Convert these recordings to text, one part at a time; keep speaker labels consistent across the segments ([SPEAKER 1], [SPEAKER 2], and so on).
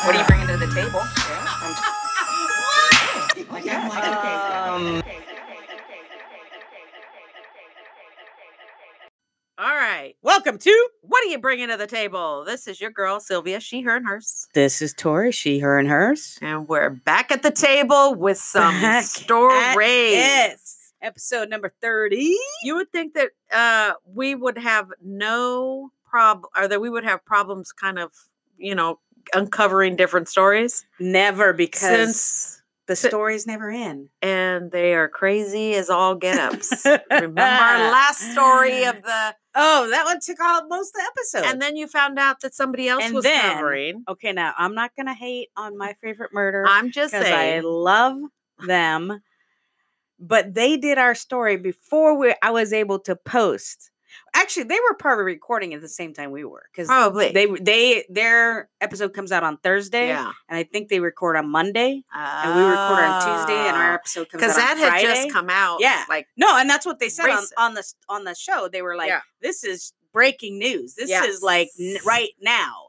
[SPEAKER 1] What do you bring to the table? All right. Welcome to What Are You Bringing to the Table? This is your girl, Sylvia, she, her, and hers.
[SPEAKER 2] This is Tori, she, her, and hers.
[SPEAKER 1] And we're back at the table with some
[SPEAKER 2] Back at
[SPEAKER 1] stories.
[SPEAKER 2] it. Episode number 30.
[SPEAKER 1] You would think that uh, we would have no problem, or that we would have problems kind of, you know, uncovering different stories.
[SPEAKER 2] Never because
[SPEAKER 1] Since,
[SPEAKER 2] the
[SPEAKER 1] si-
[SPEAKER 2] stories never end.
[SPEAKER 1] and they are crazy as all get-ups. Remember our last story of the,
[SPEAKER 2] Oh, that one took all most of the episode.
[SPEAKER 1] and then you found out that somebody else
[SPEAKER 2] Oh. And
[SPEAKER 1] was
[SPEAKER 2] then-
[SPEAKER 1] covering.
[SPEAKER 2] okay, now I'm not gonna hate on my favorite murder
[SPEAKER 1] I'm just
[SPEAKER 2] because I
[SPEAKER 1] saying.
[SPEAKER 2] love them. But they did our story before we I was able to post. Actually, they were probably recording at the same time we were because
[SPEAKER 1] probably.
[SPEAKER 2] they they their episode comes out on Thursday,
[SPEAKER 1] yeah.
[SPEAKER 2] and I think they record on Monday. and we record on Tuesday, and our episode comes out
[SPEAKER 1] because that
[SPEAKER 2] on
[SPEAKER 1] had
[SPEAKER 2] Friday.
[SPEAKER 1] just come out.
[SPEAKER 2] Yeah.
[SPEAKER 1] like
[SPEAKER 2] No, and that's what they said on,
[SPEAKER 1] Recent.
[SPEAKER 2] on the s- on the show. They were like,
[SPEAKER 1] Yeah.
[SPEAKER 2] "This is breaking news. This is like n-
[SPEAKER 1] Yes.
[SPEAKER 2] right now."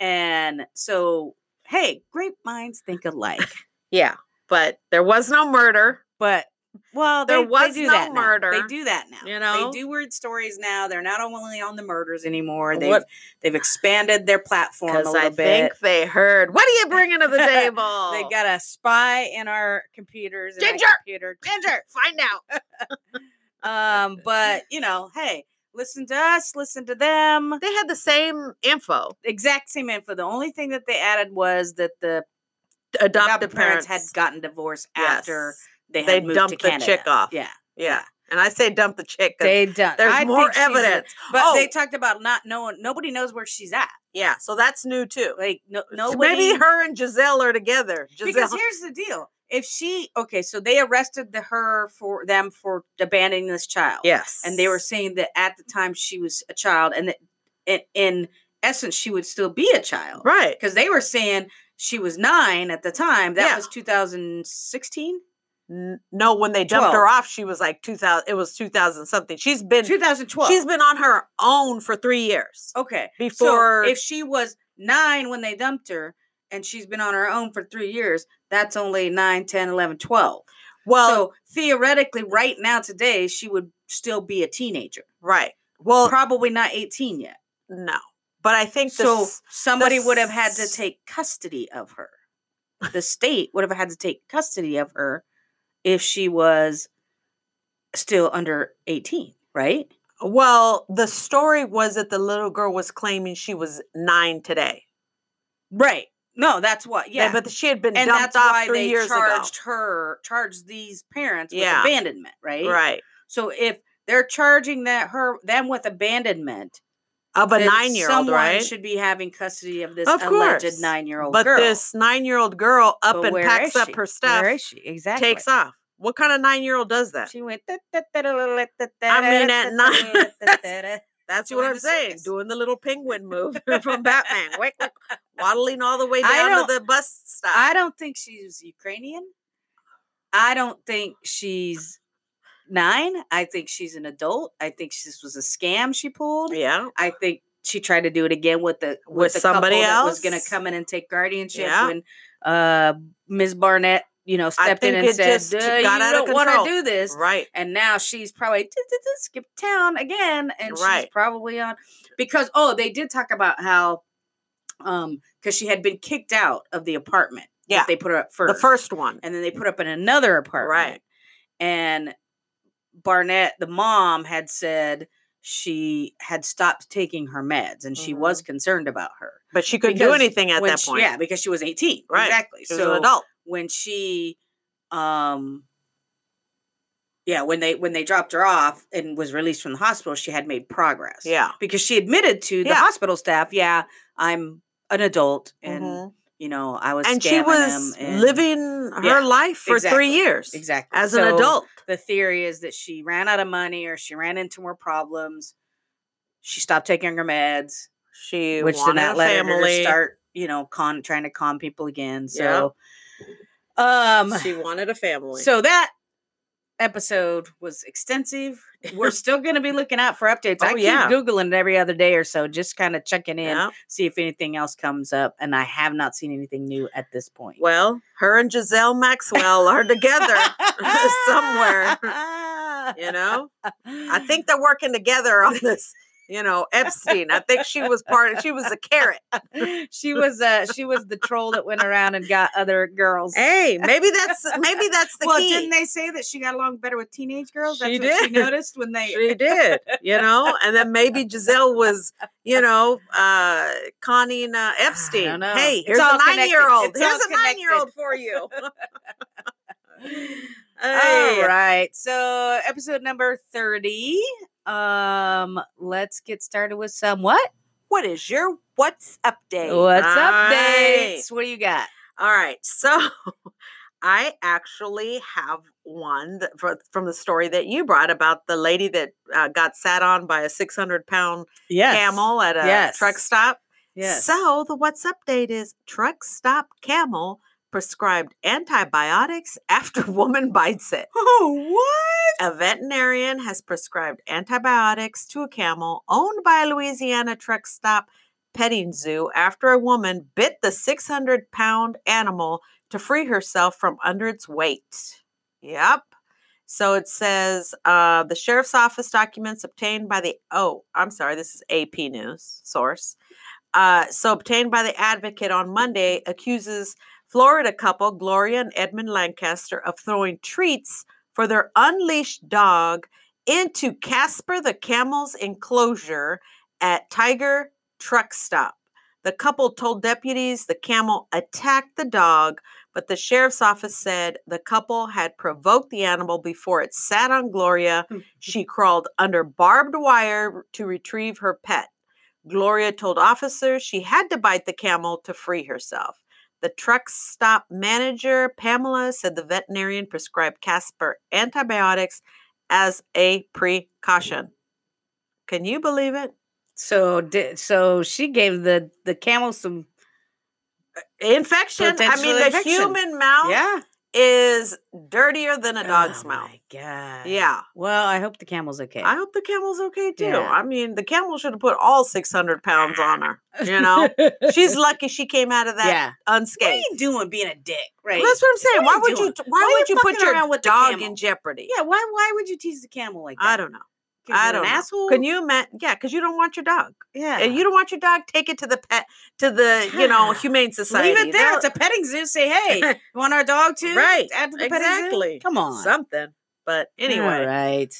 [SPEAKER 2] And so, hey, great minds think alike.
[SPEAKER 1] yeah, but there was no murder.
[SPEAKER 2] But well,
[SPEAKER 1] There
[SPEAKER 2] they, they
[SPEAKER 1] was
[SPEAKER 2] do
[SPEAKER 1] no
[SPEAKER 2] that now.
[SPEAKER 1] murder,
[SPEAKER 2] They do that now.
[SPEAKER 1] you know?
[SPEAKER 2] they do weird stories now. They're not only on the murders anymore. They've
[SPEAKER 1] What-
[SPEAKER 2] they've expanded their platform a
[SPEAKER 1] Because
[SPEAKER 2] little
[SPEAKER 1] I
[SPEAKER 2] bit.
[SPEAKER 1] think they heard. What are you bringing to the table?
[SPEAKER 2] they got a spy in our computers. in my
[SPEAKER 1] Ginger!
[SPEAKER 2] computer.
[SPEAKER 1] ginger. Find out.
[SPEAKER 2] Um, but you know, hey, listen to us, listen to them.
[SPEAKER 1] They had the same info.
[SPEAKER 2] Exact same info. The only thing that they added was that the
[SPEAKER 1] Adopted,
[SPEAKER 2] adoptive parents, had gotten divorced after
[SPEAKER 1] Yes.
[SPEAKER 2] they had
[SPEAKER 1] They
[SPEAKER 2] moved
[SPEAKER 1] dumped
[SPEAKER 2] to
[SPEAKER 1] the
[SPEAKER 2] Canada.
[SPEAKER 1] chick off.
[SPEAKER 2] Yeah,
[SPEAKER 1] Yeah, and I say dump the chick. 'cause
[SPEAKER 2] they dumped.
[SPEAKER 1] there's
[SPEAKER 2] I
[SPEAKER 1] more
[SPEAKER 2] think she's a-
[SPEAKER 1] evidence.
[SPEAKER 2] But they
[SPEAKER 1] Oh.
[SPEAKER 2] talked about not knowing. Nobody knows where she's at.
[SPEAKER 1] Yeah, so that's new too.
[SPEAKER 2] Like no,
[SPEAKER 1] So
[SPEAKER 2] nobody.
[SPEAKER 1] maybe her and Giselle are together. Giselle.
[SPEAKER 2] Because here's the deal: if she okay, so they arrested the, her for them for abandoning this child.
[SPEAKER 1] yes,
[SPEAKER 2] and they were saying that at the time she was a child and that in, in essence she would still be a child
[SPEAKER 1] right.
[SPEAKER 2] because they were saying she was nine at the time that
[SPEAKER 1] Yeah.
[SPEAKER 2] was 2016
[SPEAKER 1] N- No, when they dumped her
[SPEAKER 2] 12.
[SPEAKER 1] off, she was like two thousand. It was two thousand something. She's been
[SPEAKER 2] 2012
[SPEAKER 1] she's been on her own for three years.
[SPEAKER 2] okay
[SPEAKER 1] before-
[SPEAKER 2] so Oh, if she was nine when they dumped her and she's been on her own for three years that's only 9 10 11 12
[SPEAKER 1] Well,
[SPEAKER 2] so theoretically right now today she would still be a teenager
[SPEAKER 1] right. Well,
[SPEAKER 2] probably not 18 yet
[SPEAKER 1] no, but I think this,
[SPEAKER 2] So somebody would have had to
[SPEAKER 1] s-
[SPEAKER 2] take custody of her. The state would have had to take custody of her if she was still under 18, right?
[SPEAKER 1] Well, the story was that the little girl was claiming she was nine today. Eh,
[SPEAKER 2] Right. No, that's what. Yeah.
[SPEAKER 1] but she had been
[SPEAKER 2] and
[SPEAKER 1] dumped
[SPEAKER 2] that's
[SPEAKER 1] off
[SPEAKER 2] why
[SPEAKER 1] three
[SPEAKER 2] they
[SPEAKER 1] years
[SPEAKER 2] charged her, charged these parents
[SPEAKER 1] Yeah.
[SPEAKER 2] with abandonment, right?
[SPEAKER 1] ago. Right.
[SPEAKER 2] So if they're charging that her them with abandonment,
[SPEAKER 1] Of a
[SPEAKER 2] then
[SPEAKER 1] nine year old,
[SPEAKER 2] someone
[SPEAKER 1] right?
[SPEAKER 2] should be having custody of this
[SPEAKER 1] Of course.
[SPEAKER 2] alleged nine-year-old
[SPEAKER 1] But
[SPEAKER 2] girl.
[SPEAKER 1] this nine year old girl up
[SPEAKER 2] But
[SPEAKER 1] and
[SPEAKER 2] where
[SPEAKER 1] packs
[SPEAKER 2] is
[SPEAKER 1] up
[SPEAKER 2] she?
[SPEAKER 1] her stuff,
[SPEAKER 2] Where is she? Exactly.
[SPEAKER 1] takes off. What kind of nine year old does that?
[SPEAKER 2] She went. I
[SPEAKER 1] I mean, at nine- That's what
[SPEAKER 2] doing
[SPEAKER 1] I'm
[SPEAKER 2] the
[SPEAKER 1] saying.
[SPEAKER 2] circus.
[SPEAKER 1] Doing the little penguin move from Batman. Wick, wick, waddling all the way
[SPEAKER 2] I
[SPEAKER 1] down
[SPEAKER 2] don't-
[SPEAKER 1] to the bus stop.
[SPEAKER 2] I don't think she's Ukrainian. I don't think she's nine. I think she's an adult. I think this was a scam she pulled.
[SPEAKER 1] yeah.
[SPEAKER 2] I think she tried to do it again with the
[SPEAKER 1] With
[SPEAKER 2] the
[SPEAKER 1] somebody
[SPEAKER 2] couple that was going
[SPEAKER 1] else?
[SPEAKER 2] to come in and take guardianship
[SPEAKER 1] Yeah.
[SPEAKER 2] when uh, Ms. Barnett, you know, stepped in
[SPEAKER 1] think
[SPEAKER 2] and
[SPEAKER 1] it
[SPEAKER 2] said,
[SPEAKER 1] just
[SPEAKER 2] "Duh,
[SPEAKER 1] got
[SPEAKER 2] "You
[SPEAKER 1] out of
[SPEAKER 2] don't want
[SPEAKER 1] control."
[SPEAKER 2] to do this."
[SPEAKER 1] Right.
[SPEAKER 2] and now she's probably "Tut, tut, tut, skip town again and she's
[SPEAKER 1] Right.
[SPEAKER 2] probably on because oh they did talk about how um because she had been kicked out of the apartment that
[SPEAKER 1] Yeah.
[SPEAKER 2] they put her up first,
[SPEAKER 1] The first one.
[SPEAKER 2] and then they put up in another apartment and barnett the mom had said she had stopped taking her meds and she was concerned about her
[SPEAKER 1] But she couldn't do
[SPEAKER 2] Because
[SPEAKER 1] anything Mm-hmm. at
[SPEAKER 2] When
[SPEAKER 1] that
[SPEAKER 2] she-
[SPEAKER 1] point.
[SPEAKER 2] yeah because she was 18
[SPEAKER 1] Right.
[SPEAKER 2] exactly
[SPEAKER 1] She was
[SPEAKER 2] so
[SPEAKER 1] an adult.
[SPEAKER 2] when she um yeah when they when they dropped her off and was released from the hospital she had made progress
[SPEAKER 1] Yeah.
[SPEAKER 2] because she admitted to the
[SPEAKER 1] Yeah.
[SPEAKER 2] hospital staff yeah i'm an adult and
[SPEAKER 1] Mhm.
[SPEAKER 2] you know, I was
[SPEAKER 1] and she
[SPEAKER 2] scamming
[SPEAKER 1] was
[SPEAKER 2] him and-
[SPEAKER 1] living her
[SPEAKER 2] Yeah,
[SPEAKER 1] life for
[SPEAKER 2] exactly,
[SPEAKER 1] three years
[SPEAKER 2] exactly
[SPEAKER 1] as an
[SPEAKER 2] So
[SPEAKER 1] adult.
[SPEAKER 2] The theory is that she ran out of money or she ran into more problems. She stopped taking her meds,
[SPEAKER 1] She
[SPEAKER 2] which did
[SPEAKER 1] wanted
[SPEAKER 2] not
[SPEAKER 1] a
[SPEAKER 2] let her
[SPEAKER 1] family.
[SPEAKER 2] to start, you know, con trying to con people again.
[SPEAKER 1] Yeah.
[SPEAKER 2] So, um,
[SPEAKER 1] She wanted a family.
[SPEAKER 2] so that episode was extensive. We're still going to be looking out for updates. I
[SPEAKER 1] Oh,
[SPEAKER 2] keep
[SPEAKER 1] yeah.
[SPEAKER 2] googling it every other day or so, just kind of checking in,
[SPEAKER 1] yeah.
[SPEAKER 2] see if anything else comes up. And I have not seen anything new at this point.
[SPEAKER 1] well, her and Giselle Maxwell are together somewhere. You know, I think they're working together on this. You know, Epstein. I think she was part. She was a carrot.
[SPEAKER 2] she was uh she was the troll that went around and got other girls.
[SPEAKER 1] Hey, maybe that's maybe that's the
[SPEAKER 2] well,
[SPEAKER 1] key.
[SPEAKER 2] didn't they say that she got along better with teenage girls?
[SPEAKER 1] She
[SPEAKER 2] That's what she
[SPEAKER 1] did.
[SPEAKER 2] noticed when they
[SPEAKER 1] she did, you know, and then maybe Giselle was, you know, uh, conning uh,
[SPEAKER 2] don't
[SPEAKER 1] Epstein.
[SPEAKER 2] know.
[SPEAKER 1] Hey,
[SPEAKER 2] It's
[SPEAKER 1] here's
[SPEAKER 2] all
[SPEAKER 1] a
[SPEAKER 2] connected.
[SPEAKER 1] nine year old.
[SPEAKER 2] It's
[SPEAKER 1] Here's
[SPEAKER 2] all
[SPEAKER 1] a
[SPEAKER 2] connected.
[SPEAKER 1] nine year old for you.
[SPEAKER 2] All
[SPEAKER 1] Hey.
[SPEAKER 2] right. So episode number 30. Um, let's get started with some what?
[SPEAKER 1] What is your what's update?
[SPEAKER 2] What's
[SPEAKER 1] All
[SPEAKER 2] up,
[SPEAKER 1] right.
[SPEAKER 2] dates? What do you got?
[SPEAKER 1] All right. So I actually have one that, fro- from the story that you brought about the lady that uh, got sat on by a 600 pound
[SPEAKER 2] Yes.
[SPEAKER 1] camel at a
[SPEAKER 2] Yes.
[SPEAKER 1] truck stop.
[SPEAKER 2] Yes.
[SPEAKER 1] So the what's update is truck stop camel prescribed antibiotics after woman bites it.
[SPEAKER 2] Oh, what?
[SPEAKER 1] A veterinarian has prescribed antibiotics to a camel owned by a Louisiana truck stop petting zoo after a woman bit the 600 pound animal to free herself from under its weight. Yep. So it says uh, the sheriff's office documents obtained by the, oh, I'm sorry, this is AP News source. Uh, so obtained by the advocate on Monday accuses Florida couple Gloria and Edmund Lancaster of throwing treats for their unleashed dog into Casper the camel's enclosure at Tiger Truck Stop. The couple told deputies the camel attacked the dog, but the sheriff's office said the couple had provoked the animal before it sat on Gloria. she crawled under barbed wire to retrieve her pet. Gloria told officers she had to bite the camel to free herself. The truck stop manager, Pamela, said the veterinarian prescribed Casper antibiotics as a precaution. Can you believe it?
[SPEAKER 2] So did so she gave the the camel some
[SPEAKER 1] Infection. I
[SPEAKER 2] Potential
[SPEAKER 1] mean, the
[SPEAKER 2] infection.
[SPEAKER 1] human mouth
[SPEAKER 2] Yeah.
[SPEAKER 1] is dirtier than a dog's
[SPEAKER 2] Oh
[SPEAKER 1] mouth.
[SPEAKER 2] my God.
[SPEAKER 1] Yeah.
[SPEAKER 2] Well, I hope the camel's okay.
[SPEAKER 1] I hope the camel's okay too.
[SPEAKER 2] Yeah.
[SPEAKER 1] I mean, the camel should have put all 600 pounds on her. You know, she's lucky she came out of that
[SPEAKER 2] yeah. What are
[SPEAKER 1] unscathed.
[SPEAKER 2] you doing being a dick? Right.
[SPEAKER 1] That's what I'm saying.
[SPEAKER 2] are
[SPEAKER 1] Why
[SPEAKER 2] you
[SPEAKER 1] would you?
[SPEAKER 2] doing?
[SPEAKER 1] Why,
[SPEAKER 2] Why are
[SPEAKER 1] would
[SPEAKER 2] you
[SPEAKER 1] you put
[SPEAKER 2] fucking
[SPEAKER 1] your
[SPEAKER 2] around with the
[SPEAKER 1] dog
[SPEAKER 2] camel?
[SPEAKER 1] in jeopardy?
[SPEAKER 2] yeah. Why why would you tease the camel like that?
[SPEAKER 1] I don't know.
[SPEAKER 2] 'Cause
[SPEAKER 1] I
[SPEAKER 2] you're
[SPEAKER 1] don't
[SPEAKER 2] an
[SPEAKER 1] know.
[SPEAKER 2] asshole.
[SPEAKER 1] Can you imagine? Yeah, because you don't want your dog.
[SPEAKER 2] Yeah.
[SPEAKER 1] And you don't want your dog. Take it to the pet, to the you know
[SPEAKER 2] Yeah.
[SPEAKER 1] humane society.
[SPEAKER 2] Leave it there.
[SPEAKER 1] They'll-
[SPEAKER 2] It's a petting zoo. Say, hey, you want our dog too?
[SPEAKER 1] Right,
[SPEAKER 2] After the Petting zoo?
[SPEAKER 1] exactly.
[SPEAKER 2] Come on.
[SPEAKER 1] something. But anyway, all
[SPEAKER 2] All
[SPEAKER 1] right.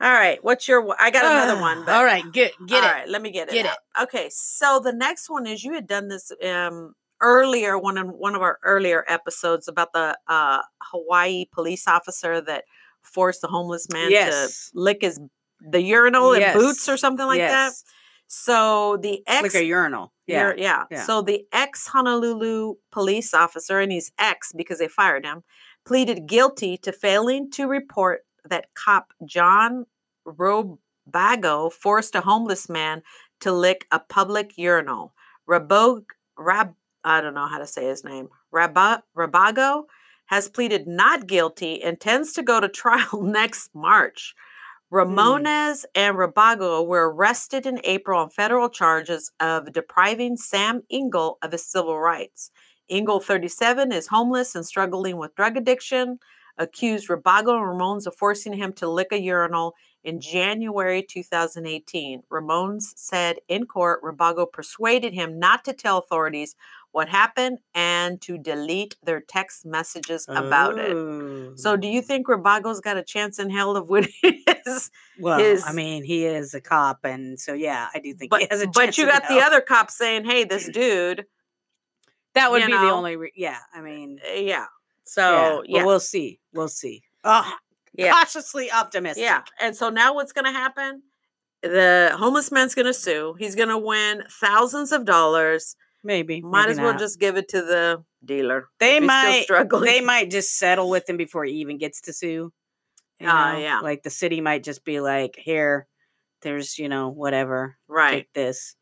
[SPEAKER 2] right.
[SPEAKER 1] What's your? I got another
[SPEAKER 2] Ugh.
[SPEAKER 1] one. But
[SPEAKER 2] All right. Get get
[SPEAKER 1] all
[SPEAKER 2] it.
[SPEAKER 1] right, let me get it.
[SPEAKER 2] Get
[SPEAKER 1] out. Okay, so the next one is you had done this um earlier one in one of our earlier episodes about the uh Hawaii police officer that forced the homeless man
[SPEAKER 2] Yes.
[SPEAKER 1] to lick his the urinal
[SPEAKER 2] Yes.
[SPEAKER 1] in boots or something like that.
[SPEAKER 2] yes.
[SPEAKER 1] So the ex
[SPEAKER 2] Like a urinal. Yeah.
[SPEAKER 1] You're- yeah.
[SPEAKER 2] yeah.
[SPEAKER 1] So the ex Honolulu police officer, and he's ex because they fired him, pleaded guilty to failing to report that cop John Robago forced a homeless man to lick a public urinal. Rabog, Rab, I don't know how to say his name. Raba, Rabago has pleaded not guilty and tends to go to trial next March. Ramones and Rabago were arrested in April on federal charges of depriving Sam Engel of his civil rights. Engel, 37, is homeless and struggling with drug addiction. Accused Rabago and Ramones of forcing him to lick a urinal in January 2018. Ramones said in court, Rabago persuaded him not to tell authorities what happened and to delete their text messages about it.
[SPEAKER 2] it.
[SPEAKER 1] So, do you think Rabago's got a chance in hell of winning his?
[SPEAKER 2] well, I
[SPEAKER 1] his-
[SPEAKER 2] mean, he is a cop, and so yeah, I do think
[SPEAKER 1] But,
[SPEAKER 2] he has a
[SPEAKER 1] but
[SPEAKER 2] chance
[SPEAKER 1] you
[SPEAKER 2] in
[SPEAKER 1] got the
[SPEAKER 2] hell.
[SPEAKER 1] other cop saying, "Hey, this dude."
[SPEAKER 2] That would
[SPEAKER 1] you
[SPEAKER 2] be the
[SPEAKER 1] know.
[SPEAKER 2] only. Re- yeah, I mean,
[SPEAKER 1] Uh, Yeah.
[SPEAKER 2] yeah,
[SPEAKER 1] So
[SPEAKER 2] but
[SPEAKER 1] yeah,
[SPEAKER 2] we'll see. We'll see. Oh,
[SPEAKER 1] yeah,
[SPEAKER 2] cautiously optimistic.
[SPEAKER 1] yeah. And so now, what's going to happen? The homeless man's going to sue. He's going to win thousands of dollars.
[SPEAKER 2] Maybe.
[SPEAKER 1] Might
[SPEAKER 2] maybe
[SPEAKER 1] as well
[SPEAKER 2] not.
[SPEAKER 1] just give it to the dealer.
[SPEAKER 2] They
[SPEAKER 1] if he's still
[SPEAKER 2] might.
[SPEAKER 1] struggling.
[SPEAKER 2] They might just settle with him before he even gets to sue. you
[SPEAKER 1] Ah,
[SPEAKER 2] know?
[SPEAKER 1] yeah.
[SPEAKER 2] Like the city might just be like, here, there's you know whatever,
[SPEAKER 1] Right.
[SPEAKER 2] take this.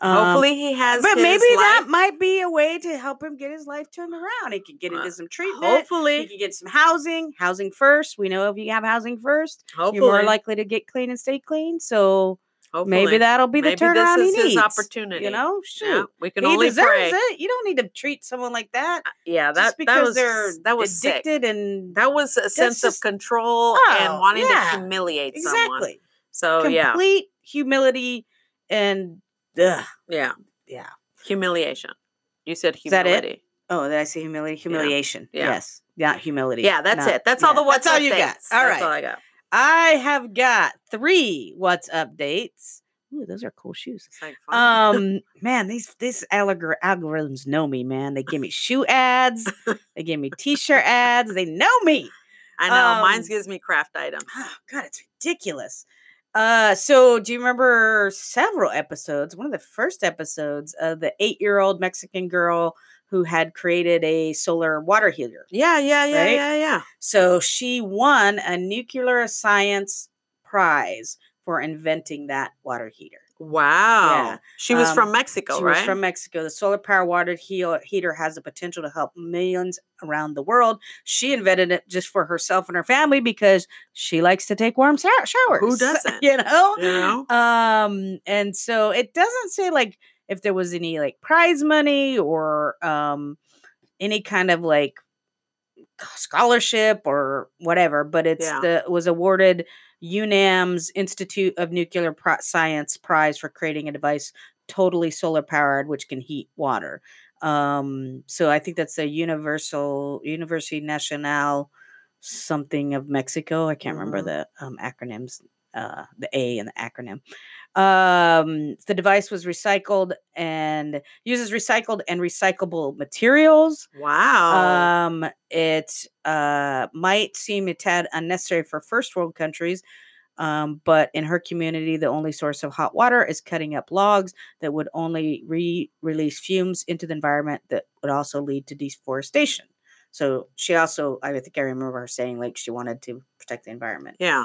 [SPEAKER 1] Hopefully he
[SPEAKER 2] Um,
[SPEAKER 1] has.
[SPEAKER 2] but
[SPEAKER 1] his
[SPEAKER 2] maybe that
[SPEAKER 1] life-
[SPEAKER 2] might be a way to help him get his life turned around. He could get
[SPEAKER 1] Uh,
[SPEAKER 2] into some treatment. He
[SPEAKER 1] Hopefully,
[SPEAKER 2] could get some housing. Housing first. We know if you have housing 1st you
[SPEAKER 1] hopefully,
[SPEAKER 2] you're more likely to get clean and stay clean. So maybe
[SPEAKER 1] hopefully.
[SPEAKER 2] that'll be the
[SPEAKER 1] Maybe
[SPEAKER 2] turnaround
[SPEAKER 1] this is
[SPEAKER 2] he
[SPEAKER 1] his
[SPEAKER 2] needs.
[SPEAKER 1] opportunity.
[SPEAKER 2] You know, shoot.
[SPEAKER 1] Yeah, we can
[SPEAKER 2] he
[SPEAKER 1] only
[SPEAKER 2] deserves
[SPEAKER 1] pray.
[SPEAKER 2] it. You don't need to treat someone like that
[SPEAKER 1] Yeah, that
[SPEAKER 2] just
[SPEAKER 1] that
[SPEAKER 2] because
[SPEAKER 1] was
[SPEAKER 2] they're
[SPEAKER 1] that was sick.
[SPEAKER 2] addicted and
[SPEAKER 1] That was a sense
[SPEAKER 2] just-
[SPEAKER 1] of control
[SPEAKER 2] Oh,
[SPEAKER 1] and wanting
[SPEAKER 2] yeah.
[SPEAKER 1] to humiliate someone.
[SPEAKER 2] exactly
[SPEAKER 1] So yeah,
[SPEAKER 2] complete humility and ugh.
[SPEAKER 1] yeah,
[SPEAKER 2] Yeah.
[SPEAKER 1] Humiliation. You said
[SPEAKER 2] Is that
[SPEAKER 1] humility.
[SPEAKER 2] it? Oh, did I say humility? Humiliation.
[SPEAKER 1] Yeah.
[SPEAKER 2] Yes, not humility.
[SPEAKER 1] Yeah, that's
[SPEAKER 2] not-
[SPEAKER 1] it. That's all
[SPEAKER 2] yeah.
[SPEAKER 1] the what's
[SPEAKER 2] That's all
[SPEAKER 1] up
[SPEAKER 2] you got.
[SPEAKER 1] dates.
[SPEAKER 2] All
[SPEAKER 1] That's all
[SPEAKER 2] right.
[SPEAKER 1] I got.
[SPEAKER 2] I have got three what's updates. Ooh, those are cool shoes.
[SPEAKER 1] It's like fun.
[SPEAKER 2] Um, man, these these allegor- algorithms know me, man. They give me shoe ads. They give me T-shirt ads. They know me.
[SPEAKER 1] I know.
[SPEAKER 2] um,
[SPEAKER 1] mine's gives me craft items.
[SPEAKER 2] Oh, God, it's ridiculous. Uh, so do you remember several episodes? One of the first episodes of the eight-year-old Mexican girl who had created a solar water heater.
[SPEAKER 1] Yeah, yeah, yeah,
[SPEAKER 2] right?
[SPEAKER 1] yeah, yeah.
[SPEAKER 2] So she won a nuclear science prize for inventing that water heater.
[SPEAKER 1] Wow. She was
[SPEAKER 2] Um,
[SPEAKER 1] from Mexico,
[SPEAKER 2] she
[SPEAKER 1] right?
[SPEAKER 2] was from Mexico. The solar power water heal- heater has the potential to help millions around the world. She invented it just for herself and her family because she likes to take warm sho- showers.
[SPEAKER 1] doesn't?
[SPEAKER 2] You know?
[SPEAKER 1] you know?
[SPEAKER 2] Um, and so it doesn't say like if there was any like prize money or um any kind of like scholarship or whatever, but it's
[SPEAKER 1] Yeah.
[SPEAKER 2] the was awarded UNAM's Institute of Nuclear Pro- Science prize for creating a device totally solar powered which can heat water. Um so I think that's the Universal University Nacional something of Mexico. I can't remember
[SPEAKER 1] Mhm.
[SPEAKER 2] the um, acronyms uh, the A in the acronym. Um, the device was recycled and uses recycled and recyclable materials.
[SPEAKER 1] Wow.
[SPEAKER 2] Um, it uh, might seem a tad unnecessary for first world countries, um, but in her community, the only source of hot water is cutting up logs that would only re release fumes into the environment that would also lead to deforestation. So she also, I think I remember her saying, like, she wanted to protect the environment.
[SPEAKER 1] yeah.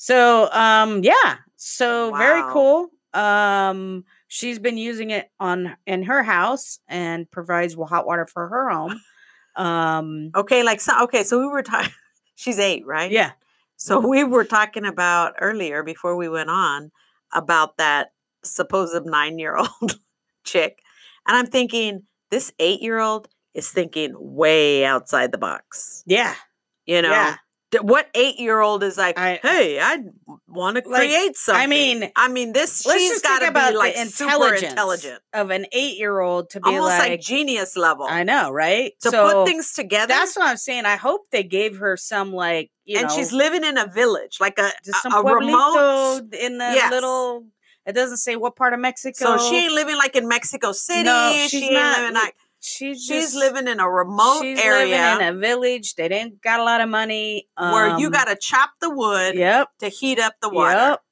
[SPEAKER 2] So um yeah, so very
[SPEAKER 1] Wow.
[SPEAKER 2] cool. Um she's been using it on in her house and provides wa- hot water for her home. Um
[SPEAKER 1] Okay, like so okay, so we were talking she's eight, right?
[SPEAKER 2] yeah.
[SPEAKER 1] So we were talking about earlier before we went on about that supposed nine year old chick. And I'm thinking, this eight year old is thinking way outside the box.
[SPEAKER 2] Yeah.
[SPEAKER 1] You know,
[SPEAKER 2] Yeah.
[SPEAKER 1] D- what eight year old is like,
[SPEAKER 2] I-
[SPEAKER 1] hey, I want to
[SPEAKER 2] Like,
[SPEAKER 1] create something?
[SPEAKER 2] mean,
[SPEAKER 1] I mean, this,
[SPEAKER 2] Let's
[SPEAKER 1] she's
[SPEAKER 2] just
[SPEAKER 1] got
[SPEAKER 2] think
[SPEAKER 1] to be
[SPEAKER 2] about
[SPEAKER 1] like
[SPEAKER 2] the
[SPEAKER 1] super
[SPEAKER 2] intelligence
[SPEAKER 1] intelligent,
[SPEAKER 2] of an 8-year-old to be
[SPEAKER 1] almost like,
[SPEAKER 2] like,
[SPEAKER 1] genius level.
[SPEAKER 2] I know, right?
[SPEAKER 1] to
[SPEAKER 2] so
[SPEAKER 1] put things together.
[SPEAKER 2] that's what I'm saying. I hope they gave her some like, you
[SPEAKER 1] and
[SPEAKER 2] know,
[SPEAKER 1] she's living in a village, like a,
[SPEAKER 2] just some
[SPEAKER 1] a, a remote.
[SPEAKER 2] pueblito in the
[SPEAKER 1] Yes.
[SPEAKER 2] little it doesn't say what part of Mexico.
[SPEAKER 1] So she ain't living like in Mexico City.
[SPEAKER 2] she's
[SPEAKER 1] she ain't
[SPEAKER 2] not.
[SPEAKER 1] living
[SPEAKER 2] Look,
[SPEAKER 1] like
[SPEAKER 2] she's
[SPEAKER 1] she's
[SPEAKER 2] just-
[SPEAKER 1] living in a remote
[SPEAKER 2] she's
[SPEAKER 1] area
[SPEAKER 2] living in a village. They didn't got a lot of money.
[SPEAKER 1] where you
[SPEAKER 2] um,
[SPEAKER 1] got to chop the wood
[SPEAKER 2] Yep.
[SPEAKER 1] to heat up the water.
[SPEAKER 2] Yep.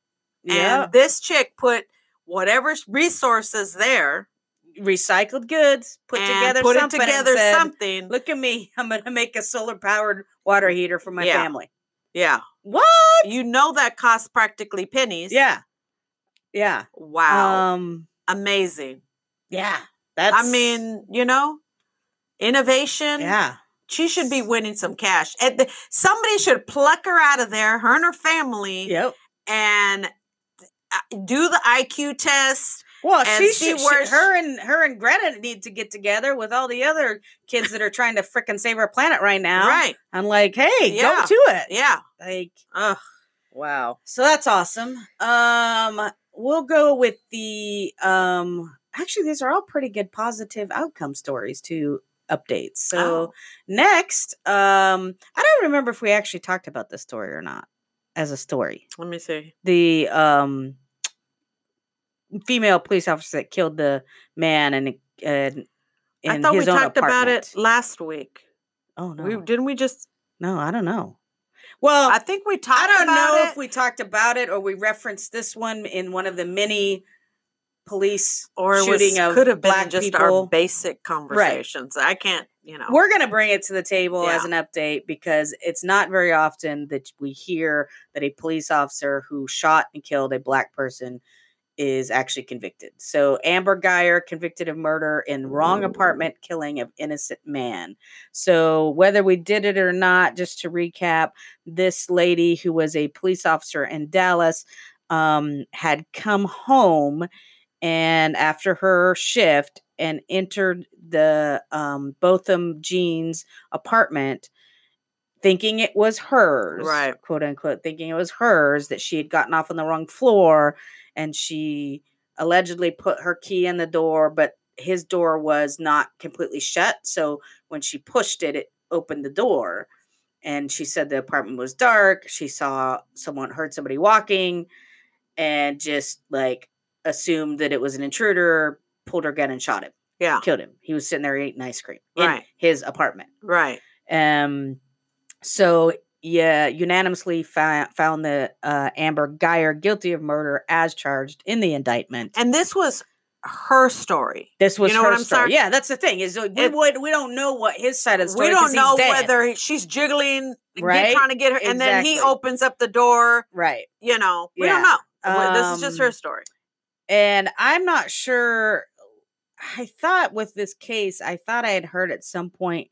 [SPEAKER 2] Yep.
[SPEAKER 1] And this chick put whatever s- resources there,
[SPEAKER 2] Recycled goods. Put
[SPEAKER 1] and
[SPEAKER 2] together.
[SPEAKER 1] put it
[SPEAKER 2] something and
[SPEAKER 1] together
[SPEAKER 2] said,
[SPEAKER 1] something.
[SPEAKER 2] Look at me. I'm gonna make a solar powered water heater for my
[SPEAKER 1] Yeah.
[SPEAKER 2] family.
[SPEAKER 1] Yeah,
[SPEAKER 2] What?
[SPEAKER 1] you know that costs practically pennies.
[SPEAKER 2] Yeah. Yeah.
[SPEAKER 1] wow,
[SPEAKER 2] Um.
[SPEAKER 1] amazing.
[SPEAKER 2] Yeah. That's.
[SPEAKER 1] I mean, you know, innovation.
[SPEAKER 2] Yeah.
[SPEAKER 1] She should be winning some cash. And th- somebody should pluck her out of there, her and her family,
[SPEAKER 2] Yep.
[SPEAKER 1] and uh, do the IQ test.
[SPEAKER 2] Well,
[SPEAKER 1] and
[SPEAKER 2] she
[SPEAKER 1] see
[SPEAKER 2] should.
[SPEAKER 1] where
[SPEAKER 2] she- her and her and Greta need to get together with all the other kids that are trying to frickin' save our planet right now.
[SPEAKER 1] Right.
[SPEAKER 2] I'm like, hey,
[SPEAKER 1] Yeah.
[SPEAKER 2] go to it.
[SPEAKER 1] Yeah.
[SPEAKER 2] Like,
[SPEAKER 1] Ugh. Wow.
[SPEAKER 2] So that's awesome. Um, we'll go with the um. Actually, these are all pretty good positive outcome stories to updates. So
[SPEAKER 1] Oh.
[SPEAKER 2] next, um, I don't remember if we actually talked about this story or not as a story.
[SPEAKER 1] Let me see.
[SPEAKER 2] The um, female police officer that killed the man and and in
[SPEAKER 1] I thought we
[SPEAKER 2] his own
[SPEAKER 1] talked about it
[SPEAKER 2] apartment.
[SPEAKER 1] last week.
[SPEAKER 2] Oh no,
[SPEAKER 1] We didn't we just
[SPEAKER 2] no, I don't know. Well,
[SPEAKER 1] I think we talked
[SPEAKER 2] I don't
[SPEAKER 1] about
[SPEAKER 2] know
[SPEAKER 1] it.
[SPEAKER 2] if we talked about it or we referenced this one in one of the many police
[SPEAKER 1] Or
[SPEAKER 2] shooting
[SPEAKER 1] shooting
[SPEAKER 2] of
[SPEAKER 1] could have been
[SPEAKER 2] black
[SPEAKER 1] just
[SPEAKER 2] people.
[SPEAKER 1] our basic conversations. I can't, you know.
[SPEAKER 2] we're going to bring it to the table as
[SPEAKER 1] Yeah.
[SPEAKER 2] an update because it's not very often that we hear that a police officer who shot and killed a black person is actually convicted. So Amber Geyer convicted of murder in wrong apartment killing of innocent man. So whether we did it or not, just to recap, this lady who was a police officer in Dallas um, had come home and after her shift and entered the um, Botham Jean's apartment thinking it was hers
[SPEAKER 1] Right.
[SPEAKER 2] quote unquote thinking it was hers that she had gotten off on the wrong floor and she allegedly put her key in the door but his door was not completely shut so when she pushed it it opened the door and she said the apartment was dark she saw someone heard somebody walking and just like assumed that it was an intruder pulled her gun and shot him
[SPEAKER 1] yeah.
[SPEAKER 2] killed him he was sitting there eating ice cream in
[SPEAKER 1] Right.
[SPEAKER 2] his apartment
[SPEAKER 1] Right.
[SPEAKER 2] um, so yeah, unanimously fa- found the uh, Amber Geyer guilty of murder as charged in the indictment.
[SPEAKER 1] And this was her story.
[SPEAKER 2] this was
[SPEAKER 1] know
[SPEAKER 2] her
[SPEAKER 1] what I'm
[SPEAKER 2] story.
[SPEAKER 1] sorry-
[SPEAKER 2] Yeah, that's the thing is like, we
[SPEAKER 1] It-
[SPEAKER 2] would we don't know what his side of the story.
[SPEAKER 1] we
[SPEAKER 2] 'cause
[SPEAKER 1] don't
[SPEAKER 2] he's
[SPEAKER 1] know
[SPEAKER 2] dead.
[SPEAKER 1] whether she's jiggling, get-
[SPEAKER 2] Right?
[SPEAKER 1] trying to get her, and then he
[SPEAKER 2] Exactly.
[SPEAKER 1] opens up the door.
[SPEAKER 2] right.
[SPEAKER 1] You know, we
[SPEAKER 2] Yeah.
[SPEAKER 1] don't know. Well, this is just
[SPEAKER 2] Um,
[SPEAKER 1] her story.
[SPEAKER 2] and I'm not sure. I thought with this case, I thought I had heard at some point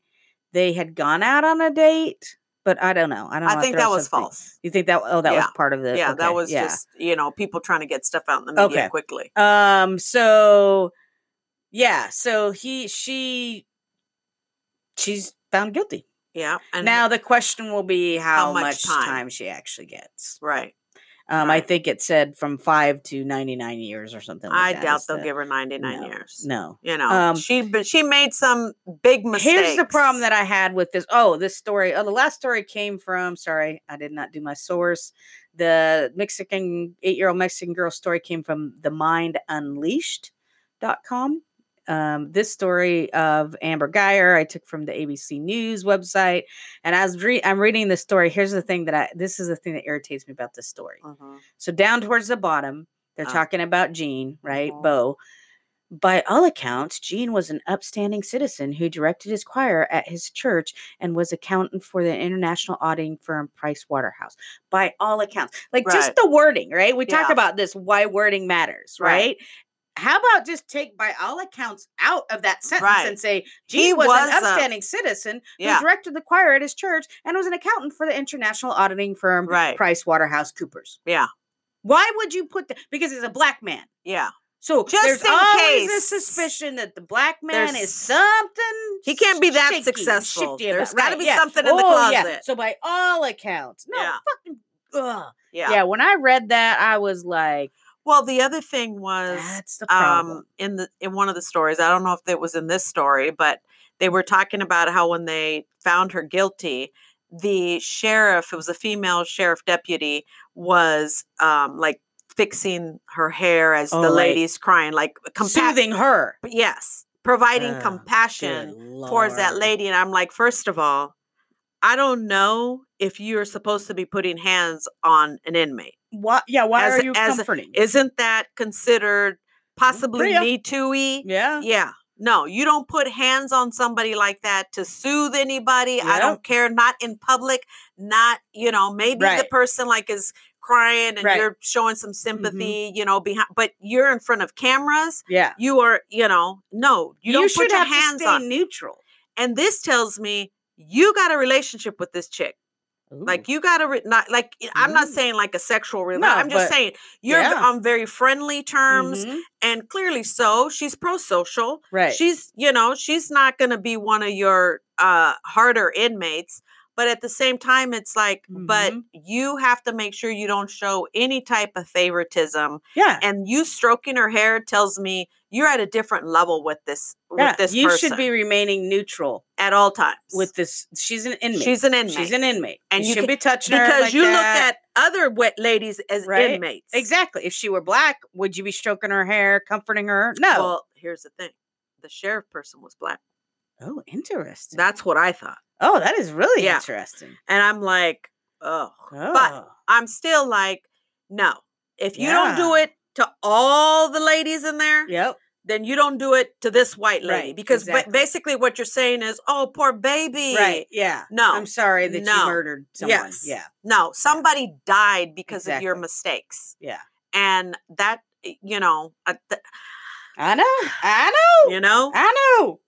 [SPEAKER 2] they had gone out on a date, but I don't know. I don't.
[SPEAKER 1] I
[SPEAKER 2] know
[SPEAKER 1] think
[SPEAKER 2] if there
[SPEAKER 1] that was
[SPEAKER 2] something-
[SPEAKER 1] false.
[SPEAKER 2] You think that? Oh, that was
[SPEAKER 1] Yeah.
[SPEAKER 2] part of the.
[SPEAKER 1] Yeah, that
[SPEAKER 2] okay,
[SPEAKER 1] was
[SPEAKER 2] yeah.
[SPEAKER 1] just you know people trying to get stuff out in the media
[SPEAKER 2] Okay.
[SPEAKER 1] quickly.
[SPEAKER 2] Um, so yeah, so he she she's found guilty.
[SPEAKER 1] Yeah, and
[SPEAKER 2] now the question will be how,
[SPEAKER 1] much
[SPEAKER 2] much,
[SPEAKER 1] time?
[SPEAKER 2] time? she actually gets.
[SPEAKER 1] right,
[SPEAKER 2] Um, I
[SPEAKER 1] Right.
[SPEAKER 2] think it said from five to ninety nine years or something. Like
[SPEAKER 1] I
[SPEAKER 2] that
[SPEAKER 1] doubt
[SPEAKER 2] is
[SPEAKER 1] they'll
[SPEAKER 2] the-
[SPEAKER 1] give her ninety nine
[SPEAKER 2] no,
[SPEAKER 1] years.
[SPEAKER 2] No.
[SPEAKER 1] You know,
[SPEAKER 2] Um,
[SPEAKER 1] she but she made some big mistakes.
[SPEAKER 2] Here's the problem that I had with this. Oh, this story. Oh, the last story came from. Sorry, I did not do my source. The Mexican eight-year-old Mexican girl story came from the Mind Unleashed.com. Um, this story of Amber Geyer I took from the ABC News website, and as re- I'm reading this story, here's the thing that I this is the thing that irritates me about this story.
[SPEAKER 1] Mhm.
[SPEAKER 2] So down towards the bottom, they're
[SPEAKER 1] Oh.
[SPEAKER 2] talking about Jean, right?
[SPEAKER 1] Mhm.
[SPEAKER 2] Bo. By all accounts, Jean was an upstanding citizen who directed his choir at his church and was accountant for the international auditing firm Price Waterhouse. By all accounts, like
[SPEAKER 1] Right.
[SPEAKER 2] just the wording, right? We talked
[SPEAKER 1] Yeah.
[SPEAKER 2] about this why wording matters, right?
[SPEAKER 1] Right.
[SPEAKER 2] How about just take by all accounts out of that sentence
[SPEAKER 1] Right.
[SPEAKER 2] and say
[SPEAKER 1] He
[SPEAKER 2] Jean was,
[SPEAKER 1] was a-
[SPEAKER 2] an upstanding citizen
[SPEAKER 1] Yeah.
[SPEAKER 2] who directed the choir at his church and was an accountant for the international auditing firm
[SPEAKER 1] Right.
[SPEAKER 2] Price Waterhouse Coopers.
[SPEAKER 1] Yeah.
[SPEAKER 2] Why would you put that? Because he's a black man.
[SPEAKER 1] Yeah,
[SPEAKER 2] So
[SPEAKER 1] Just
[SPEAKER 2] there's
[SPEAKER 1] in
[SPEAKER 2] always
[SPEAKER 1] case.
[SPEAKER 2] a suspicion that the black man
[SPEAKER 1] There's-
[SPEAKER 2] is something.
[SPEAKER 1] he can't be that
[SPEAKER 2] shaky,
[SPEAKER 1] successful.
[SPEAKER 2] shifty about-
[SPEAKER 1] There's got to
[SPEAKER 2] right,
[SPEAKER 1] be
[SPEAKER 2] yeah.
[SPEAKER 1] something in the
[SPEAKER 2] Oh, yeah.
[SPEAKER 1] closet.
[SPEAKER 2] So by all accounts, no
[SPEAKER 1] Yeah.
[SPEAKER 2] fucking. Ugh.
[SPEAKER 1] Yeah.
[SPEAKER 2] Yeah. When I read that, I was like,
[SPEAKER 1] Well, the other thing was
[SPEAKER 2] "That's the problem."
[SPEAKER 1] um in the in one of the stories i don't know if it was in this story but they were talking about how when they found her guilty the sheriff it was a female sheriff deputy was um like fixing her hair as
[SPEAKER 2] Oh,
[SPEAKER 1] the
[SPEAKER 2] right.
[SPEAKER 1] lady's crying like compassion
[SPEAKER 2] Soothing her.
[SPEAKER 1] yes providing
[SPEAKER 2] Oh,
[SPEAKER 1] compassion
[SPEAKER 2] Good
[SPEAKER 1] towards that
[SPEAKER 2] Lord.
[SPEAKER 1] lady and i'm like first of all i don't know if you're supposed to be putting hands on an inmate
[SPEAKER 2] Why? Yeah. Why
[SPEAKER 1] As-
[SPEAKER 2] are you
[SPEAKER 1] as-
[SPEAKER 2] comforting?
[SPEAKER 1] isn't that considered
[SPEAKER 2] Mm,
[SPEAKER 1] possibly
[SPEAKER 2] Priya.
[SPEAKER 1] me too-y
[SPEAKER 2] yeah.
[SPEAKER 1] yeah. No, you don't put hands on somebody like that to soothe anybody. I don't care. Not in public. Not, you know, maybe the
[SPEAKER 2] Right.
[SPEAKER 1] person like is crying and
[SPEAKER 2] Right. Mm-hmm.
[SPEAKER 1] you're showing some sympathy, you know, behind but you're in front of cameras.
[SPEAKER 2] Yeah.
[SPEAKER 1] You are, you know, no, you, don't put
[SPEAKER 2] should
[SPEAKER 1] your
[SPEAKER 2] have
[SPEAKER 1] hands
[SPEAKER 2] to stay
[SPEAKER 1] on.
[SPEAKER 2] neutral.
[SPEAKER 1] And this tells me you got a relationship with this chick. Like you got to re- not like I'm not
[SPEAKER 2] Ooh.
[SPEAKER 1] saying like a sexual
[SPEAKER 2] Mm-hmm. No,
[SPEAKER 1] relationship. I'm just
[SPEAKER 2] but-
[SPEAKER 1] saying you're
[SPEAKER 2] Yeah.
[SPEAKER 1] on very friendly terms
[SPEAKER 2] Mhm.
[SPEAKER 1] and clearly so. She's pro-social
[SPEAKER 2] right?
[SPEAKER 1] she's you know she's not going to be one of your uh harder inmates but at the same time it's like but
[SPEAKER 2] Mhm.
[SPEAKER 1] you have to make sure you don't show any type of favoritism
[SPEAKER 2] yeah.
[SPEAKER 1] and you stroking her hair tells me you're at a different level with this
[SPEAKER 2] yeah.
[SPEAKER 1] with this
[SPEAKER 2] you
[SPEAKER 1] person
[SPEAKER 2] should be remaining neutral
[SPEAKER 1] at all times
[SPEAKER 2] with this. She's an inmate.
[SPEAKER 1] she's an inmate
[SPEAKER 2] She's an inmate.
[SPEAKER 1] And
[SPEAKER 2] And
[SPEAKER 1] you
[SPEAKER 2] you
[SPEAKER 1] ca-
[SPEAKER 2] should be touching her
[SPEAKER 1] because
[SPEAKER 2] like
[SPEAKER 1] you
[SPEAKER 2] that.
[SPEAKER 1] look at other wet ladies as
[SPEAKER 2] Right?
[SPEAKER 1] inmates
[SPEAKER 2] exactly. If she were black, would you be stroking her hair, comforting her? No.
[SPEAKER 1] well here's the thing the sheriff person was black
[SPEAKER 2] oh, interesting.
[SPEAKER 1] that's what i thought
[SPEAKER 2] oh, that is really
[SPEAKER 1] Yeah.
[SPEAKER 2] interesting.
[SPEAKER 1] and i'm like oh
[SPEAKER 2] Oh.
[SPEAKER 1] I'm still like, no. If you don't do
[SPEAKER 2] Yeah.
[SPEAKER 1] it, to all the ladies in there,
[SPEAKER 2] Yep.
[SPEAKER 1] then you don't do it to this white lady
[SPEAKER 2] Right,
[SPEAKER 1] because ba-
[SPEAKER 2] exactly.
[SPEAKER 1] basically what you're saying is, "Oh, poor baby."
[SPEAKER 2] Right. Yeah.
[SPEAKER 1] No.
[SPEAKER 2] I'm sorry that
[SPEAKER 1] No.
[SPEAKER 2] you murdered someone.
[SPEAKER 1] Yes.
[SPEAKER 2] Yeah.
[SPEAKER 1] No, somebody died because of your
[SPEAKER 2] Exactly.
[SPEAKER 1] mistakes.
[SPEAKER 2] Yeah.
[SPEAKER 1] And that y- you know, I th-
[SPEAKER 2] I know. I know.
[SPEAKER 1] you know,
[SPEAKER 2] I know.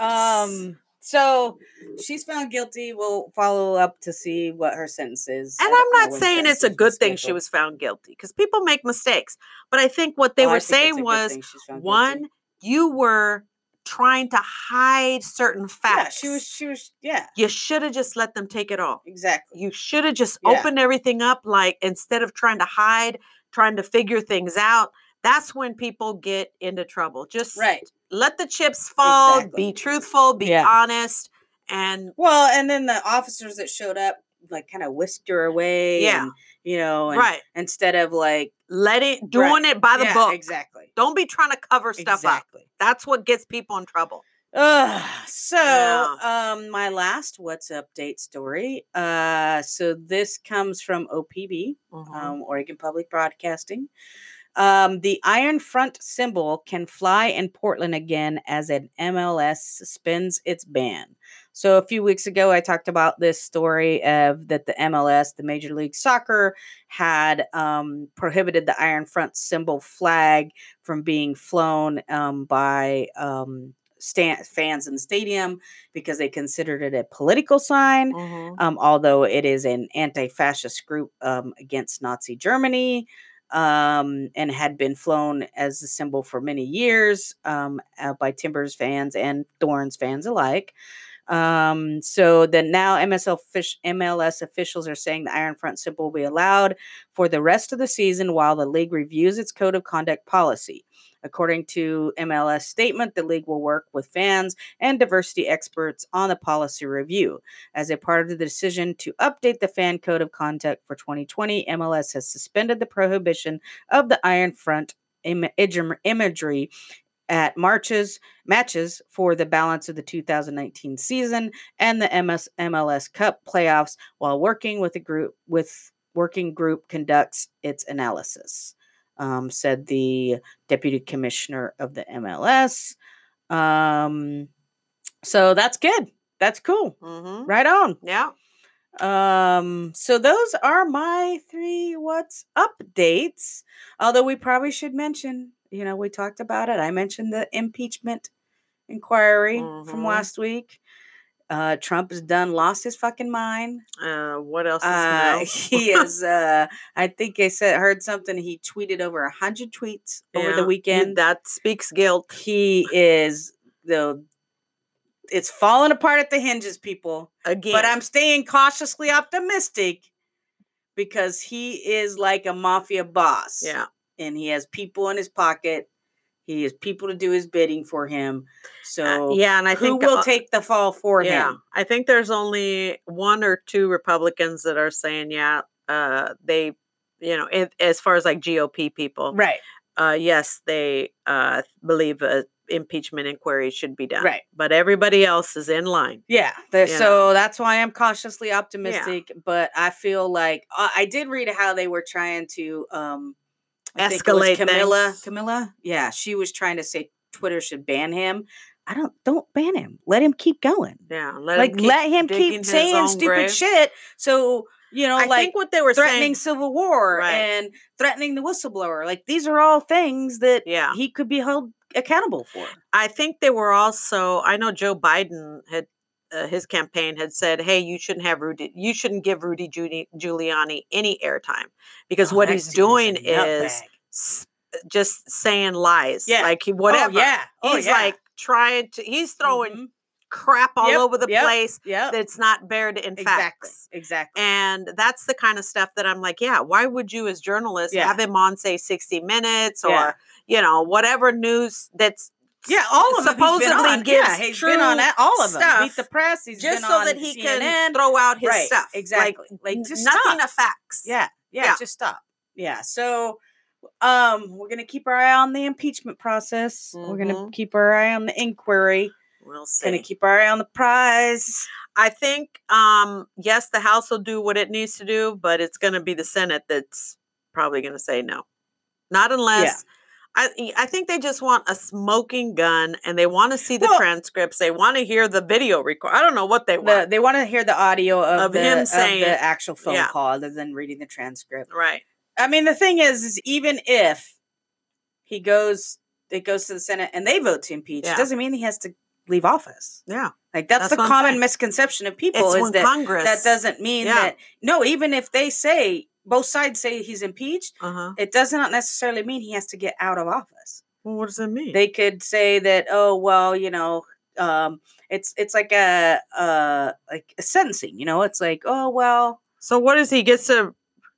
[SPEAKER 1] Yes.
[SPEAKER 2] Um. So she's found guilty. We'll follow up to see what her sentence is. I
[SPEAKER 1] and
[SPEAKER 2] don't know
[SPEAKER 1] I'm not
[SPEAKER 2] when
[SPEAKER 1] saying it's a
[SPEAKER 2] sentences
[SPEAKER 1] good
[SPEAKER 2] were
[SPEAKER 1] thing she
[SPEAKER 2] scheduled.
[SPEAKER 1] was found guilty because people make mistakes. But I think what they
[SPEAKER 2] Oh, I
[SPEAKER 1] were
[SPEAKER 2] think it's a
[SPEAKER 1] saying
[SPEAKER 2] good
[SPEAKER 1] was
[SPEAKER 2] thing she's found guilty.
[SPEAKER 1] one, you were trying to hide certain
[SPEAKER 2] Yeah,
[SPEAKER 1] facts.
[SPEAKER 2] she was. She was. Yeah.
[SPEAKER 1] You should have just let them take it all.
[SPEAKER 2] Exactly.
[SPEAKER 1] You should have just
[SPEAKER 2] Yeah.
[SPEAKER 1] opened everything up, like instead of trying to hide, trying to figure things out. That's when people get into trouble. Just
[SPEAKER 2] Right.
[SPEAKER 1] let the chips fall,
[SPEAKER 2] Exactly.
[SPEAKER 1] be truthful, be
[SPEAKER 2] Yeah.
[SPEAKER 1] honest, and
[SPEAKER 2] Well, and then the officers that showed up like kind of whisked her away.
[SPEAKER 1] Yeah.
[SPEAKER 2] and, you know. And
[SPEAKER 1] right.
[SPEAKER 2] Instead of like
[SPEAKER 1] Let it doing it by the
[SPEAKER 2] Yeah,
[SPEAKER 1] book.
[SPEAKER 2] Exactly.
[SPEAKER 1] Don't be trying to cover stuff up.
[SPEAKER 2] exactly.
[SPEAKER 1] That's what gets people in trouble.
[SPEAKER 2] Ugh, so
[SPEAKER 1] Yeah.
[SPEAKER 2] um my last what's update story uh so this comes from opb
[SPEAKER 1] Mm-hmm.
[SPEAKER 2] um, oregon public broadcasting um the iron front symbol can fly in portland again as an mls suspends its ban so a few weeks ago i talked about this story of that the mls the major league soccer had um, prohibited the iron front symbol flag from being flown um, by um, stand, fans in the stadium because they considered it a political sign
[SPEAKER 1] Mhm.
[SPEAKER 2] um, although it is an anti-fascist group um, against Nazi Germany um, and had been flown as a symbol for many years um, uh, by Timbers fans and Thorns fans alike. Um, so then now MSL fish, MLS officials are saying the Iron Front symbol will be allowed for the rest of the season while the league reviews its code of conduct policy. According to MLS statement, the league will work with fans and diversity experts on the policy review. As a part of the decision to update the fan code of conduct for 2020, MLS has suspended the prohibition of the Iron Front im- igem- imagery at marches matches for the balance of the 2019 season and the MS MLS Cup playoffs while working with a group with working group conducts its analysis um, said the deputy commissioner of the MLS um, so that's good that's cool
[SPEAKER 1] Mhm.
[SPEAKER 2] Right on.
[SPEAKER 1] Yeah.
[SPEAKER 2] Um, so those are my three what's updates. Although we probably should mention, you know, we talked about it. I mentioned the impeachment inquiry from
[SPEAKER 1] Mhm.
[SPEAKER 2] last week. Uh, Trump is done, lost his fucking mind.
[SPEAKER 1] Uh, what else is
[SPEAKER 2] Uh,
[SPEAKER 1] new?
[SPEAKER 2] he is. Uh, I think I said heard something. He tweeted over a hundred tweets over
[SPEAKER 1] Yeah,
[SPEAKER 2] the
[SPEAKER 1] you-
[SPEAKER 2] weekend.
[SPEAKER 1] That speaks guilt.
[SPEAKER 2] he is the. It's falling apart at the hinges, people
[SPEAKER 1] Again.
[SPEAKER 2] but I'm staying cautiously optimistic because he is like a mafia boss.
[SPEAKER 1] yeah.
[SPEAKER 2] And he has people in his pocket. He has people to do his bidding for him. So
[SPEAKER 1] Uh, yeah, and I
[SPEAKER 2] who
[SPEAKER 1] think
[SPEAKER 2] will
[SPEAKER 1] uh,
[SPEAKER 2] take the fall for
[SPEAKER 1] yeah,
[SPEAKER 2] him?
[SPEAKER 1] I think there's only one or two Republicans that are saying, yeah, uh, they, you know, if, as far as like GOP people,
[SPEAKER 2] Right.
[SPEAKER 1] uh, yes, they uh, believe a impeachment inquiry should be done.
[SPEAKER 2] Right.
[SPEAKER 1] But everybody else is in line.
[SPEAKER 2] Yeah. the-
[SPEAKER 1] Yeah.
[SPEAKER 2] So that's why I'm cautiously optimistic. But I feel like uh, I did read how they were trying to um, I think it was
[SPEAKER 1] Escalate
[SPEAKER 2] Camilla.
[SPEAKER 1] things.
[SPEAKER 2] Camilla. Yeah. She was trying to say Twitter should ban him. I don't, don't ban him. Let him keep going.
[SPEAKER 1] Yeah. Let 'em
[SPEAKER 2] like
[SPEAKER 1] keep-
[SPEAKER 2] let him
[SPEAKER 1] digging
[SPEAKER 2] keep
[SPEAKER 1] his
[SPEAKER 2] saying
[SPEAKER 1] own
[SPEAKER 2] stupid
[SPEAKER 1] grave.
[SPEAKER 2] shit so you know
[SPEAKER 1] I
[SPEAKER 2] like
[SPEAKER 1] think what they were
[SPEAKER 2] threatening
[SPEAKER 1] saying.
[SPEAKER 2] civil war
[SPEAKER 1] Right.
[SPEAKER 2] and threatening the whistleblower like these are all things that
[SPEAKER 1] Yeah.
[SPEAKER 2] he could be held accountable for
[SPEAKER 1] I think they were also. I know Joe Biden had uh, his campaign had said, "Hey, you shouldn't have Rudy. You shouldn't give Rudy Giuli- Giuliani any airtime because
[SPEAKER 2] Oh,
[SPEAKER 1] what
[SPEAKER 2] that
[SPEAKER 1] he's
[SPEAKER 2] dude a
[SPEAKER 1] doing
[SPEAKER 2] nutbag. Oh,
[SPEAKER 1] is s- just saying lies.
[SPEAKER 2] Yeah.
[SPEAKER 1] like he
[SPEAKER 2] Oh,
[SPEAKER 1] whatever.
[SPEAKER 2] yeah oh,
[SPEAKER 1] he's
[SPEAKER 2] yeah.
[SPEAKER 1] like trying to. He's throwing
[SPEAKER 2] Mhm.
[SPEAKER 1] crap all
[SPEAKER 2] Yep,
[SPEAKER 1] over the
[SPEAKER 2] yep,
[SPEAKER 1] place
[SPEAKER 2] yep,
[SPEAKER 1] that's not bared in
[SPEAKER 2] exactly
[SPEAKER 1] facts.
[SPEAKER 2] exactly
[SPEAKER 1] And that's the kind of stuff that I'm like, yeah, why would you as journalists
[SPEAKER 2] Yeah.
[SPEAKER 1] have him on, say, 60 Minutes or,
[SPEAKER 2] Yeah.
[SPEAKER 1] you know, whatever news that's
[SPEAKER 2] yeah all of them
[SPEAKER 1] supposedly
[SPEAKER 2] he's been on.
[SPEAKER 1] gives
[SPEAKER 2] yeah, he's been on
[SPEAKER 1] true
[SPEAKER 2] a- all of them
[SPEAKER 1] stuff
[SPEAKER 2] meet the press he's
[SPEAKER 1] just
[SPEAKER 2] been
[SPEAKER 1] so
[SPEAKER 2] on
[SPEAKER 1] that he
[SPEAKER 2] CNN.
[SPEAKER 1] can throw out his
[SPEAKER 2] Right,
[SPEAKER 1] stuff. Like,
[SPEAKER 2] exactly. Like,
[SPEAKER 1] n-
[SPEAKER 2] just
[SPEAKER 1] nothing
[SPEAKER 2] stop.
[SPEAKER 1] of facts.
[SPEAKER 2] Yeah, yeah,
[SPEAKER 1] Yeah.
[SPEAKER 2] just stop. Yeah. So um we're gonna keep our eye on the impeachment process. We're gonna
[SPEAKER 1] Mhm.
[SPEAKER 2] keep our eye on the inquiry.
[SPEAKER 1] We'll
[SPEAKER 2] Gonna
[SPEAKER 1] see.
[SPEAKER 2] keep our eye on the prize.
[SPEAKER 1] I think, um, yes, the House will do what it needs to do, but it's going to be the Senate that's probably going to say no. Not unless I I think they just want a smoking gun and they want to see the
[SPEAKER 2] Well-
[SPEAKER 1] transcripts. They want to hear the video record. I don't know what they
[SPEAKER 2] The,
[SPEAKER 1] want.
[SPEAKER 2] they want to hear the audio of,
[SPEAKER 1] Of
[SPEAKER 2] the,
[SPEAKER 1] him
[SPEAKER 2] of
[SPEAKER 1] saying-
[SPEAKER 2] the actual phone
[SPEAKER 1] yeah.
[SPEAKER 2] call other than reading the transcript.
[SPEAKER 1] right.
[SPEAKER 2] I mean, the thing is, is even if he goes, it goes to the Senate and they vote to impeach,
[SPEAKER 1] Yeah.
[SPEAKER 2] it doesn't mean he has to leave office.
[SPEAKER 1] Yeah.
[SPEAKER 2] Like that's,
[SPEAKER 1] That's
[SPEAKER 2] the
[SPEAKER 1] what I'm
[SPEAKER 2] common
[SPEAKER 1] saying.
[SPEAKER 2] misconception of people
[SPEAKER 1] It's
[SPEAKER 2] is
[SPEAKER 1] when
[SPEAKER 2] that
[SPEAKER 1] Congress
[SPEAKER 2] that doesn't mean
[SPEAKER 1] Yeah.
[SPEAKER 2] that no. Even if they say both sides say he's impeached,
[SPEAKER 1] uh-huh.
[SPEAKER 2] it does not necessarily mean he has to get out of office.
[SPEAKER 1] Well, what does that mean?
[SPEAKER 2] They could say that oh well, you know, um, it's it's like a uh like a sentencing. You know, it's like oh well,
[SPEAKER 1] so what is he gets to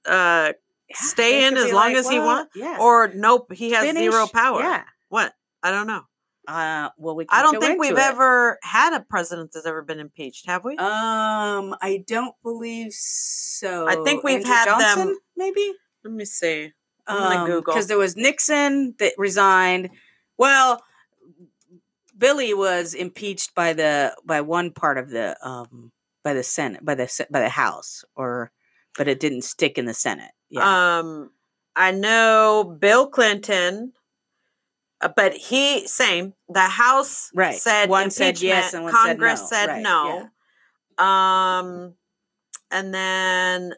[SPEAKER 1] uh
[SPEAKER 2] yeah,
[SPEAKER 1] Stay
[SPEAKER 2] they
[SPEAKER 1] in
[SPEAKER 2] could
[SPEAKER 1] as
[SPEAKER 2] be
[SPEAKER 1] long as he
[SPEAKER 2] well,
[SPEAKER 1] want,
[SPEAKER 2] Yeah.
[SPEAKER 1] or nope, he has zero
[SPEAKER 2] Finish-
[SPEAKER 1] power.
[SPEAKER 2] Yeah.
[SPEAKER 1] What? I don't know.
[SPEAKER 2] Uh, well, we. can
[SPEAKER 1] I don't
[SPEAKER 2] go
[SPEAKER 1] think we've
[SPEAKER 2] into it.
[SPEAKER 1] ever had a president that's ever been impeached, have we?
[SPEAKER 2] Um, I don't believe so.
[SPEAKER 1] we've had them-
[SPEAKER 2] Johnson, maybe.
[SPEAKER 1] Let me see. I'm gonna Google.
[SPEAKER 2] because Um, there was Nixon that resigned. Well, Billy was impeached by the by one part of the um by the Senate by the Se- by the House or but it didn't stick in the Senate. Yeah.
[SPEAKER 1] Um, I know Bill Clinton, uh, but he same. The House
[SPEAKER 2] Right.
[SPEAKER 1] said
[SPEAKER 2] One said yes
[SPEAKER 1] impeachment,
[SPEAKER 2] and one said
[SPEAKER 1] Congress
[SPEAKER 2] no.
[SPEAKER 1] said
[SPEAKER 2] Right,
[SPEAKER 1] no. Um, and then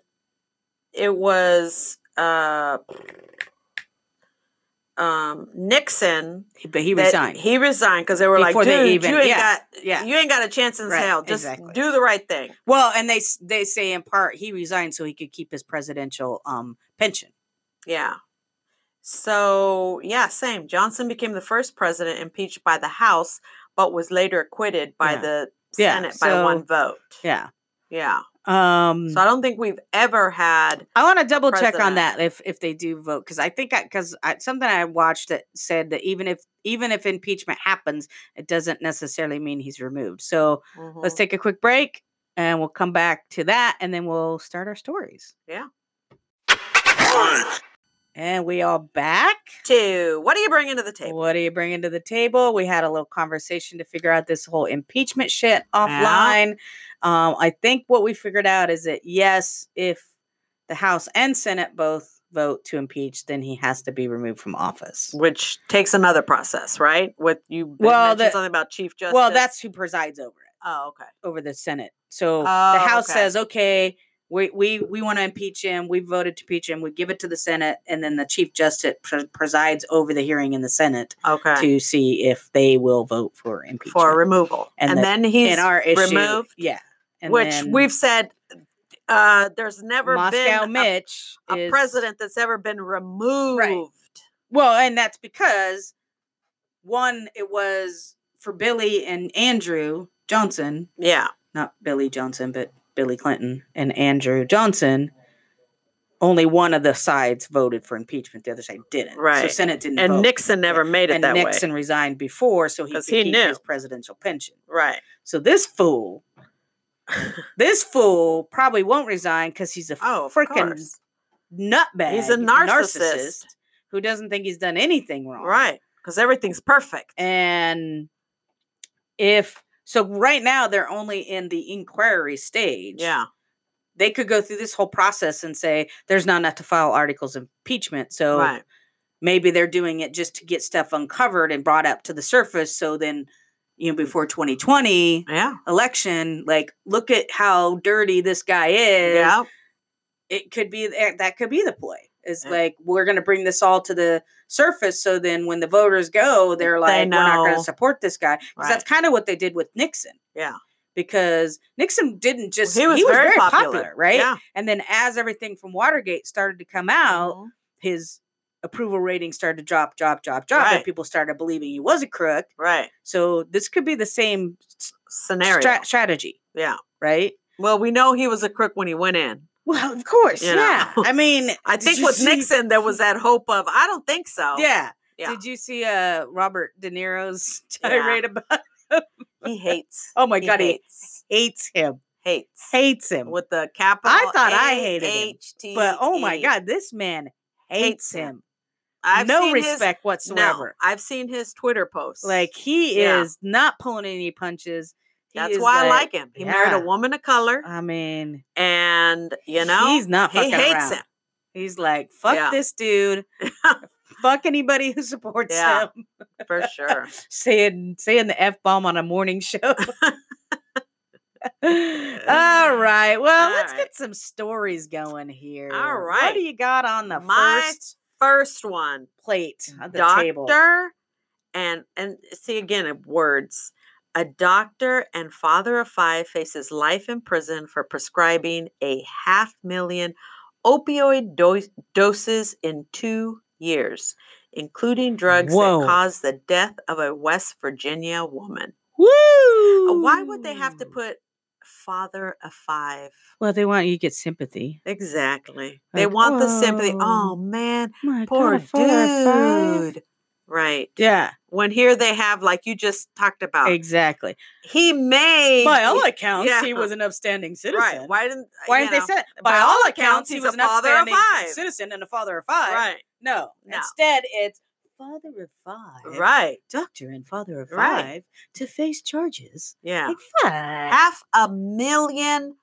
[SPEAKER 1] it was uh, um, Nixon.
[SPEAKER 2] He- but he
[SPEAKER 1] that
[SPEAKER 2] resigned.
[SPEAKER 1] He resigned because they were
[SPEAKER 2] Before
[SPEAKER 1] like,
[SPEAKER 2] they
[SPEAKER 1] "Dude,
[SPEAKER 2] even-
[SPEAKER 1] you ain't
[SPEAKER 2] yeah,
[SPEAKER 1] got,
[SPEAKER 2] yeah.
[SPEAKER 1] you ain't got a chance in
[SPEAKER 2] Right,
[SPEAKER 1] hell. Just
[SPEAKER 2] exactly.
[SPEAKER 1] do the right thing."
[SPEAKER 2] well, and they s- they say in part he resigned so he could keep his presidential um pension.
[SPEAKER 1] Yeah. So, yeah, same. Johnson became the first president impeached by the House, but was later acquitted by
[SPEAKER 2] Yeah.
[SPEAKER 1] the
[SPEAKER 2] Yeah,
[SPEAKER 1] Senate by one vote.
[SPEAKER 2] Yeah.
[SPEAKER 1] Yeah.
[SPEAKER 2] Um
[SPEAKER 1] So I don't think we've ever had.
[SPEAKER 2] I want to double check on
[SPEAKER 1] president.
[SPEAKER 2] that if if they do vote because I think because I, something I watched that said that even if even if impeachment happens, it doesn't necessarily mean he's removed. So let's
[SPEAKER 1] Mhm.
[SPEAKER 2] take a quick break and we'll come back to that and then we'll start our stories.
[SPEAKER 1] Yeah.
[SPEAKER 2] And we are back.
[SPEAKER 1] Two. What do you bring into the table?
[SPEAKER 2] What are you bringing to the table? We had a little conversation to figure out this whole impeachment shit
[SPEAKER 1] Yeah.
[SPEAKER 2] offline. Um, I think what we figured out is that yes, if the House and Senate both vote to impeach, then he has to be removed from office.
[SPEAKER 1] Which takes another process, right? With you
[SPEAKER 2] Well,
[SPEAKER 1] well,
[SPEAKER 2] the-
[SPEAKER 1] mentioned something about Chief Justice.
[SPEAKER 2] Well, that's who presides over it,
[SPEAKER 1] oh, okay.
[SPEAKER 2] over the Senate. So the
[SPEAKER 1] Oh,
[SPEAKER 2] House
[SPEAKER 1] okay.
[SPEAKER 2] says, okay, we we, we want to impeach him. We voted to impeach him. We give it to the Senate, and then the Chief Justice pre- presides over the hearing in the Senate
[SPEAKER 1] Okay.
[SPEAKER 2] to see if they will vote for impeachment.
[SPEAKER 1] For removal.
[SPEAKER 2] And
[SPEAKER 1] And,
[SPEAKER 2] the-
[SPEAKER 1] then he's
[SPEAKER 2] in our issue.
[SPEAKER 1] removed,
[SPEAKER 2] Yeah. And
[SPEAKER 1] which
[SPEAKER 2] then
[SPEAKER 1] we've said uh, there's never
[SPEAKER 2] Moscow
[SPEAKER 1] been a
[SPEAKER 2] Mitch
[SPEAKER 1] a
[SPEAKER 2] is-
[SPEAKER 1] president that's ever been removed.
[SPEAKER 2] Well, and that's because one, it was for Billy and Andrew Johnson,
[SPEAKER 1] Yeah.
[SPEAKER 2] not Billy Johnson, but Billy Clinton and Andrew Johnson. Only one of the sides voted for impeachment; the other side didn't. So
[SPEAKER 1] Right.
[SPEAKER 2] Senate didn't.
[SPEAKER 1] And
[SPEAKER 2] vote.
[SPEAKER 1] Nixon never made it
[SPEAKER 2] and
[SPEAKER 1] that
[SPEAKER 2] Nixon resigned before, so he could
[SPEAKER 1] 'Cause he
[SPEAKER 2] keep
[SPEAKER 1] knew.
[SPEAKER 2] his presidential pension.
[SPEAKER 1] way. Right.
[SPEAKER 2] So this fool, this fool probably won't resign because he's a
[SPEAKER 1] Oh, of
[SPEAKER 2] freaking
[SPEAKER 1] course.
[SPEAKER 2] nutbag.
[SPEAKER 1] He's a narcissist.
[SPEAKER 2] who doesn't think he's done anything wrong.
[SPEAKER 1] Right. Because everything's perfect.
[SPEAKER 2] And if so, right now they're only in the inquiry stage.
[SPEAKER 1] yeah.
[SPEAKER 2] They could go through this whole process and say there's not enough to file articles of impeachment. So
[SPEAKER 1] right.
[SPEAKER 2] maybe they're doing it just to get stuff uncovered and brought up to the surface. So then, you know, before 2020
[SPEAKER 1] Yeah.
[SPEAKER 2] election, like look at how dirty this guy is
[SPEAKER 1] Yeah.
[SPEAKER 2] it could be th- that could be the play. It's
[SPEAKER 1] Yeah.
[SPEAKER 2] like we're going to bring this all to the surface, so then when the voters go, they're like, "We're not going
[SPEAKER 1] know.
[SPEAKER 2] to support this guy." 'Cause
[SPEAKER 1] Right.
[SPEAKER 2] that's kind of what they did with Nixon.
[SPEAKER 1] Yeah.
[SPEAKER 2] because Nixon didn't just
[SPEAKER 1] he was, very, popular,
[SPEAKER 2] right?
[SPEAKER 1] Yeah.
[SPEAKER 2] And then as everything from Watergate started to come out,
[SPEAKER 1] Mm-hmm.
[SPEAKER 2] his approval rating started to drop, drop, drop, drop, and
[SPEAKER 1] Right.
[SPEAKER 2] people started believing he was a crook.
[SPEAKER 1] Right.
[SPEAKER 2] So this could be the same s-
[SPEAKER 1] Scenario.
[SPEAKER 2] stra- strategy,
[SPEAKER 1] yeah.
[SPEAKER 2] right?
[SPEAKER 1] Well, we know he was a crook when he went in.
[SPEAKER 2] Well, of course,
[SPEAKER 1] You know.
[SPEAKER 2] yeah. I mean,
[SPEAKER 1] I
[SPEAKER 2] did
[SPEAKER 1] think
[SPEAKER 2] you
[SPEAKER 1] with
[SPEAKER 2] see-
[SPEAKER 1] Nixon there was that hope of I don't think so.
[SPEAKER 2] Yeah.
[SPEAKER 1] Yeah.
[SPEAKER 2] Did you see uh Robert De Niro's
[SPEAKER 1] Yeah.
[SPEAKER 2] tirade about?
[SPEAKER 1] He hates.
[SPEAKER 2] Oh my
[SPEAKER 1] he
[SPEAKER 2] god, he
[SPEAKER 1] hates.
[SPEAKER 2] hates him.
[SPEAKER 1] Hates.
[SPEAKER 2] Hates him.
[SPEAKER 1] With the capital.
[SPEAKER 2] thought I hated him,
[SPEAKER 1] A-H-T-E.
[SPEAKER 2] but oh my god, this man hates
[SPEAKER 1] Hates him.
[SPEAKER 2] him.
[SPEAKER 1] I've
[SPEAKER 2] no
[SPEAKER 1] seen his-
[SPEAKER 2] respect whatsoever.
[SPEAKER 1] No, I've seen his Twitter posts.
[SPEAKER 2] Like he
[SPEAKER 1] Yeah.
[SPEAKER 2] is not pulling any punches. He
[SPEAKER 1] that's
[SPEAKER 2] is
[SPEAKER 1] why I like him. He married
[SPEAKER 2] yeah.
[SPEAKER 1] a woman of color,
[SPEAKER 2] I mean,
[SPEAKER 1] and you know
[SPEAKER 2] he's not
[SPEAKER 1] he
[SPEAKER 2] fucking
[SPEAKER 1] hates
[SPEAKER 2] around.
[SPEAKER 1] him.
[SPEAKER 2] He's like, fuck
[SPEAKER 1] Yeah.
[SPEAKER 2] this dude. fuck anybody who supports
[SPEAKER 1] Yeah.
[SPEAKER 2] them.
[SPEAKER 1] for sure.
[SPEAKER 2] Saying saying the f bomb on a morning show. All right. Well,
[SPEAKER 1] Uh, All
[SPEAKER 2] let's
[SPEAKER 1] right.
[SPEAKER 2] get some stories going here. What
[SPEAKER 1] right.
[SPEAKER 2] do you got on the
[SPEAKER 1] My
[SPEAKER 2] first
[SPEAKER 1] First one,
[SPEAKER 2] plate at the
[SPEAKER 1] doctor
[SPEAKER 2] table?
[SPEAKER 1] and and see again uh, words. A doctor and father of five faces life in prison for prescribing a half million opioid do- doses in two years, including drugs
[SPEAKER 2] Whoa.
[SPEAKER 1] that caused the death of a West Virginia woman.
[SPEAKER 2] Woo!
[SPEAKER 1] Uh, Why would they have to put father of five?
[SPEAKER 2] Well, they want you to get sympathy.
[SPEAKER 1] Exactly. They
[SPEAKER 2] Like,
[SPEAKER 1] want the sympathy.
[SPEAKER 2] "Whoa,
[SPEAKER 1] Oh man,
[SPEAKER 2] My
[SPEAKER 1] poor
[SPEAKER 2] God, four out of five.
[SPEAKER 1] dude. Right.
[SPEAKER 2] Yeah,
[SPEAKER 1] When here they have, like you just talked about,
[SPEAKER 2] exactly.
[SPEAKER 1] Uh, he may.
[SPEAKER 2] By all accounts, he
[SPEAKER 1] yeah.
[SPEAKER 2] was an upstanding oh, citizen.
[SPEAKER 1] right. Why didn't? uh,
[SPEAKER 2] Why
[SPEAKER 1] you
[SPEAKER 2] didn't they
[SPEAKER 1] know,
[SPEAKER 2] say? that? By, all accounts, he
[SPEAKER 1] he's
[SPEAKER 2] was
[SPEAKER 1] a
[SPEAKER 2] an
[SPEAKER 1] father of
[SPEAKER 2] upstanding
[SPEAKER 1] five.
[SPEAKER 2] citizen and a father of five.
[SPEAKER 1] Right.
[SPEAKER 2] No,
[SPEAKER 1] No.
[SPEAKER 2] instead it's father of five.
[SPEAKER 1] Right.
[SPEAKER 2] Doctor and father of
[SPEAKER 1] Right.
[SPEAKER 2] five to face charges.
[SPEAKER 1] Yeah.
[SPEAKER 2] Like, fuck.
[SPEAKER 1] Half a million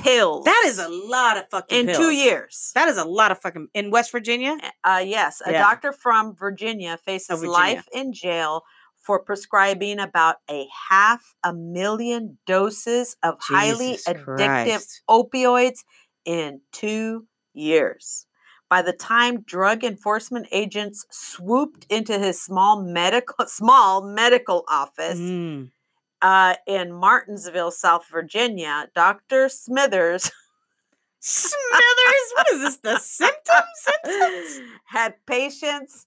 [SPEAKER 1] pills.
[SPEAKER 2] That is a lot of fucking
[SPEAKER 1] in two
[SPEAKER 2] pills.
[SPEAKER 1] years.
[SPEAKER 2] That is a lot of fucking in West Virginia.
[SPEAKER 1] Uh, yes, a
[SPEAKER 2] Yeah.
[SPEAKER 1] doctor from Virginia faces
[SPEAKER 2] Virginia.
[SPEAKER 1] life in jail for prescribing about a half a million doses of highly
[SPEAKER 2] Jesus
[SPEAKER 1] addictive
[SPEAKER 2] Christ.
[SPEAKER 1] opioids in two years. By the time drug enforcement agents swooped into his small medical small medical office
[SPEAKER 2] Mm.
[SPEAKER 1] uh, in Martinsville, South Virginia, Doctor Smithers
[SPEAKER 2] Smithers, what is this? The symptoms? Simpsons?
[SPEAKER 1] had patients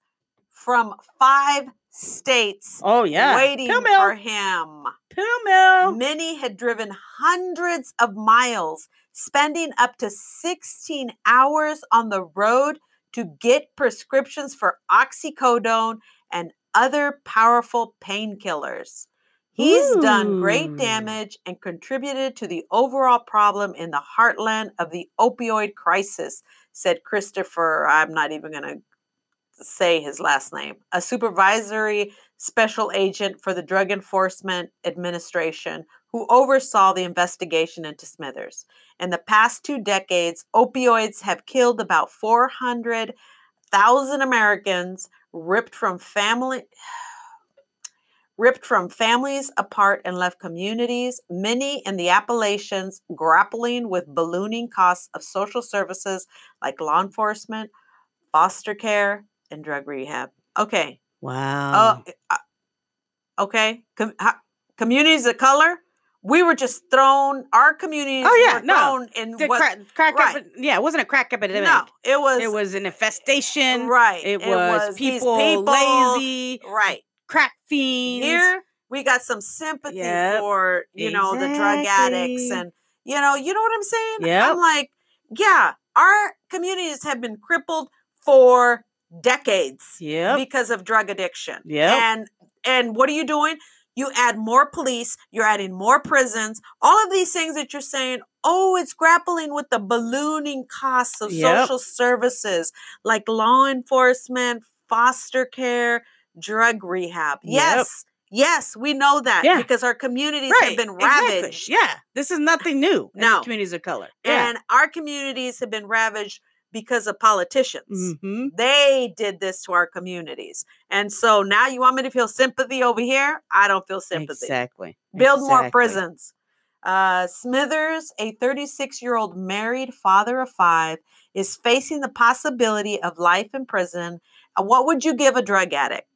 [SPEAKER 1] from five states
[SPEAKER 2] Oh yeah.
[SPEAKER 1] waiting
[SPEAKER 2] Pill mill.
[SPEAKER 1] for him.
[SPEAKER 2] Pill mill.
[SPEAKER 1] Many had driven hundreds of miles, spending up to 16 hours on the road to get prescriptions for oxycodone and other powerful painkillers. He's done
[SPEAKER 2] Ooh.
[SPEAKER 1] great damage and contributed to the overall problem in the heartland of the opioid crisis, said Christopher. I'm not even going to say his last name, a supervisory special agent for the Drug Enforcement Administration who oversaw the investigation into Smithers. In the past two decades, opioids have killed about 400,000 Americans, ripped from family ripped from families apart and left communities, many in the Appalachians grappling with ballooning costs of social services like law enforcement, foster care, and drug rehab. Okay.
[SPEAKER 2] Wow.
[SPEAKER 1] Oh,
[SPEAKER 2] Um,
[SPEAKER 1] uh, okay. Com- ho- communities of color. We were just thrown. Our communities.
[SPEAKER 2] Oh, yeah,
[SPEAKER 1] were
[SPEAKER 2] no.
[SPEAKER 1] thrown in
[SPEAKER 2] The
[SPEAKER 1] what?
[SPEAKER 2] crack, crack
[SPEAKER 1] right.
[SPEAKER 2] epi- yeah, it wasn't a crack epidemic.
[SPEAKER 1] no, it was.
[SPEAKER 2] It was an infestation.
[SPEAKER 1] right.
[SPEAKER 2] It, was,
[SPEAKER 1] these
[SPEAKER 2] people, lazy,
[SPEAKER 1] Right
[SPEAKER 2] crack fiends.
[SPEAKER 1] here, we got some sympathy
[SPEAKER 2] Yep,
[SPEAKER 1] for you know the drug addicts
[SPEAKER 2] exactly.
[SPEAKER 1] and you know you know what I'm saying.
[SPEAKER 2] Yep.
[SPEAKER 1] I'm like, yeah, our communities have been crippled for decades
[SPEAKER 2] Yep.
[SPEAKER 1] because of drug addiction.
[SPEAKER 2] Yep.
[SPEAKER 1] And and what are you doing? You add more police, you're adding more prisons, all of these things that you're saying, oh, it's grappling with the ballooning costs of
[SPEAKER 2] Yep.
[SPEAKER 1] social services like law enforcement, foster care, drug rehab.
[SPEAKER 2] Yep.
[SPEAKER 1] Yes. Yes, we know that
[SPEAKER 2] Yeah.
[SPEAKER 1] because our communities have been
[SPEAKER 2] exactly.
[SPEAKER 1] ravaged.
[SPEAKER 2] Yeah. This is nothing new. in the
[SPEAKER 1] No.
[SPEAKER 2] communities of color. Yeah.
[SPEAKER 1] And our communities have been ravaged because of politicians.
[SPEAKER 2] hmm
[SPEAKER 1] They did this to our communities. And so now you want me to feel sympathy over here? I don't feel sympathy.
[SPEAKER 2] Exactly.
[SPEAKER 1] Build more
[SPEAKER 2] Exactly.
[SPEAKER 1] prisons. Uh, Smithers, a 36 year old married father of five, is facing the possibility of life in prison. Uh, What would you give a drug addict?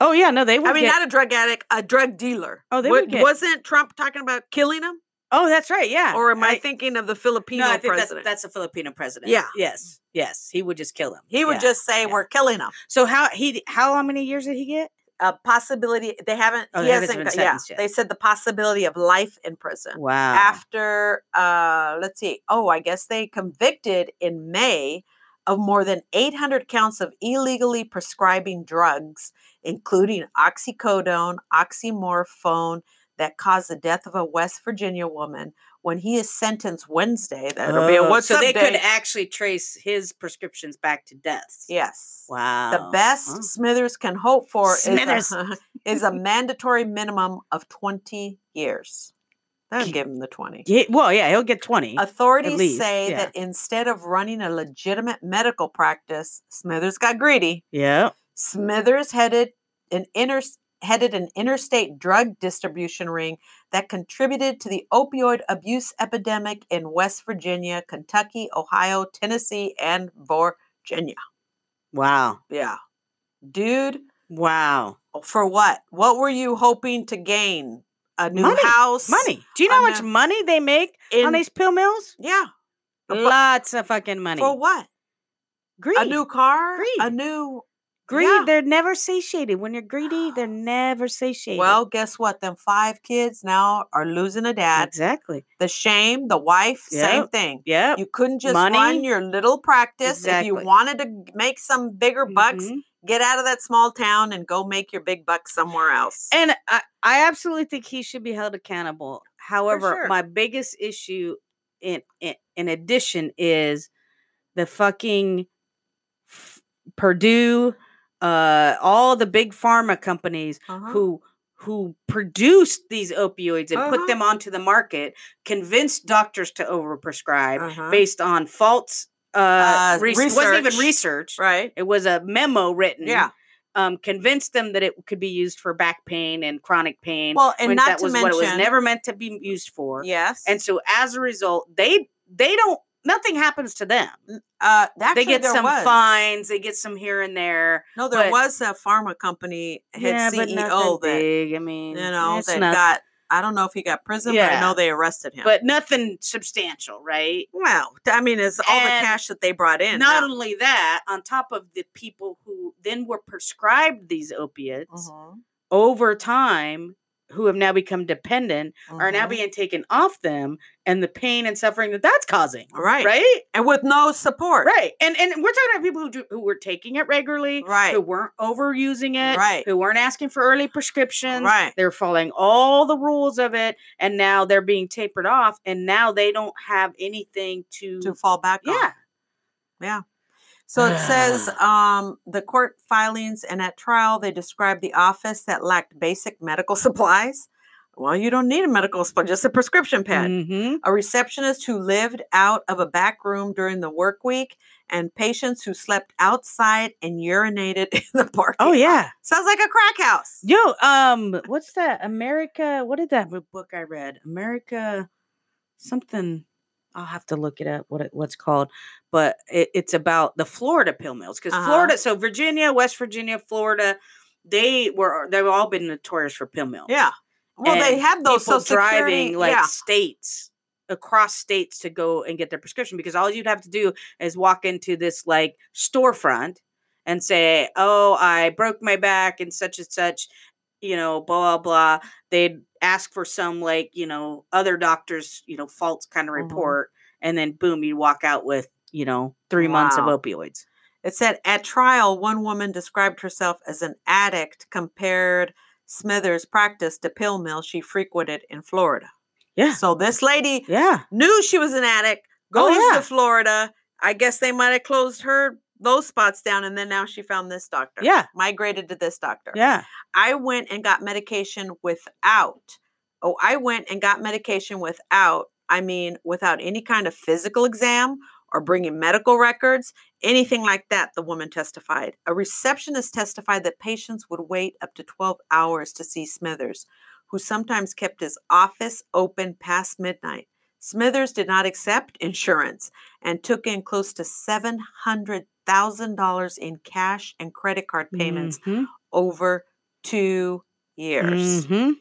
[SPEAKER 2] Oh yeah, no, they would
[SPEAKER 1] I mean,
[SPEAKER 2] get-
[SPEAKER 1] not a drug addict, a drug dealer.
[SPEAKER 2] Oh, they
[SPEAKER 1] Wa-
[SPEAKER 2] would get-
[SPEAKER 1] Wasn't Trump talking about killing him?
[SPEAKER 2] Oh, that's right. Yeah.
[SPEAKER 1] Or am I, thinking of the Filipino
[SPEAKER 2] no, I think that's,
[SPEAKER 1] president?
[SPEAKER 2] that's a Filipino president.
[SPEAKER 1] Yeah.
[SPEAKER 2] Yes. Yes. He would just kill them.
[SPEAKER 1] he would
[SPEAKER 2] Yeah.
[SPEAKER 1] just say,
[SPEAKER 2] yeah.
[SPEAKER 1] We're killing him.
[SPEAKER 2] So how he how many years did he get?
[SPEAKER 1] a possibility they haven't
[SPEAKER 2] Oh,
[SPEAKER 1] he
[SPEAKER 2] they haven't
[SPEAKER 1] hasn't
[SPEAKER 2] been
[SPEAKER 1] got- yeah
[SPEAKER 2] sentenced yet.
[SPEAKER 1] they said the possibility of life in prison
[SPEAKER 2] Wow.
[SPEAKER 1] after uh let's see oh i guess they convicted in may of more than 800 counts of illegally prescribing drugs including oxycodone oxymorphone that caused the death of a west virginia woman when he is sentenced wednesday that'll be a
[SPEAKER 2] Oh,
[SPEAKER 1] what's
[SPEAKER 2] so they could
[SPEAKER 1] day.
[SPEAKER 2] actually trace his prescriptions back to deaths.
[SPEAKER 1] yes
[SPEAKER 2] Wow.
[SPEAKER 1] the best
[SPEAKER 2] Huh.
[SPEAKER 1] Smithers can hope for
[SPEAKER 2] Oh, Smithers.
[SPEAKER 1] is, a, is a mandatory minimum of 20 years. That'll give him the 20.
[SPEAKER 2] Yeah, well, yeah, he'll get 20.
[SPEAKER 1] Authorities
[SPEAKER 2] least,
[SPEAKER 1] say
[SPEAKER 2] yeah.
[SPEAKER 1] that instead of running a legitimate medical practice, Smithers got greedy.
[SPEAKER 2] yeah.
[SPEAKER 1] Smithers headed an inter- headed an interstate drug distribution ring that contributed to the opioid abuse epidemic in West Virginia, Kentucky, Ohio, Tennessee, and Virginia.
[SPEAKER 2] Wow.
[SPEAKER 1] Yeah. Dude,
[SPEAKER 2] Wow.
[SPEAKER 1] for what? What were you hoping to gain? A new
[SPEAKER 2] Money,
[SPEAKER 1] house?
[SPEAKER 2] Money. Do you know how
[SPEAKER 1] I
[SPEAKER 2] much
[SPEAKER 1] know.
[SPEAKER 2] money they make
[SPEAKER 1] In,
[SPEAKER 2] on these pill mills?
[SPEAKER 1] yeah. A bu-
[SPEAKER 2] Lots of fucking money.
[SPEAKER 1] For what?
[SPEAKER 2] greed.
[SPEAKER 1] A new car? A
[SPEAKER 2] Greed.
[SPEAKER 1] new
[SPEAKER 2] greed.
[SPEAKER 1] yeah.
[SPEAKER 2] They're never satiated. When you're greedy, they're never satiated.
[SPEAKER 1] Well, guess what? Them five kids now are losing a dad.
[SPEAKER 2] exactly.
[SPEAKER 1] The shame, the wife, same
[SPEAKER 2] Yep.
[SPEAKER 1] thing.
[SPEAKER 2] Yeah.
[SPEAKER 1] You couldn't just
[SPEAKER 2] Money.
[SPEAKER 1] run your little practice. If
[SPEAKER 2] Exactly.
[SPEAKER 1] you wanted to g- make some bigger bucks,
[SPEAKER 2] Mm-hmm.
[SPEAKER 1] get out of that small town and go make your big bucks somewhere else.
[SPEAKER 2] And I, I absolutely think he should be held accountable. However,
[SPEAKER 1] sure.
[SPEAKER 2] my biggest issue in, in in addition is the fucking f- Purdue, uh, all the big pharma companies
[SPEAKER 1] Uh-huh.
[SPEAKER 2] who who produced these opioids and put
[SPEAKER 1] Uh-huh.
[SPEAKER 2] them onto the market, convinced doctors to overprescribe
[SPEAKER 1] Uh-huh.
[SPEAKER 2] based on false uh,
[SPEAKER 1] Uh,
[SPEAKER 2] res- it wasn't even research.
[SPEAKER 1] research. Right?
[SPEAKER 2] It was a memo written
[SPEAKER 1] Yeah.
[SPEAKER 2] um, convinced them that it could be used for back pain and chronic pain.
[SPEAKER 1] Well, and
[SPEAKER 2] when
[SPEAKER 1] not
[SPEAKER 2] that
[SPEAKER 1] to
[SPEAKER 2] was
[SPEAKER 1] mention,
[SPEAKER 2] what it was never meant to be used for.
[SPEAKER 1] yes,
[SPEAKER 2] And so as a result, they they don't nothing happens to them.
[SPEAKER 1] uh,
[SPEAKER 2] they
[SPEAKER 1] actually,
[SPEAKER 2] get
[SPEAKER 1] there
[SPEAKER 2] some
[SPEAKER 1] was.
[SPEAKER 2] fines, they get some here and there.
[SPEAKER 1] No, there
[SPEAKER 2] but-
[SPEAKER 1] was a pharma company
[SPEAKER 2] yeah,
[SPEAKER 1] head
[SPEAKER 2] but
[SPEAKER 1] CEO
[SPEAKER 2] nothing
[SPEAKER 1] that
[SPEAKER 2] big. I mean,
[SPEAKER 1] you know
[SPEAKER 2] it's
[SPEAKER 1] that
[SPEAKER 2] noth-
[SPEAKER 1] got. I don't know if he got prison, but I
[SPEAKER 2] Yeah.
[SPEAKER 1] know they arrested him.
[SPEAKER 2] but nothing substantial, right?
[SPEAKER 1] well, I mean, it's all the
[SPEAKER 2] And
[SPEAKER 1] cash that they brought in.
[SPEAKER 2] Not
[SPEAKER 1] now.
[SPEAKER 2] only that, on top of the people who then were prescribed these opiates
[SPEAKER 1] Mhm,
[SPEAKER 2] over time, who have now become dependent, are now
[SPEAKER 1] mhm.
[SPEAKER 2] being taken off them and the pain and suffering that that's causing
[SPEAKER 1] right,
[SPEAKER 2] right
[SPEAKER 1] and with no support.
[SPEAKER 2] right and and we're talking about people who, do, who were taking it regularly
[SPEAKER 1] Right.
[SPEAKER 2] who weren't overusing it
[SPEAKER 1] Right.
[SPEAKER 2] who weren't asking for early prescriptions
[SPEAKER 1] Right.
[SPEAKER 2] they're following all the rules of it and now they're being tapered off and now they don't have anything to,
[SPEAKER 1] to fall back on.
[SPEAKER 2] yeah
[SPEAKER 1] So it says um, the court filings and at trial, they described the office that lacked basic medical supplies. Well, you don't need a medical supply, just a prescription pad.
[SPEAKER 2] Mhm.
[SPEAKER 1] A receptionist who lived out of a back room during the work week, and patients who slept outside and urinated in the parking.
[SPEAKER 2] oh
[SPEAKER 1] lot.
[SPEAKER 2] yeah
[SPEAKER 1] sounds like a crack house.
[SPEAKER 2] yo um what's that america what did that mo- book i read america something i'll have to look it up what it, what's called but it, it's about the florida pill mills because
[SPEAKER 1] Uh-huh.
[SPEAKER 2] florida so virginia west virginia florida they were they've all been notorious for pill mills
[SPEAKER 1] Yeah. Well, they
[SPEAKER 2] And
[SPEAKER 1] had those
[SPEAKER 2] people
[SPEAKER 1] so security,
[SPEAKER 2] driving like
[SPEAKER 1] yeah.
[SPEAKER 2] states across states to go and get their prescription because all you'd have to do is walk into this like storefront and say, "Oh, I broke my back and such and such," you know, blah blah blah. They'd ask for some like you know other doctor's you know false kind of
[SPEAKER 1] Mhm.
[SPEAKER 2] report, and then boom, you walk out with you know three months of
[SPEAKER 1] Wow.
[SPEAKER 2] opioids.
[SPEAKER 1] It said at trial, one woman described herself as an addict, compared Smithers' practice to pill mill she frequented in Florida.
[SPEAKER 2] Yeah.
[SPEAKER 1] So this lady
[SPEAKER 2] Yeah,
[SPEAKER 1] knew she was an addict,
[SPEAKER 2] Oh,
[SPEAKER 1] goes
[SPEAKER 2] yeah.
[SPEAKER 1] to Florida. I guess they might have closed her those spots down, and then now she found this doctor.
[SPEAKER 2] yeah,
[SPEAKER 1] Migrated to this doctor.
[SPEAKER 2] yeah.
[SPEAKER 1] I went and got medication without. Oh, I went and got medication without. I mean, without any kind of physical exam or bringing medical records, anything like that, the woman testified. A receptionist testified that patients would wait up to 12 hours to see Smithers, who sometimes kept his office open past midnight. Smithers did not accept insurance and took in close to $700,000 in cash and credit card payments
[SPEAKER 2] Mhm,
[SPEAKER 1] over two years.
[SPEAKER 2] mhm.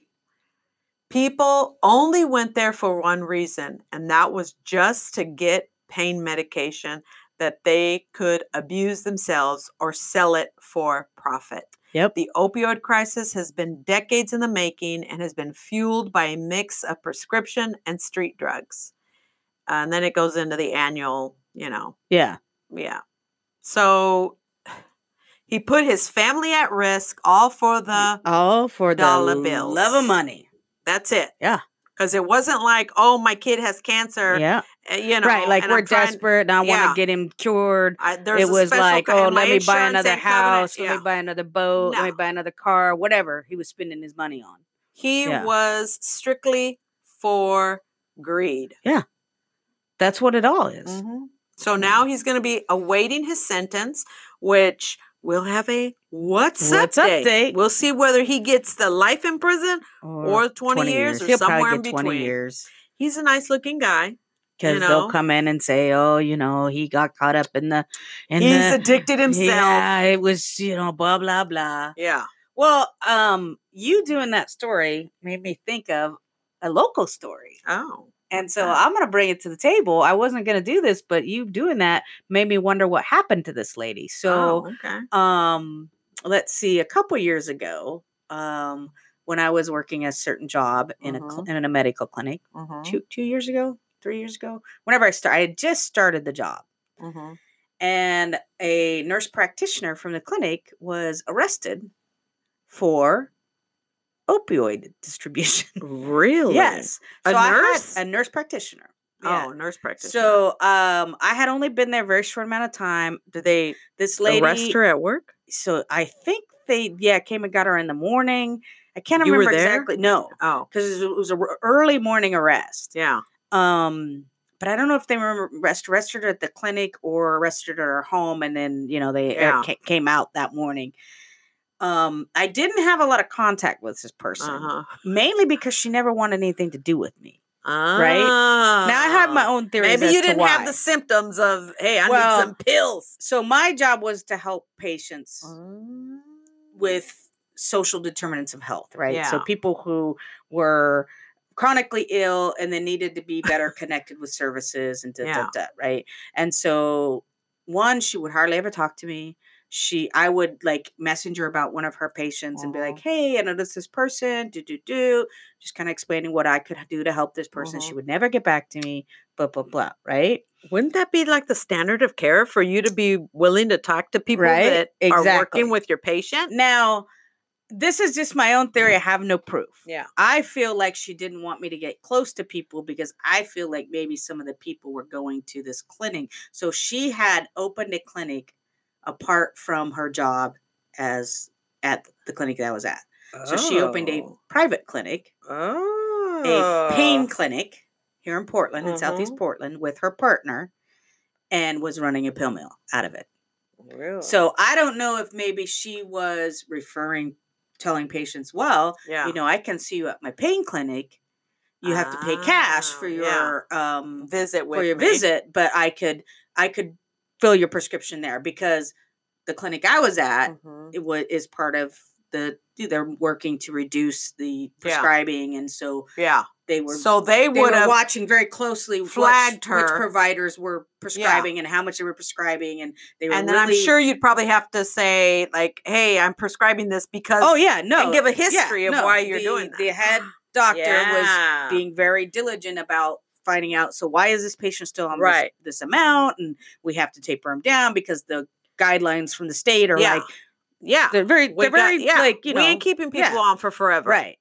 [SPEAKER 1] People only went there for one reason, and that was just to get pain medication that they could abuse themselves or sell it for profit.
[SPEAKER 2] Yep.
[SPEAKER 1] The opioid crisis has been decades in the making and has been fueled by a mix of prescription and street drugs. And then it goes into the annual, you know,
[SPEAKER 2] Yeah.
[SPEAKER 1] yeah. So he put his family at risk all for the
[SPEAKER 2] all for the
[SPEAKER 1] Uh, dollar
[SPEAKER 2] love of
[SPEAKER 1] bills.
[SPEAKER 2] money.
[SPEAKER 1] that's it.
[SPEAKER 2] Yeah.
[SPEAKER 1] Cuz it wasn't like, "Oh, my kid has cancer."
[SPEAKER 2] Yeah.
[SPEAKER 1] uh, You know,
[SPEAKER 2] right like
[SPEAKER 1] and
[SPEAKER 2] we're
[SPEAKER 1] I'm trying-
[SPEAKER 2] desperate and i want
[SPEAKER 1] yeah.
[SPEAKER 2] to get him cured
[SPEAKER 1] I, there's
[SPEAKER 2] it
[SPEAKER 1] a
[SPEAKER 2] was
[SPEAKER 1] special
[SPEAKER 2] like
[SPEAKER 1] co-
[SPEAKER 2] oh
[SPEAKER 1] and my
[SPEAKER 2] let me buy
[SPEAKER 1] insurance
[SPEAKER 2] another
[SPEAKER 1] ain't covering it."
[SPEAKER 2] house let
[SPEAKER 1] Yeah.
[SPEAKER 2] me buy another boat let me
[SPEAKER 1] No.
[SPEAKER 2] buy another car whatever he was spending his money on
[SPEAKER 1] He
[SPEAKER 2] Yeah.
[SPEAKER 1] was strictly for greed.
[SPEAKER 2] That's what it all is.
[SPEAKER 1] Mhm. So now he's going to be awaiting his sentence, which we'll have a what's,
[SPEAKER 2] What's
[SPEAKER 1] up
[SPEAKER 2] up
[SPEAKER 1] date.
[SPEAKER 2] date.
[SPEAKER 1] We'll see whether he gets the life in prison
[SPEAKER 2] Mm-hmm.
[SPEAKER 1] or 20, years, or
[SPEAKER 2] He'll probably
[SPEAKER 1] somewhere in
[SPEAKER 2] get
[SPEAKER 1] between.
[SPEAKER 2] 20 years.
[SPEAKER 1] He's a nice looking guy.
[SPEAKER 2] Because
[SPEAKER 1] you know?
[SPEAKER 2] they'll come in and say, "Oh, you know, he got caught up in the in
[SPEAKER 1] he's
[SPEAKER 2] the
[SPEAKER 1] addicted himself. Yeah.
[SPEAKER 2] Yeah, it was you know blah blah blah." Well, um, you doing that story made me think of a local story.
[SPEAKER 1] Oh.
[SPEAKER 2] And so
[SPEAKER 1] Okay.
[SPEAKER 2] I'm going to bring it to the table. I wasn't going to do this, but you doing that made me wonder what happened to this lady. So,
[SPEAKER 1] oh, okay.
[SPEAKER 2] um, let's see, a couple years ago, um, when I was working a certain job in a
[SPEAKER 1] Mm-hmm.
[SPEAKER 2] cl- in a medical clinic,
[SPEAKER 1] Mhm,
[SPEAKER 2] two two years ago, three years ago, whenever I started, I had just started the job,
[SPEAKER 1] mhm.
[SPEAKER 2] and a nurse practitioner from the clinic was arrested for opioid distribution.
[SPEAKER 1] Really?
[SPEAKER 2] Yes.
[SPEAKER 1] A
[SPEAKER 2] I had-
[SPEAKER 1] nurse?
[SPEAKER 2] a nurse practitioner.
[SPEAKER 1] Oh,
[SPEAKER 2] Yeah.
[SPEAKER 1] nurse practitioner.
[SPEAKER 2] So um I had only been there a very short amount of time.
[SPEAKER 1] did they
[SPEAKER 2] This lady
[SPEAKER 1] arrest her at work?
[SPEAKER 2] so I think they yeah, came and got her in the morning. I can't
[SPEAKER 1] You were
[SPEAKER 2] remember
[SPEAKER 1] there?
[SPEAKER 2] exactly. No.
[SPEAKER 1] Oh,
[SPEAKER 2] Because it was a r- early morning arrest.
[SPEAKER 1] yeah.
[SPEAKER 2] Um but I don't know if they were arrest- arrested her at the clinic or arrested her at her home and then, you know, they uh,
[SPEAKER 1] Yeah.
[SPEAKER 2] ca- came out that morning. Um I didn't have a lot of contact with this person,
[SPEAKER 1] Uh-huh.
[SPEAKER 2] mainly because she never wanted anything to do with me.
[SPEAKER 1] Right?
[SPEAKER 2] Now I have my own theories.
[SPEAKER 1] Ah, Oh, Maybe
[SPEAKER 2] as
[SPEAKER 1] you
[SPEAKER 2] to
[SPEAKER 1] didn't have
[SPEAKER 2] why.
[SPEAKER 1] the symptoms of, hey, I
[SPEAKER 2] Well,
[SPEAKER 1] need some pills.
[SPEAKER 2] So my job was to help patients
[SPEAKER 1] Oh, Um,
[SPEAKER 2] with social determinants of health, right? So
[SPEAKER 1] Yeah.
[SPEAKER 2] people who were chronically ill and they needed to be better connected with services and da, da,
[SPEAKER 1] Yeah.
[SPEAKER 2] da, right? And so one, she would hardly ever talk to me. She, I would like messenger about one of her patients and be like,
[SPEAKER 1] Mhm.
[SPEAKER 2] "Hey, I noticed this person, do do do," just kind of explaining what I could do to help this person. She
[SPEAKER 1] Mhm.
[SPEAKER 2] would never get back to me. Blah blah blah. Right?
[SPEAKER 1] Wouldn't that be like the standard of care for you to be willing to talk to people
[SPEAKER 2] Right?
[SPEAKER 1] that are
[SPEAKER 2] Exactly.
[SPEAKER 1] working with your patient?
[SPEAKER 2] Now, this is just my own theory. I have no proof.
[SPEAKER 1] Mm. Yeah.
[SPEAKER 2] I feel like she didn't want me to get close to people because I feel like maybe some of the people were going to this clinic. So she had opened a clinic apart from her job as at the clinic that I was at. So she opened a
[SPEAKER 1] Oh.
[SPEAKER 2] private clinic,
[SPEAKER 1] Oh.
[SPEAKER 2] a pain clinic here in Portland, in Southeast
[SPEAKER 1] Mhm.
[SPEAKER 2] Portland, with her partner and was running a pill mill out of it.
[SPEAKER 1] oh, Really?
[SPEAKER 2] So I don't know if maybe she was referring, telling patients, well,
[SPEAKER 1] yeah.
[SPEAKER 2] you know, I can see you at my pain clinic. You have to pay cash for
[SPEAKER 1] Ah, yeah.
[SPEAKER 2] your um
[SPEAKER 1] visit with
[SPEAKER 2] for your
[SPEAKER 1] me.
[SPEAKER 2] visit, but I could I could fill your prescription there because the clinic I was at
[SPEAKER 1] Mhm.
[SPEAKER 2] it was is part of the they're working to reduce the
[SPEAKER 1] Yeah.
[SPEAKER 2] prescribing and so
[SPEAKER 1] Yeah.
[SPEAKER 2] they were
[SPEAKER 1] so they
[SPEAKER 2] they
[SPEAKER 1] would
[SPEAKER 2] were
[SPEAKER 1] have.
[SPEAKER 2] watching very closely what-
[SPEAKER 1] flagged
[SPEAKER 2] which
[SPEAKER 1] her.
[SPEAKER 2] providers were prescribing and how much they were prescribing and they were
[SPEAKER 1] and then
[SPEAKER 2] really
[SPEAKER 1] I'm sure you'd probably have to say like, "Hey, I'm prescribing this because."
[SPEAKER 2] Oh yeah, no.
[SPEAKER 1] and give a
[SPEAKER 2] yeah,
[SPEAKER 1] history of why you're
[SPEAKER 2] the,
[SPEAKER 1] doing that.
[SPEAKER 2] The head doctor was
[SPEAKER 1] Yeah.
[SPEAKER 2] being very diligent about finding out. So why is this patient still on
[SPEAKER 1] Right.
[SPEAKER 2] this, this amount? And we have to taper him down because the guidelines from the state are
[SPEAKER 1] yeah.
[SPEAKER 2] like
[SPEAKER 1] yeah.
[SPEAKER 2] they're very
[SPEAKER 1] We
[SPEAKER 2] they're very
[SPEAKER 1] got- yeah.
[SPEAKER 2] like you know
[SPEAKER 1] we ain't keeping
[SPEAKER 2] yeah.
[SPEAKER 1] people on for forever.
[SPEAKER 2] right.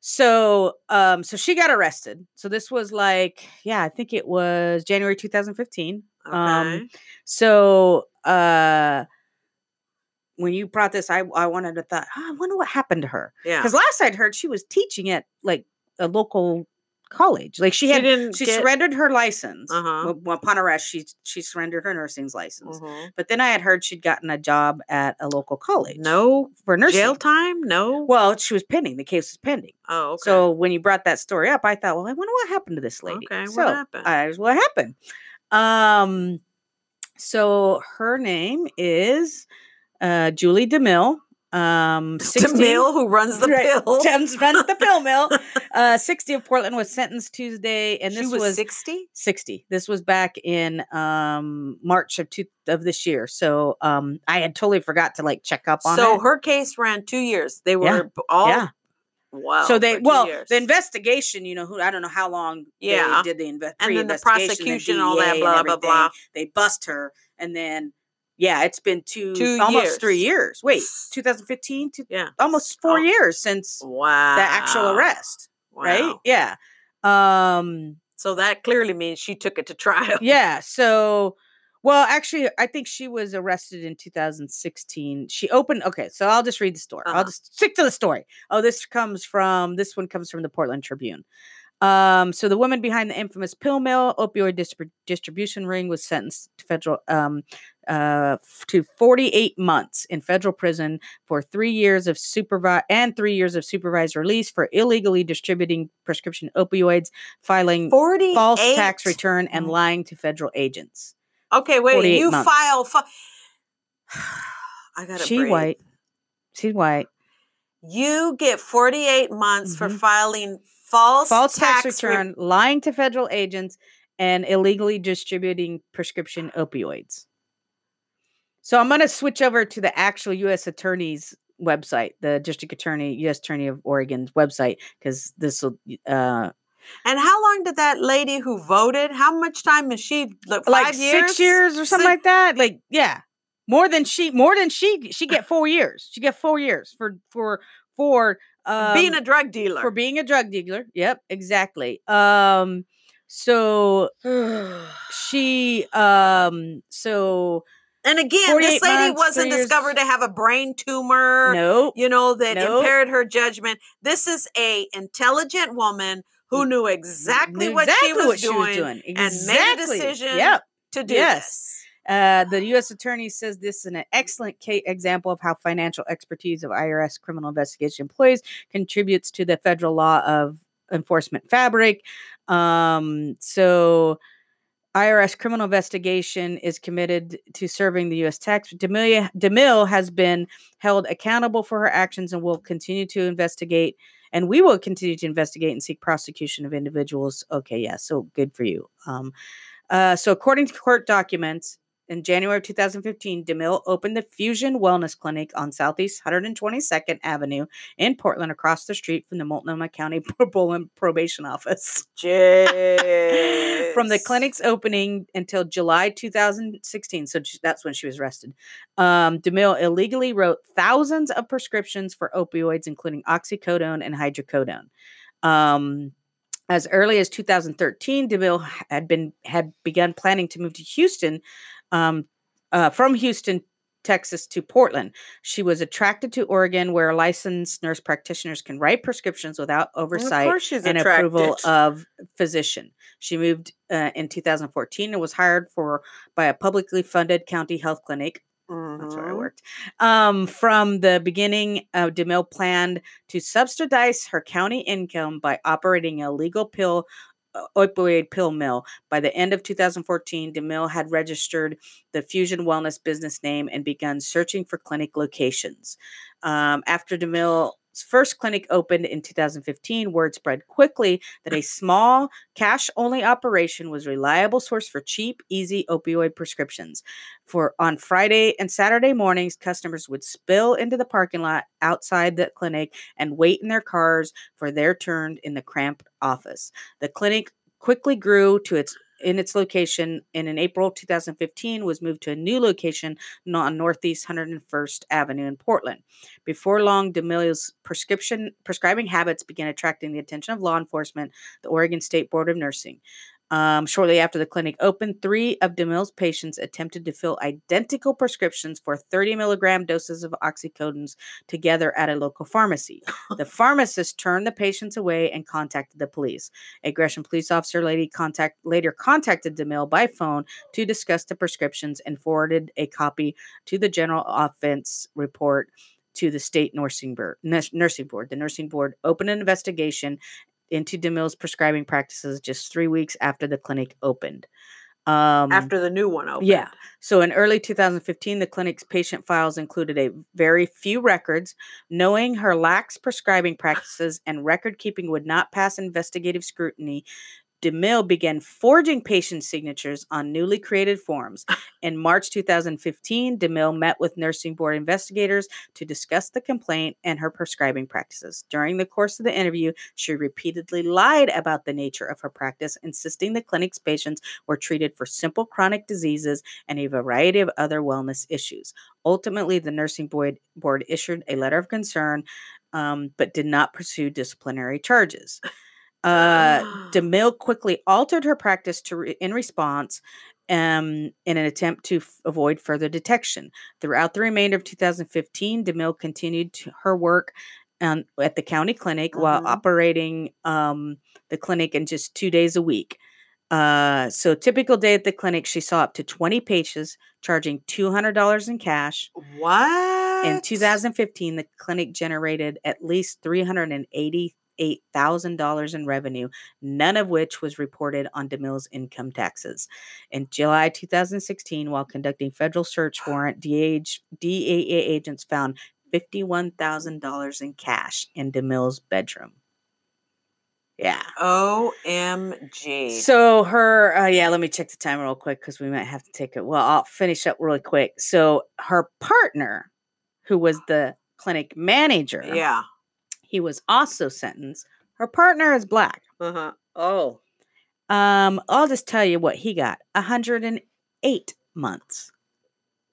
[SPEAKER 2] So um so she got arrested. So this was like yeah I think it was January 2015.
[SPEAKER 1] Okay.
[SPEAKER 2] Um, So uh when you brought this I I wanted to thought oh, I wonder what happened to her.
[SPEAKER 1] yeah.
[SPEAKER 2] Because last I'd heard, she was teaching at like a local college. Like she had,
[SPEAKER 1] didn't.
[SPEAKER 2] she
[SPEAKER 1] get-
[SPEAKER 2] surrendered her license.
[SPEAKER 1] Uh-huh.
[SPEAKER 2] Well, upon arrest, she she surrendered her nursing's license.
[SPEAKER 1] Mhm.
[SPEAKER 2] But then I had heard she'd gotten a job at a local college.
[SPEAKER 1] No
[SPEAKER 2] for nursing.
[SPEAKER 1] jail time. No.
[SPEAKER 2] Well, she was pending. The case was pending.
[SPEAKER 1] oh, okay.
[SPEAKER 2] So when you brought that story up, I thought, well, I wonder what happened to this lady.
[SPEAKER 1] Okay, what
[SPEAKER 2] so
[SPEAKER 1] happened?
[SPEAKER 2] I was what happened. Um, so her name is uh, Julie DeMille. Um, 16
[SPEAKER 1] DeMille, who runs the
[SPEAKER 2] Right.
[SPEAKER 1] pill,
[SPEAKER 2] Thames runs the pill mill. Uh, 60 of Portland was sentenced Tuesday, and
[SPEAKER 1] She
[SPEAKER 2] this was,
[SPEAKER 1] sixty.
[SPEAKER 2] 60. This was back in um, March of two of this year. So um, I had totally forgot to like check up on
[SPEAKER 1] So
[SPEAKER 2] it.
[SPEAKER 1] her case ran two years. They were
[SPEAKER 2] Yeah.
[SPEAKER 1] b- all
[SPEAKER 2] yeah.
[SPEAKER 1] wow.
[SPEAKER 2] so they
[SPEAKER 1] for two
[SPEAKER 2] well
[SPEAKER 1] years.
[SPEAKER 2] the investigation. You know who I don't know how long.
[SPEAKER 1] Yeah.
[SPEAKER 2] They did the, inve-
[SPEAKER 1] And then the
[SPEAKER 2] pre-investigation,
[SPEAKER 1] prosecution, all that,
[SPEAKER 2] DEA and
[SPEAKER 1] blah, blah,
[SPEAKER 2] everything.
[SPEAKER 1] blah.
[SPEAKER 2] They bust her, and then yeah, it's been two,
[SPEAKER 1] Two
[SPEAKER 2] almost three
[SPEAKER 1] years.
[SPEAKER 2] years. Wait, 2015 to
[SPEAKER 1] yeah.
[SPEAKER 2] almost four
[SPEAKER 1] Oh.
[SPEAKER 2] years since
[SPEAKER 1] Wow.
[SPEAKER 2] the actual arrest. Right?
[SPEAKER 1] Wow.
[SPEAKER 2] Yeah. Um.
[SPEAKER 1] So that clearly means she took it to trial.
[SPEAKER 2] yeah so well actually i think she was arrested in 2016 she opened okay so i'll just read the story
[SPEAKER 1] Uh-huh.
[SPEAKER 2] i'll just stick to the story oh this comes from this one comes from the portland tribune Um, so the woman behind the infamous pill mill opioid distrib- distribution ring was sentenced to federal um, uh, f- to 48 months in federal prison for three years of supervi- and three years of supervised release for illegally distributing prescription opioids, filing
[SPEAKER 1] Forty
[SPEAKER 2] false tax return, and
[SPEAKER 1] Mm.
[SPEAKER 2] lying to federal agents.
[SPEAKER 1] Okay, wait.
[SPEAKER 2] 48
[SPEAKER 1] You
[SPEAKER 2] months.
[SPEAKER 1] file. Fi- I gotta.
[SPEAKER 2] She
[SPEAKER 1] breathe.
[SPEAKER 2] white. She's white.
[SPEAKER 1] You get forty-eight months for
[SPEAKER 2] Mhm.
[SPEAKER 1] filing false
[SPEAKER 2] False tax,
[SPEAKER 1] re-
[SPEAKER 2] return, lying to federal agents, and illegally distributing prescription opioids. So I'm going to switch over to the actual U.S. Attorney's website, the District Attorney, U.S. Attorney of Oregon's website, because this will uh,
[SPEAKER 1] and how long did that lady who voted? How much time is she? Like,
[SPEAKER 2] like
[SPEAKER 1] five years?
[SPEAKER 2] six years or something
[SPEAKER 1] Six-
[SPEAKER 2] like that. Like yeah, more than she, more than she, she get four years. She get four years for for for um,
[SPEAKER 1] being a drug dealer.
[SPEAKER 2] for being a drug dealer. Yep, exactly. Um, so she um so
[SPEAKER 1] and again, this
[SPEAKER 2] 48
[SPEAKER 1] lady
[SPEAKER 2] months,
[SPEAKER 1] wasn't
[SPEAKER 2] three years.
[SPEAKER 1] discovered to have a brain tumor.
[SPEAKER 2] no
[SPEAKER 1] you know that
[SPEAKER 2] Nope.
[SPEAKER 1] impaired her judgment this is a intelligent woman who knew exactly,
[SPEAKER 2] knew
[SPEAKER 1] what, she
[SPEAKER 2] exactly
[SPEAKER 1] was
[SPEAKER 2] what
[SPEAKER 1] doing made a
[SPEAKER 2] Exactly.
[SPEAKER 1] decision
[SPEAKER 2] Yep.
[SPEAKER 1] to do
[SPEAKER 2] Yes.
[SPEAKER 1] this
[SPEAKER 2] Uh, the U.S. attorney says this is an excellent case example of how financial expertise of IRS criminal investigation employees contributes to the federal law of enforcement fabric. Um, so. IRS criminal investigation is committed to serving the U.S. tax. DeMille, DeMille has been held accountable for her actions and will continue to investigate. And we will continue to investigate and seek prosecution of individuals. Okay, yeah, so good for you. Um, uh, so, according to court documents, in January of 2015, DeMille opened the Fusion Wellness Clinic on Southeast 122nd Avenue in Portland, across the street from the Multnomah County Parole- Probation Office. from the
[SPEAKER 1] Jeez.
[SPEAKER 2] clinic's opening until July 2016, so j- that's when she was arrested, um, DeMille illegally wrote thousands of prescriptions for opioids, including oxycodone and hydrocodone. Um, as early as 2013, DeMille had been had begun planning to move to Houston, um, uh, from Houston, Texas to Portland. She was attracted to Oregon, where licensed nurse practitioners can write prescriptions without
[SPEAKER 1] of
[SPEAKER 2] oversight
[SPEAKER 1] course she's
[SPEAKER 2] and
[SPEAKER 1] attracted.
[SPEAKER 2] approval of physician. She moved uh, in 2014 and was hired for by a publicly funded county health clinic. That's where I
[SPEAKER 1] Mhm.
[SPEAKER 2] worked. Um, from the beginning, uh, DeMille planned to subsidize her county income by operating a legal pill uh, opioid pill mill. By the end of 2014, DeMille had registered the Fusion Wellness business name and begun searching for clinic locations. Um, after DeMille's first clinic opened in 2015, word spread quickly that a small, cash only operation was a reliable source for cheap, easy opioid prescriptions. For on Friday and Saturday mornings, customers would spill into the parking lot outside the clinic and wait in their cars for their turn in the cramped office. The clinic quickly grew to its in its location and in April 2015 was moved to a new location no- on Northeast 101st Avenue in Portland. Before long, D'Amelio's prescription prescribing habits began attracting the attention of law enforcement, the Oregon State Board of Nursing. Um, shortly after the clinic opened, three of DeMille's patients attempted to fill identical prescriptions for 30 milligram doses of oxycodones together at a local pharmacy. The pharmacist turned the patients away and contacted the police. A Gresham police officer lady contact, later contacted DeMille by phone to discuss the prescriptions and forwarded a copy to the general offense report to the state nursing board. nurs- Nursing board. The nursing board opened an investigation into DeMille's prescribing practices just three weeks after the clinic opened. Um,
[SPEAKER 1] after the new one opened
[SPEAKER 2] yeah. So in early 2015, the clinic's patient files included a very few records. Knowing her lax prescribing practices and record keeping would not pass investigative scrutiny, DeMille began forging patient signatures on newly created forms. In March 2015, DeMille met with nursing board investigators to discuss the complaint and her prescribing practices. During the course of the interview, she repeatedly lied about the nature of her practice, insisting the clinic's patients were treated for simple chronic diseases and a variety of other wellness issues. Ultimately, the nursing board, board issued a letter of concern, um, but did not pursue disciplinary charges. Uh, DeMille quickly altered her practice to re- in response um, in an attempt to f- avoid further detection. Throughout the remainder of 2015, DeMille continued to her work on, at the county clinic while
[SPEAKER 1] Mhm.
[SPEAKER 2] operating um, the clinic in just two days a week. Uh, so typical day at the clinic, she saw up to 20 patients, charging $200 in cash.
[SPEAKER 1] What?
[SPEAKER 2] In 2015, the clinic generated at least $388,000 in revenue, none of which was reported on DeMille's income taxes. In July 2016, while conducting federal search warrant, DH, DAA agents found $51,000 in cash in DeMille's bedroom. Yeah.
[SPEAKER 1] OMG.
[SPEAKER 2] So her, uh, yeah, let me check the time real quick because we might have to take it. Well, I'll finish up really quick. So her partner, who was the clinic manager,
[SPEAKER 1] yeah.
[SPEAKER 2] he was also sentenced. Her partner is black.
[SPEAKER 1] Uh-huh.
[SPEAKER 2] Oh, um, I'll just tell you what he got: hundred and eight months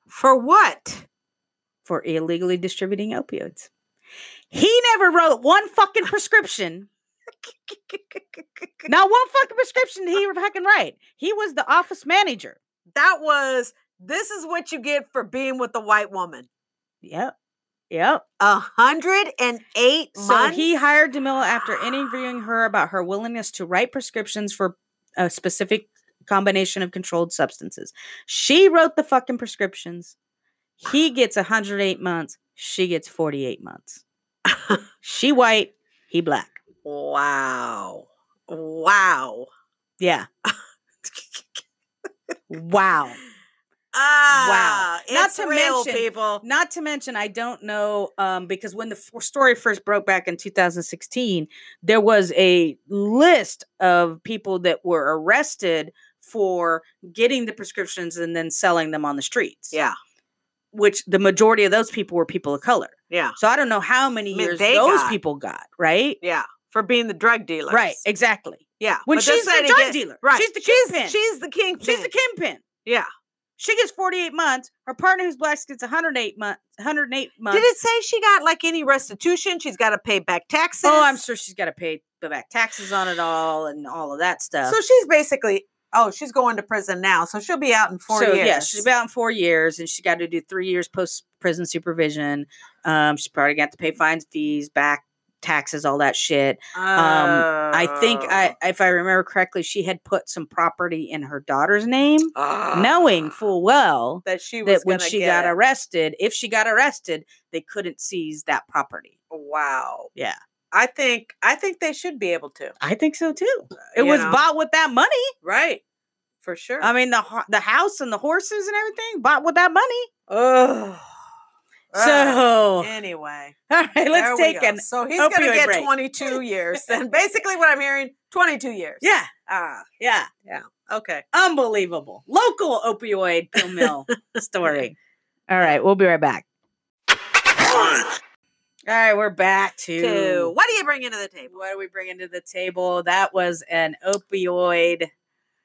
[SPEAKER 1] For what?
[SPEAKER 2] for illegally distributing opioids. He never wrote one fucking prescription. Not one fucking prescription did he fucking write. He was the office manager.
[SPEAKER 1] that was this is what you get for being with a white woman.
[SPEAKER 2] Yep. Yep.
[SPEAKER 1] A hundred and eight
[SPEAKER 2] So
[SPEAKER 1] months.
[SPEAKER 2] he hired DeMille after interviewing her about her willingness to write prescriptions for a specific combination of controlled substances. She wrote the fucking prescriptions. He gets 108 months. She gets 48 months. she white, he black.
[SPEAKER 1] Wow. Wow.
[SPEAKER 2] Yeah. Wow.
[SPEAKER 1] Ah,
[SPEAKER 2] Not
[SPEAKER 1] it's
[SPEAKER 2] to
[SPEAKER 1] real,
[SPEAKER 2] mention-
[SPEAKER 1] people.
[SPEAKER 2] Not to mention, I don't know um, because when the f- story first broke back in 2016, there was a list of people that were arrested for getting the prescriptions and then selling them on the streets.
[SPEAKER 1] Yeah.
[SPEAKER 2] Which the majority of those people were people of color.
[SPEAKER 1] Yeah.
[SPEAKER 2] So I don't know how many
[SPEAKER 1] I mean,
[SPEAKER 2] years
[SPEAKER 1] they
[SPEAKER 2] those
[SPEAKER 1] got-
[SPEAKER 2] people got, right?
[SPEAKER 1] Yeah. For being the drug dealer.
[SPEAKER 2] Right, exactly.
[SPEAKER 1] Yeah.
[SPEAKER 2] When
[SPEAKER 1] but this
[SPEAKER 2] she's the
[SPEAKER 1] lady
[SPEAKER 2] drug
[SPEAKER 1] get-
[SPEAKER 2] dealer,
[SPEAKER 1] Right.
[SPEAKER 2] she's the kingpin.
[SPEAKER 1] She's, she's the kingpin.
[SPEAKER 2] She's the kingpin.
[SPEAKER 1] Yeah.
[SPEAKER 2] She gets 48 months. Her partner who's black gets 108 months, 108 months.
[SPEAKER 1] Did it say she got like any restitution? She's got to pay back taxes.
[SPEAKER 2] Oh, I'm sure she's got to pay the back taxes on it all and all of that stuff.
[SPEAKER 1] So she's basically, oh, she's going to prison now. So she'll be out in four
[SPEAKER 2] So,
[SPEAKER 1] years.
[SPEAKER 2] yeah, she's about in four years, and she got to do three years post prison supervision. Um, she's probably got to pay fines, fees, back taxes, all that shit. um, I think I, if I remember correctly, she had put some property in her daughter's name,
[SPEAKER 1] Oh.
[SPEAKER 2] knowing full well
[SPEAKER 1] that she was
[SPEAKER 2] that when
[SPEAKER 1] gonna
[SPEAKER 2] Uh. she
[SPEAKER 1] get
[SPEAKER 2] got
[SPEAKER 1] it.
[SPEAKER 2] arrested, if she got arrested, they couldn't seize that property.
[SPEAKER 1] wow.
[SPEAKER 2] Yeah.
[SPEAKER 1] I think I think they should be able to.
[SPEAKER 2] I think so too. It
[SPEAKER 1] You
[SPEAKER 2] was
[SPEAKER 1] know?
[SPEAKER 2] bought with that money.
[SPEAKER 1] Right. For sure.
[SPEAKER 2] I mean, the ho- the house and the horses and everything bought with that money.
[SPEAKER 1] oh.
[SPEAKER 2] Ah. So,
[SPEAKER 1] anyway,
[SPEAKER 2] all right,
[SPEAKER 1] there
[SPEAKER 2] let's
[SPEAKER 1] we
[SPEAKER 2] take
[SPEAKER 1] go.
[SPEAKER 2] an
[SPEAKER 1] So he's going to
[SPEAKER 2] opioid
[SPEAKER 1] get
[SPEAKER 2] break.
[SPEAKER 1] 22 years. Then basically what I'm hearing, 22 years.
[SPEAKER 2] yeah,
[SPEAKER 1] Ah,
[SPEAKER 2] yeah,
[SPEAKER 1] okay.
[SPEAKER 2] unbelievable local opioid pill mill story. All right, we'll be right back. All right, we're back to
[SPEAKER 1] Two. What do you bring into the table?
[SPEAKER 2] what are we bringing to the table? That was an opioid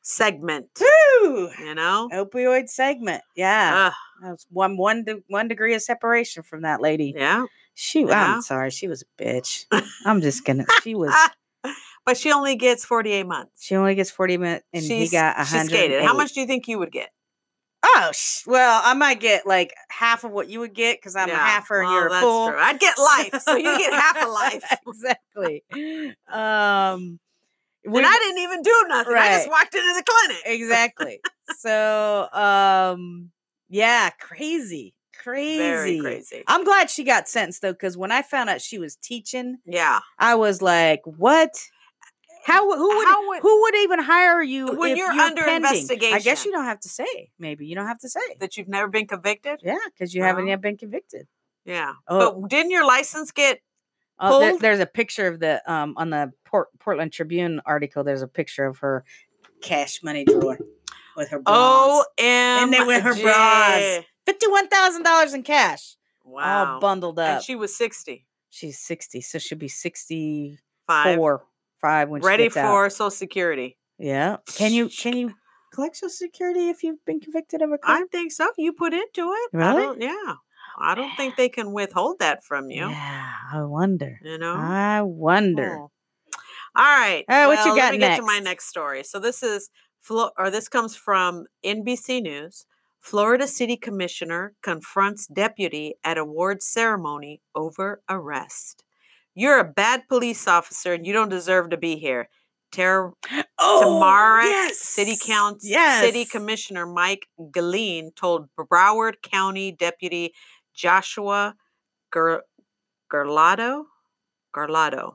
[SPEAKER 1] Segment.
[SPEAKER 2] Woo!
[SPEAKER 1] You know?
[SPEAKER 2] opioid segment. Yeah,
[SPEAKER 1] Ugh,
[SPEAKER 2] that was one one de- one degree of separation from that lady.
[SPEAKER 1] yeah.
[SPEAKER 2] She,
[SPEAKER 1] Yeah.
[SPEAKER 2] I'm sorry, she was a bitch. I'm just gonna. She was.
[SPEAKER 1] But she only gets 48 months.
[SPEAKER 2] She only gets 40 minutes, and he
[SPEAKER 1] She's-
[SPEAKER 2] got a
[SPEAKER 1] She
[SPEAKER 2] 100.
[SPEAKER 1] skated. How much do you think you would get?
[SPEAKER 2] Oh, sh- well, I might get like half of what you would get because I'm a
[SPEAKER 1] Yeah,
[SPEAKER 2] halfer and
[SPEAKER 1] well,
[SPEAKER 2] you're a
[SPEAKER 1] that's
[SPEAKER 2] full.
[SPEAKER 1] true. I'd get life, so you get half a life.
[SPEAKER 2] exactly. Um, we-
[SPEAKER 1] When I didn't even do nothing. I just
[SPEAKER 2] Right.
[SPEAKER 1] walked into the clinic.
[SPEAKER 2] exactly. so, um, yeah, crazy, crazy,
[SPEAKER 1] Very crazy.
[SPEAKER 2] I'm glad she got sentenced though, because when I found out she was teaching,
[SPEAKER 1] Yeah.
[SPEAKER 2] I was like, "What? How? Who would?
[SPEAKER 1] How would-
[SPEAKER 2] who would even hire you
[SPEAKER 1] When
[SPEAKER 2] if
[SPEAKER 1] you're under
[SPEAKER 2] I guess
[SPEAKER 1] investigation.
[SPEAKER 2] you don't have to say. Maybe you don't have to say.
[SPEAKER 1] That you've never been convicted?
[SPEAKER 2] Yeah, because you haven't
[SPEAKER 1] Well,
[SPEAKER 2] yet been convicted.
[SPEAKER 1] Yeah.
[SPEAKER 2] Oh.
[SPEAKER 1] But didn't your license get
[SPEAKER 2] Oh, there-
[SPEAKER 1] pulled?
[SPEAKER 2] there's a picture of the um on the Port- Portland Tribune article. There's a picture of her cash money drawer with her
[SPEAKER 1] OM?
[SPEAKER 2] bras. And they went her bras. fifty-one thousand dollars in cash,
[SPEAKER 1] Wow.
[SPEAKER 2] all bundled up.
[SPEAKER 1] And she was 60.
[SPEAKER 2] She's sixty, so she'll be sixty-four,
[SPEAKER 1] Five.
[SPEAKER 2] five when she
[SPEAKER 1] ready
[SPEAKER 2] gets out.
[SPEAKER 1] for Social Security.
[SPEAKER 2] Yeah, can you can you collect Social Security if you've been convicted of a
[SPEAKER 1] I
[SPEAKER 2] crime?
[SPEAKER 1] think so. You put into it. I
[SPEAKER 2] Really?
[SPEAKER 1] don't, yeah. I don't think they can withhold that from you.
[SPEAKER 2] Yeah, I wonder.
[SPEAKER 1] You know?
[SPEAKER 2] I wonder.
[SPEAKER 1] Cool. All right.
[SPEAKER 2] Uh, what you
[SPEAKER 1] well, let
[SPEAKER 2] got
[SPEAKER 1] me get to my
[SPEAKER 2] next?
[SPEAKER 1] next story. So this is Flo- or this comes from NBC News. Florida City Commissioner confronts deputy at awards ceremony over arrest. You're a bad police officer and you don't deserve to be here. Terror
[SPEAKER 2] Oh,
[SPEAKER 1] Tomorrow, City Council
[SPEAKER 2] Yes.
[SPEAKER 1] City Commissioner Mike Galeen told Broward County Deputy Joshua Ger- Garlado Garlado.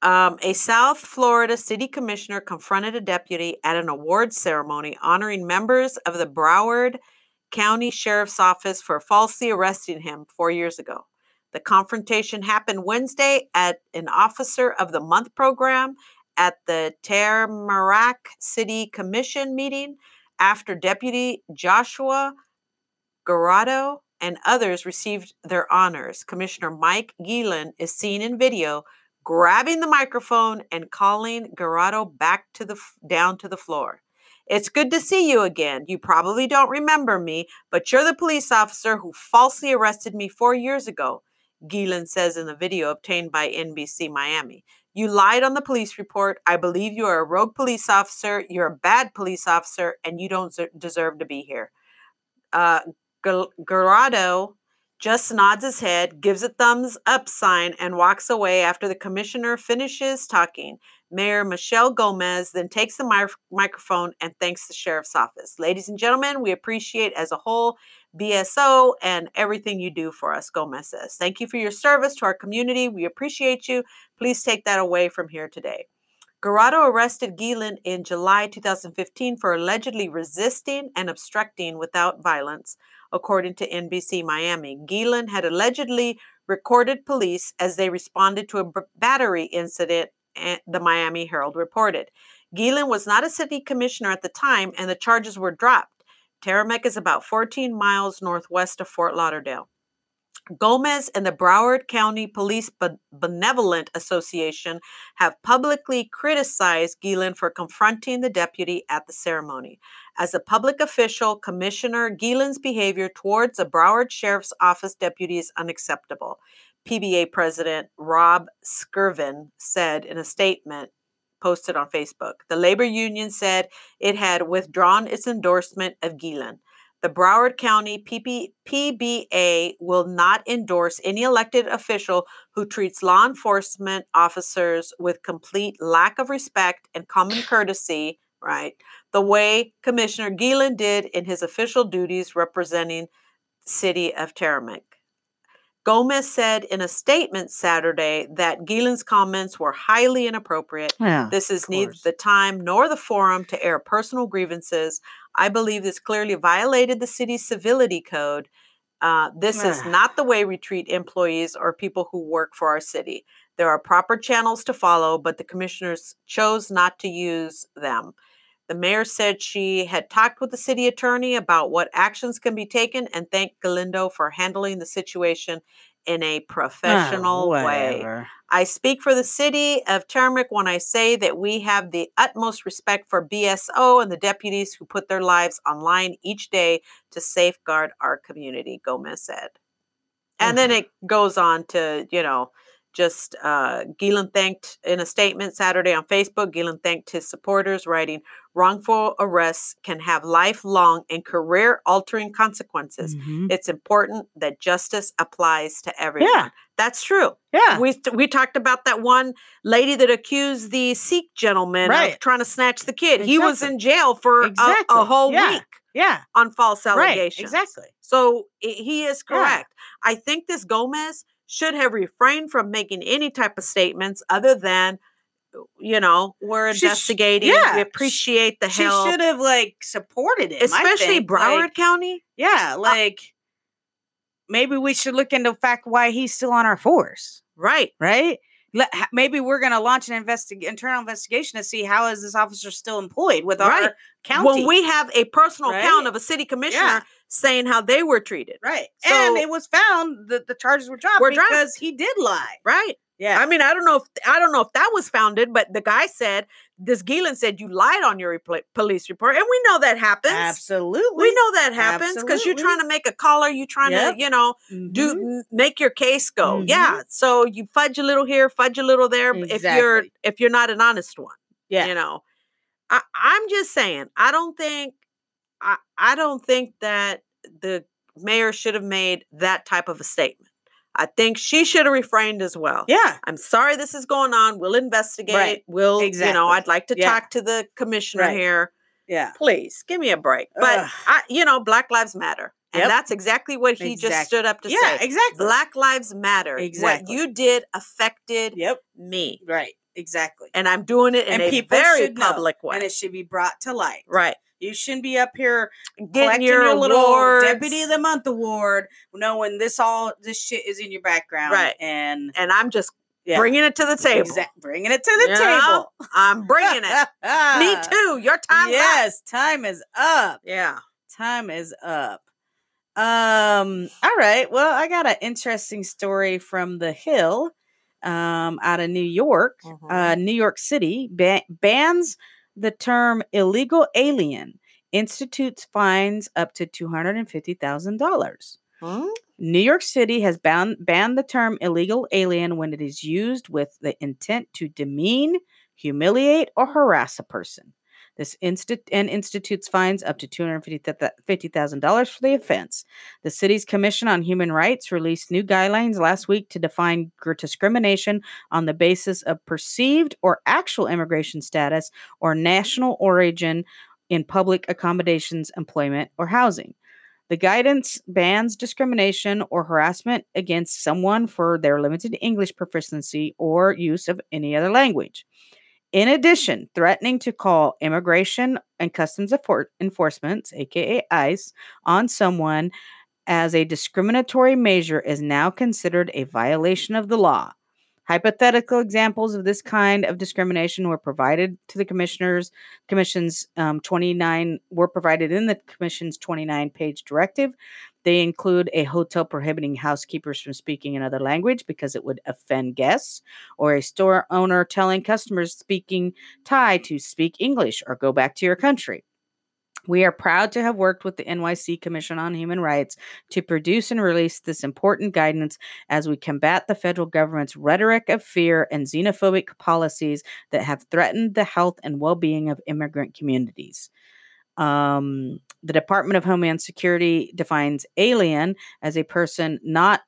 [SPEAKER 1] Um, a South Florida city commissioner confronted a deputy at an awards ceremony honoring members of the Broward County Sheriff's Office for falsely arresting him four years ago. The confrontation happened Wednesday at an Officer of the Month program at the Tamarack City Commission meeting after Deputy Joshua Garado and others received their honors. Commissioner Mike Gielan is seen in video grabbing the microphone and calling Garado back to the f- down to the floor. It's good to see you again. You probably don't remember me, but you're the police officer who falsely arrested me 4 years ago, Gielan says in the video obtained by NBC Miami. You lied on the police report. I believe you are a rogue police officer. You're a bad police officer, and you don't zer- deserve to be here. Uh, Gal- Garado just nods his head, gives a thumbs up sign, and walks away after the commissioner finishes talking. Mayor Michelle Gomez then takes the mi- microphone and thanks the sheriff's office. Ladies and gentlemen, we appreciate as a whole BSO and everything you do for us, Gomez says. Thank you for your service to our community. We appreciate you. Please take that away from here today. Garado arrested Gielan in July 2015 for allegedly resisting and obstructing without violence, according to NBC Miami. Gielan had allegedly recorded police as they responded to a b- battery incident, eh, the Miami Herald reported. Gielan was not a city commissioner at the time, and the charges were dropped. Taramek is about 14 miles northwest of Fort Lauderdale. Gomez and the Broward County Police Be- Benevolent Association have publicly criticized Gielan for confronting the deputy at the ceremony. As a public official, Commissioner Gielan's behavior towards a Broward Sheriff's Office deputy is unacceptable, PBA President Rob Skirvin said in a statement posted on Facebook. The labor union said it had withdrawn its endorsement of Gielan. The Broward County PP- PBA will not endorse any elected official who treats law enforcement officers with complete lack of respect and common courtesy, right? The way Commissioner Gielan did in his official duties representing city of Taramac. Gomez said in a statement Saturday that Gielan's comments were highly inappropriate
[SPEAKER 2] Yeah.
[SPEAKER 1] this is neither
[SPEAKER 2] course.
[SPEAKER 1] the time nor the forum to air personal grievances. I believe this clearly violated the city's civility code. Uh, this is
[SPEAKER 2] Ah.
[SPEAKER 1] not the way we treat employees or people who work for our city. There are proper channels to follow, but the commissioners chose not to use them. The mayor said she had talked with the city attorney about what actions can be taken and thanked Galindo for handling the situation in a professional way.
[SPEAKER 2] Oh, whatever.
[SPEAKER 1] I speak for the city of Turmeric when I say that we have the utmost respect for BSO and the deputies who put their lives on line each day to safeguard our community, Gomez said. And then it goes on to, you know, just uh, Gielan thanked in a statement Saturday on Facebook. Gielan thanked his supporters, writing, Wrongful arrests can have lifelong and career altering consequences.
[SPEAKER 2] Mhm.
[SPEAKER 1] It's important that justice applies to everyone. That's true
[SPEAKER 2] Yeah.
[SPEAKER 1] we we talked about that one lady that accused the Sikh gentleman of
[SPEAKER 2] Right.
[SPEAKER 1] trying to snatch the kid. He was
[SPEAKER 2] Exactly.
[SPEAKER 1] in jail for a- a,
[SPEAKER 2] Exactly.
[SPEAKER 1] whole
[SPEAKER 2] Yeah.
[SPEAKER 1] week
[SPEAKER 2] Yeah.
[SPEAKER 1] on false
[SPEAKER 2] Right.
[SPEAKER 1] allegations.
[SPEAKER 2] Exactly.
[SPEAKER 1] So i- he is
[SPEAKER 2] Yeah.
[SPEAKER 1] correct. I think this Gomez should have refrained from making any type of statements other than, you know, we're
[SPEAKER 2] She sh-
[SPEAKER 1] investigating.
[SPEAKER 2] yeah,
[SPEAKER 1] We
[SPEAKER 2] sh-
[SPEAKER 1] appreciate the
[SPEAKER 2] she
[SPEAKER 1] help,
[SPEAKER 2] should have like supported it,
[SPEAKER 1] especially Broward uh County.
[SPEAKER 2] yeah, like maybe we should look into fact why he's still on our force,
[SPEAKER 1] Right.
[SPEAKER 2] right? Let, ha- maybe we're going to launch an investi- internal investigation to see how is this officer still employed with
[SPEAKER 1] Right.
[SPEAKER 2] our county.
[SPEAKER 1] When we have a personal count
[SPEAKER 2] Right?
[SPEAKER 1] of a city commissioner
[SPEAKER 2] Yeah.
[SPEAKER 1] saying how they were treated.
[SPEAKER 2] right,
[SPEAKER 1] So-
[SPEAKER 2] and it was found that the charges were dropped
[SPEAKER 1] Were dropped.
[SPEAKER 2] because he did lie.
[SPEAKER 1] Right.
[SPEAKER 2] Yeah,
[SPEAKER 1] I mean, I don't know if I don't know if that was founded, but the guy said this. Gielan said you lied on your repl- police report, and we know that happens.
[SPEAKER 2] absolutely.
[SPEAKER 1] We know that happens because you're
[SPEAKER 2] Absolutely.
[SPEAKER 1] trying to make a caller, you're trying
[SPEAKER 2] Yep.
[SPEAKER 1] to, you know, do
[SPEAKER 2] Mhm.
[SPEAKER 1] n- make your case go.
[SPEAKER 2] Mm-hmm.
[SPEAKER 1] Yeah, so you fudge a little here, fudge a little there. b- If you're
[SPEAKER 2] Exactly.
[SPEAKER 1] if you're not an honest one,
[SPEAKER 2] Yeah.
[SPEAKER 1] you know, I, I'm just saying, I don't think, I I don't think that the mayor should have made that type of a statement. I think she should have refrained as well.
[SPEAKER 2] Yeah.
[SPEAKER 1] I'm sorry this is going on. We'll investigate.
[SPEAKER 2] Right.
[SPEAKER 1] We'll, you know,
[SPEAKER 2] Exactly.
[SPEAKER 1] I'd like to
[SPEAKER 2] Yeah.
[SPEAKER 1] talk to the commissioner
[SPEAKER 2] Right.
[SPEAKER 1] here.
[SPEAKER 2] Yeah.
[SPEAKER 1] Please give me a break. But
[SPEAKER 2] Ugh.
[SPEAKER 1] I, you know, Black Lives Matter, and
[SPEAKER 2] Yep.
[SPEAKER 1] that's exactly what he
[SPEAKER 2] Exact-
[SPEAKER 1] just stood up to
[SPEAKER 2] Yeah,
[SPEAKER 1] say.
[SPEAKER 2] exactly.
[SPEAKER 1] Black Lives Matter.
[SPEAKER 2] Exactly.
[SPEAKER 1] What you did affected
[SPEAKER 2] Yep.
[SPEAKER 1] me,
[SPEAKER 2] Right. Exactly.
[SPEAKER 1] and I'm doing it in
[SPEAKER 2] And
[SPEAKER 1] a
[SPEAKER 2] people
[SPEAKER 1] very
[SPEAKER 2] should know,
[SPEAKER 1] public way.
[SPEAKER 2] And it should be brought to light.
[SPEAKER 1] right.
[SPEAKER 2] You shouldn't be up here
[SPEAKER 1] Getting
[SPEAKER 2] collecting
[SPEAKER 1] your,
[SPEAKER 2] your, little
[SPEAKER 1] awards.
[SPEAKER 2] Deputy of the Month award, knowing this all this shit is in your background,
[SPEAKER 1] Right.
[SPEAKER 2] And
[SPEAKER 1] and I'm just
[SPEAKER 2] yeah,
[SPEAKER 1] bringing it to the table.
[SPEAKER 2] exact- bringing it to the
[SPEAKER 1] Yeah,
[SPEAKER 2] table.
[SPEAKER 1] I'm bringing it. Me too. Your time's up.
[SPEAKER 2] yes, time is up.
[SPEAKER 1] Yeah.
[SPEAKER 2] Time is up. Um. All right. Well, I got an interesting story from the Hill, um, out of New York, uh, New York City ba- bans the term illegal alien, institutes fines up to $250,000.
[SPEAKER 1] Hmm?
[SPEAKER 2] New York City has ban- banned the term illegal alien when it is used with the intent to demean, humiliate, or harass a person. This insti- and institutes fines up to $250,000 for the offense. The city's Commission on Human Rights released new guidelines last week to define gr- discrimination on the basis of perceived or actual immigration status or national origin in public accommodations, employment, or housing. The guidance bans discrimination or harassment against someone for their limited English proficiency or use of any other language. In addition, threatening to call immigration and customs Enfor- enforcement, aka ICE, on someone as a discriminatory measure is now considered a violation of the law. Hypothetical examples of this kind of discrimination were provided to the commissioners commission's um, 29 were provided in the commission's 29 page directive they include a hotel prohibiting housekeepers from speaking another language because it would offend guests or a store owner telling customers speaking thai to speak english or go back to your country we are proud to have worked with the NYC Commission on Human Rights to produce and release this important guidance as we combat the federal government's rhetoric of fear and xenophobic policies that have threatened the health and well being of immigrant communities. Um, the Department of Homeland Security defines alien as a person not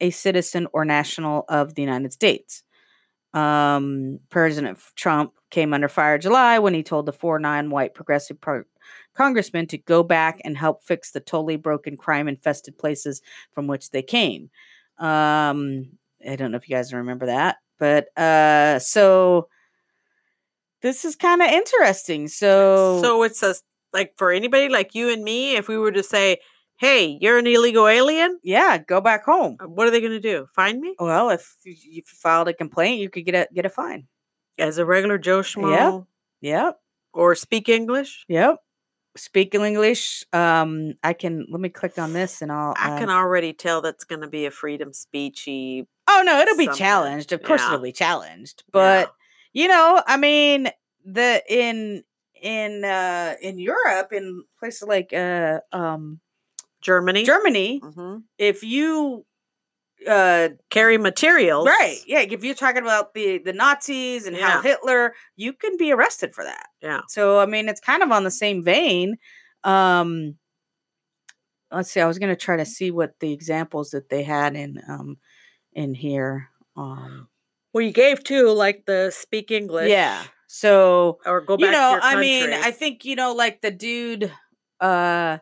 [SPEAKER 2] a citizen or national of the United States. Um, President Trump came under fire July when he told the 4 9 white progressive pro- congressmen to go back and help fix the totally broken, crime infested places from which they came. Um, I don't know if you guys remember that, but uh, so this is kind of interesting. So,
[SPEAKER 1] So it's a like for anybody like you and me, if we were to say, "Hey, you're an illegal alien,"
[SPEAKER 2] yeah, go back home.
[SPEAKER 1] uh, what are they going to do? Find me
[SPEAKER 2] Well, if you if you filed a complaint, you could get a get a fine.
[SPEAKER 1] as a regular Joe Schmo
[SPEAKER 2] Yep,
[SPEAKER 1] or speak English?
[SPEAKER 2] yep. Speaking English, um, I can let me click on this and I'll.
[SPEAKER 1] I
[SPEAKER 2] uh,
[SPEAKER 1] can already tell that's going to be a freedom speechy.
[SPEAKER 2] oh no, it'll be
[SPEAKER 1] something.
[SPEAKER 2] challenged. Of course,
[SPEAKER 1] Yeah.
[SPEAKER 2] it'll be challenged. But you know, I mean, the in in uh in Europe, in places like uh um
[SPEAKER 1] Germany,
[SPEAKER 2] Germany,
[SPEAKER 1] hmm
[SPEAKER 2] if you uh
[SPEAKER 1] carry materials,
[SPEAKER 2] right yeah if you're talking about the the nazis and how
[SPEAKER 1] Yeah.
[SPEAKER 2] hitler you can be arrested for that
[SPEAKER 1] Yeah.
[SPEAKER 2] so i mean it's kind of on the same vein um let's see i was going to try to see what the examples that they had in um in here um
[SPEAKER 1] Well, you gave two, like the speak English,
[SPEAKER 2] yeah so
[SPEAKER 1] or go back.
[SPEAKER 2] you know
[SPEAKER 1] to your
[SPEAKER 2] i mean
[SPEAKER 1] country.
[SPEAKER 2] i think you know like the dude uh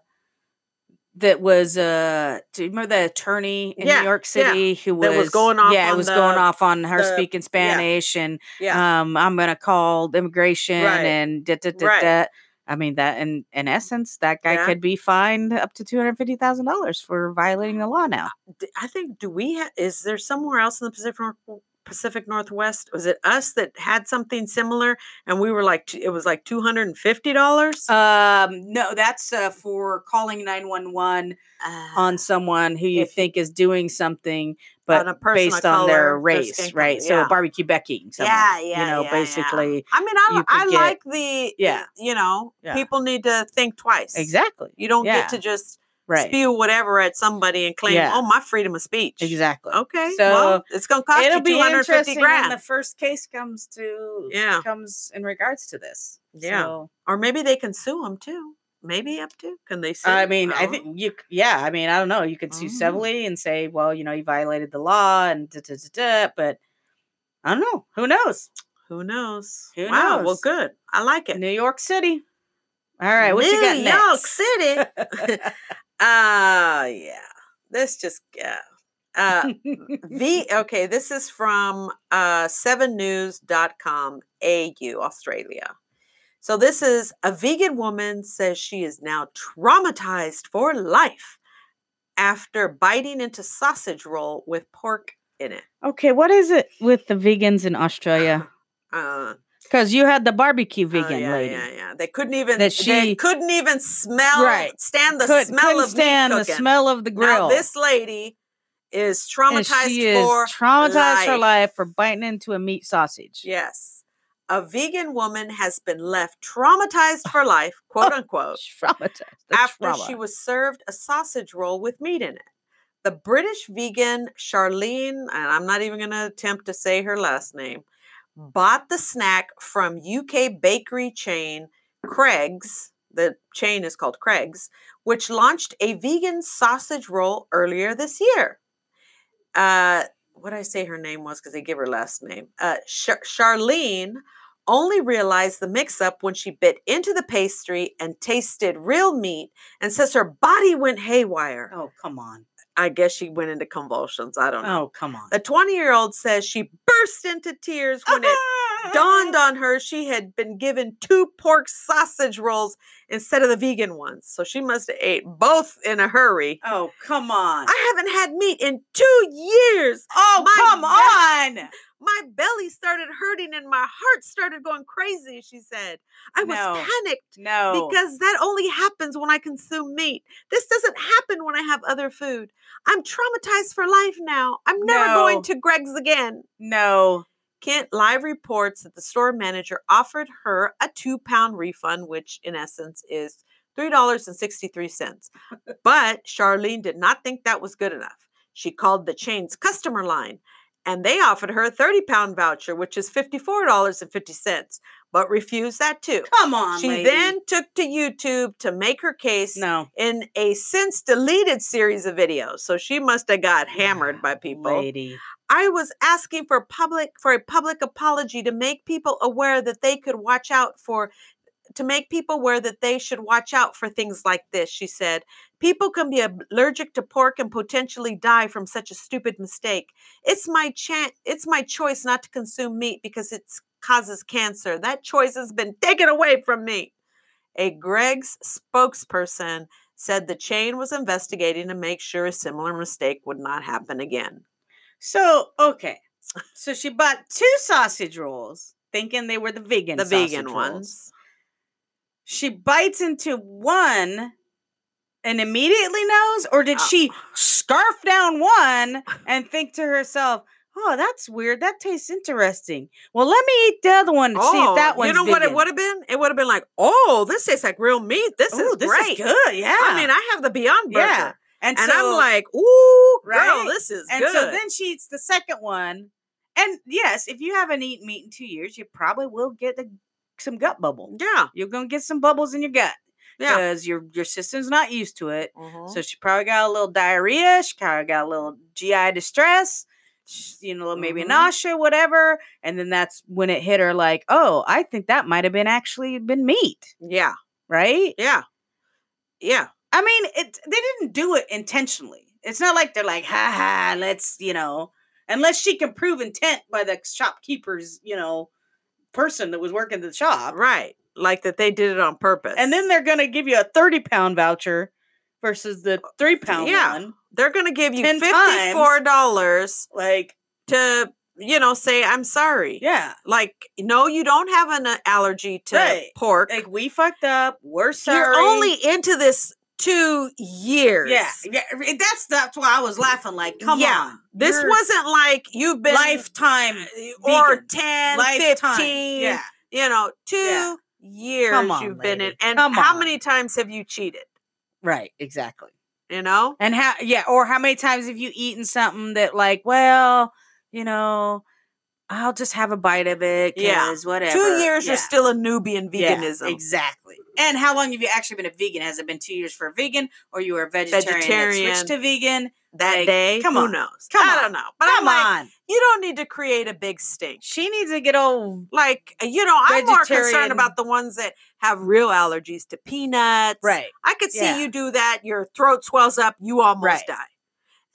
[SPEAKER 2] that was uh do you remember the attorney in
[SPEAKER 1] Yeah,
[SPEAKER 2] new york
[SPEAKER 1] yeah,
[SPEAKER 2] city who was,
[SPEAKER 1] that was going off
[SPEAKER 2] yeah it
[SPEAKER 1] on
[SPEAKER 2] was going
[SPEAKER 1] the-
[SPEAKER 2] off on her
[SPEAKER 1] the-
[SPEAKER 2] speaking spanish and
[SPEAKER 1] yeah,
[SPEAKER 2] um, I'm gonna call immigration
[SPEAKER 1] Right.
[SPEAKER 2] and da, da, da,
[SPEAKER 1] Right.
[SPEAKER 2] da. I mean that in in essence, that guy
[SPEAKER 1] Yeah.
[SPEAKER 2] could be fined up to two hundred fifty thousand dollars for violating the law now.
[SPEAKER 1] D- I think do we ha- is there somewhere else in the Pacific Nor- Pacific Northwest? Was it us that had something similar and we were like t- it was like two hundred and fifty dollars
[SPEAKER 2] Um, no, that's uh, for calling nine one one
[SPEAKER 1] Uh,
[SPEAKER 2] on someone who you
[SPEAKER 1] If you-
[SPEAKER 2] think is doing something, but
[SPEAKER 1] a person of
[SPEAKER 2] based Ah. on their
[SPEAKER 1] color, their
[SPEAKER 2] race,
[SPEAKER 1] skin
[SPEAKER 2] right?
[SPEAKER 1] color,
[SPEAKER 2] So
[SPEAKER 1] yeah.
[SPEAKER 2] barbecue becking, someone,
[SPEAKER 1] Yeah,
[SPEAKER 2] you
[SPEAKER 1] yeah,
[SPEAKER 2] know,
[SPEAKER 1] yeah, yeah.
[SPEAKER 2] basically,
[SPEAKER 1] I mean, I
[SPEAKER 2] you
[SPEAKER 1] li- I
[SPEAKER 2] could get-
[SPEAKER 1] like the
[SPEAKER 2] yeah.
[SPEAKER 1] You know,
[SPEAKER 2] Yeah.
[SPEAKER 1] people need to think twice.
[SPEAKER 2] exactly,
[SPEAKER 1] You don't
[SPEAKER 2] Yeah.
[SPEAKER 1] get to just
[SPEAKER 2] right,
[SPEAKER 1] spew whatever at somebody and claim,
[SPEAKER 2] Yeah.
[SPEAKER 1] "Oh, my freedom of speech."
[SPEAKER 2] exactly.
[SPEAKER 1] Okay.
[SPEAKER 2] So
[SPEAKER 1] well, it's gonna cost
[SPEAKER 2] It'll
[SPEAKER 1] you
[SPEAKER 2] be
[SPEAKER 1] two hundred fifty
[SPEAKER 2] interesting when
[SPEAKER 1] grand.
[SPEAKER 2] the first case comes to
[SPEAKER 1] yeah.
[SPEAKER 2] comes in regards to this.
[SPEAKER 1] Yeah.
[SPEAKER 2] So,
[SPEAKER 1] Or maybe they can sue them too. maybe up to? Can they sue?
[SPEAKER 2] I mean, I
[SPEAKER 1] don't know.
[SPEAKER 2] think you, c- yeah, I mean, I don't know. You could sue
[SPEAKER 1] Mm.
[SPEAKER 2] civilly and say, well, you know, you violated the law and da, da, da, da, but I don't know. Who knows?
[SPEAKER 1] Who knows?
[SPEAKER 2] Who
[SPEAKER 1] wow. Well,
[SPEAKER 2] knows?
[SPEAKER 1] good. I like it.
[SPEAKER 2] New York City. All right, what you got
[SPEAKER 1] New
[SPEAKER 2] next?
[SPEAKER 1] York City. Ah, yeah. This just yeah. Uh, the okay, this is from uh 7news.com AU Australia. So this is a vegan woman says she is now traumatized for life after biting into sausage roll with pork in it.
[SPEAKER 2] okay, what is it with the vegans in Australia?
[SPEAKER 1] Uh,
[SPEAKER 2] Because you had the barbecue
[SPEAKER 1] oh,
[SPEAKER 2] vegan
[SPEAKER 1] yeah,
[SPEAKER 2] lady.
[SPEAKER 1] yeah, yeah. They couldn't even
[SPEAKER 2] That
[SPEAKER 1] they
[SPEAKER 2] she-
[SPEAKER 1] couldn't even smell
[SPEAKER 2] Right.
[SPEAKER 1] stand the
[SPEAKER 2] Could,
[SPEAKER 1] smell
[SPEAKER 2] not
[SPEAKER 1] of
[SPEAKER 2] stand
[SPEAKER 1] meat
[SPEAKER 2] the
[SPEAKER 1] cooking.
[SPEAKER 2] smell of the grill.
[SPEAKER 1] Now this lady is
[SPEAKER 2] And
[SPEAKER 1] traumatized
[SPEAKER 2] she is
[SPEAKER 1] for
[SPEAKER 2] traumatized for
[SPEAKER 1] life.
[SPEAKER 2] life for biting into a meat sausage.
[SPEAKER 1] Yes. A vegan woman has been left traumatized for life, quote unquote,
[SPEAKER 2] Traumatized. the
[SPEAKER 1] after
[SPEAKER 2] trauma.
[SPEAKER 1] she was served a sausage roll with meat in it. The British vegan Charlene, and I'm not even going to attempt to say her last name, bought the snack from UK bakery chain Craig's. The chain is called Craig's, which launched a vegan sausage roll earlier this year. Uh, what I say her name was because they give her last name. Uh, Char- Charlene only realized the mix up when she bit into the pastry and tasted real meat and says her body went haywire.
[SPEAKER 2] Oh, come on.
[SPEAKER 1] I guess she went into convulsions. I don't know.
[SPEAKER 2] Oh, come on.
[SPEAKER 1] The 20 year old says she burst into tears when it dawned on her she had been given two pork sausage rolls instead of the vegan ones. So she must have ate both in a hurry.
[SPEAKER 2] Oh, come on.
[SPEAKER 1] I haven't had meat in two years.
[SPEAKER 2] oh,
[SPEAKER 1] my
[SPEAKER 2] come on.
[SPEAKER 1] My belly started hurting and my heart started going crazy, she said. I was
[SPEAKER 2] No.
[SPEAKER 1] panicked
[SPEAKER 2] No.
[SPEAKER 1] because that only happens when I consume meat. This doesn't happen when I have other food. I'm traumatized for life now. I'm never
[SPEAKER 2] No.
[SPEAKER 1] going to Greg's again.
[SPEAKER 2] no.
[SPEAKER 1] Kent Live reports that the store manager offered her a two pound refund, which in essence is $3.63. but Charlene did not think that was good enough. She called the chain's customer line and they offered her a 30 pound voucher, which is $54.50, but refused that too.
[SPEAKER 2] Come on.
[SPEAKER 1] she
[SPEAKER 2] lady.
[SPEAKER 1] then took to YouTube to make her case
[SPEAKER 2] no
[SPEAKER 1] in a since deleted series of videos. So she must have got hammered by people.
[SPEAKER 2] Lady.
[SPEAKER 1] I was asking for public for a public apology to make people aware that they could watch out for to make people aware that they should watch out for things like this, she said. People can be ab- allergic to pork and potentially die from such a stupid mistake. It's my chan- it's my choice not to consume meat because it causes cancer. That choice has been taken away from me. A Greg's spokesperson said the chain was investigating to make sure a similar mistake would not happen again.
[SPEAKER 2] So okay. So she bought two sausage rolls, thinking they were the vegan.
[SPEAKER 1] the
[SPEAKER 2] sausage
[SPEAKER 1] vegan
[SPEAKER 2] rolls.
[SPEAKER 1] ones.
[SPEAKER 2] She bites into one and immediately knows, or did
[SPEAKER 1] Uh,
[SPEAKER 2] she scarf down one and think to herself? Oh, that's weird. That tastes interesting. Well, let me eat the other one and see if that one's
[SPEAKER 1] Oh, you know what it
[SPEAKER 2] vegan."
[SPEAKER 1] would have been? It would have been like, oh, this tastes like real meat. This
[SPEAKER 2] Ooh,
[SPEAKER 1] is great.
[SPEAKER 2] good. Yeah.
[SPEAKER 1] I mean, I have the Beyond Burger,
[SPEAKER 2] Yeah,
[SPEAKER 1] and,
[SPEAKER 2] so-
[SPEAKER 1] I'm like, ooh, girl,
[SPEAKER 2] Right?
[SPEAKER 1] this is
[SPEAKER 2] and
[SPEAKER 1] good.
[SPEAKER 2] so then she eats the second one. And yes, if you haven't eaten meat in two years, you probably will get a, some gut bubble.
[SPEAKER 1] yeah,
[SPEAKER 2] You're gonna get some bubbles in your gut
[SPEAKER 1] yeah.
[SPEAKER 2] because your your system's not used to it.
[SPEAKER 1] Mhm.
[SPEAKER 2] So she probably got a little diarrhea. She probably got a little GI distress. sh- You know, maybe
[SPEAKER 1] Mhm.
[SPEAKER 2] nausea, whatever. And then that's when it hit her, like, oh, I think that might have been actually been meat,
[SPEAKER 1] yeah,
[SPEAKER 2] right?
[SPEAKER 1] yeah, yeah.
[SPEAKER 2] I mean, it they didn't do it intentionally. It's not like they're like, ha ha, let's, you know, unless she can prove intent by the shopkeeper's, you know, person that was working the shop.
[SPEAKER 1] Right, like that they did it on purpose.
[SPEAKER 2] And then they're gonna give you a 30 pound voucher versus the three pound
[SPEAKER 1] Uh, yeah.
[SPEAKER 2] one.
[SPEAKER 1] they're going to give you
[SPEAKER 2] 10
[SPEAKER 1] fifty four dollars
[SPEAKER 2] Like,
[SPEAKER 1] to you know say I'm sorry.
[SPEAKER 2] yeah.
[SPEAKER 1] Like, no, you don't have an uh, allergy to
[SPEAKER 2] Right.
[SPEAKER 1] pork.
[SPEAKER 2] Like we fucked up. We're sorry.
[SPEAKER 1] You're only into this two years.
[SPEAKER 2] yeah, yeah. re- That's that's why I was laughing. Like, come
[SPEAKER 1] Yeah,
[SPEAKER 2] on,
[SPEAKER 1] This
[SPEAKER 2] you're
[SPEAKER 1] wasn't like you've been
[SPEAKER 2] lifetime
[SPEAKER 1] or
[SPEAKER 2] vegan.
[SPEAKER 1] 10,
[SPEAKER 2] lifetime.
[SPEAKER 1] 15,
[SPEAKER 2] Yeah,
[SPEAKER 1] you know, two
[SPEAKER 2] Yeah.
[SPEAKER 1] years
[SPEAKER 2] on,
[SPEAKER 1] you've been in.
[SPEAKER 2] lady.
[SPEAKER 1] And
[SPEAKER 2] Come
[SPEAKER 1] how
[SPEAKER 2] on.
[SPEAKER 1] many times have you cheated?
[SPEAKER 2] right, exactly.
[SPEAKER 1] You know?
[SPEAKER 2] And how, yeah, or how many times have you eaten something that, like, well, you know, I'll just have a bite of it
[SPEAKER 1] Yeah.
[SPEAKER 2] because whatever.
[SPEAKER 1] Two years
[SPEAKER 2] yeah.
[SPEAKER 1] you're still a newbie in
[SPEAKER 2] Yeah,
[SPEAKER 1] veganism.
[SPEAKER 2] exactly. And how long have you actually been a vegan? Has it been two years for a vegan, or you were a vegetarian,
[SPEAKER 1] Vegetarian.
[SPEAKER 2] and switched to vegan?
[SPEAKER 1] that
[SPEAKER 2] Like,
[SPEAKER 1] day.
[SPEAKER 2] come
[SPEAKER 1] who
[SPEAKER 2] on.
[SPEAKER 1] knows?
[SPEAKER 2] Come
[SPEAKER 1] I
[SPEAKER 2] on.
[SPEAKER 1] don't know. But I'm
[SPEAKER 2] Come
[SPEAKER 1] like,
[SPEAKER 2] on,
[SPEAKER 1] you don't need to create a big stink.
[SPEAKER 2] she needs to get old.
[SPEAKER 1] Like you know, I'm more concerned
[SPEAKER 2] Vegetarian.
[SPEAKER 1] about the ones that have real allergies to peanuts.
[SPEAKER 2] Right.
[SPEAKER 1] I could see
[SPEAKER 2] Yeah.
[SPEAKER 1] you do that. Your throat swells up. You almost
[SPEAKER 2] Right.
[SPEAKER 1] die.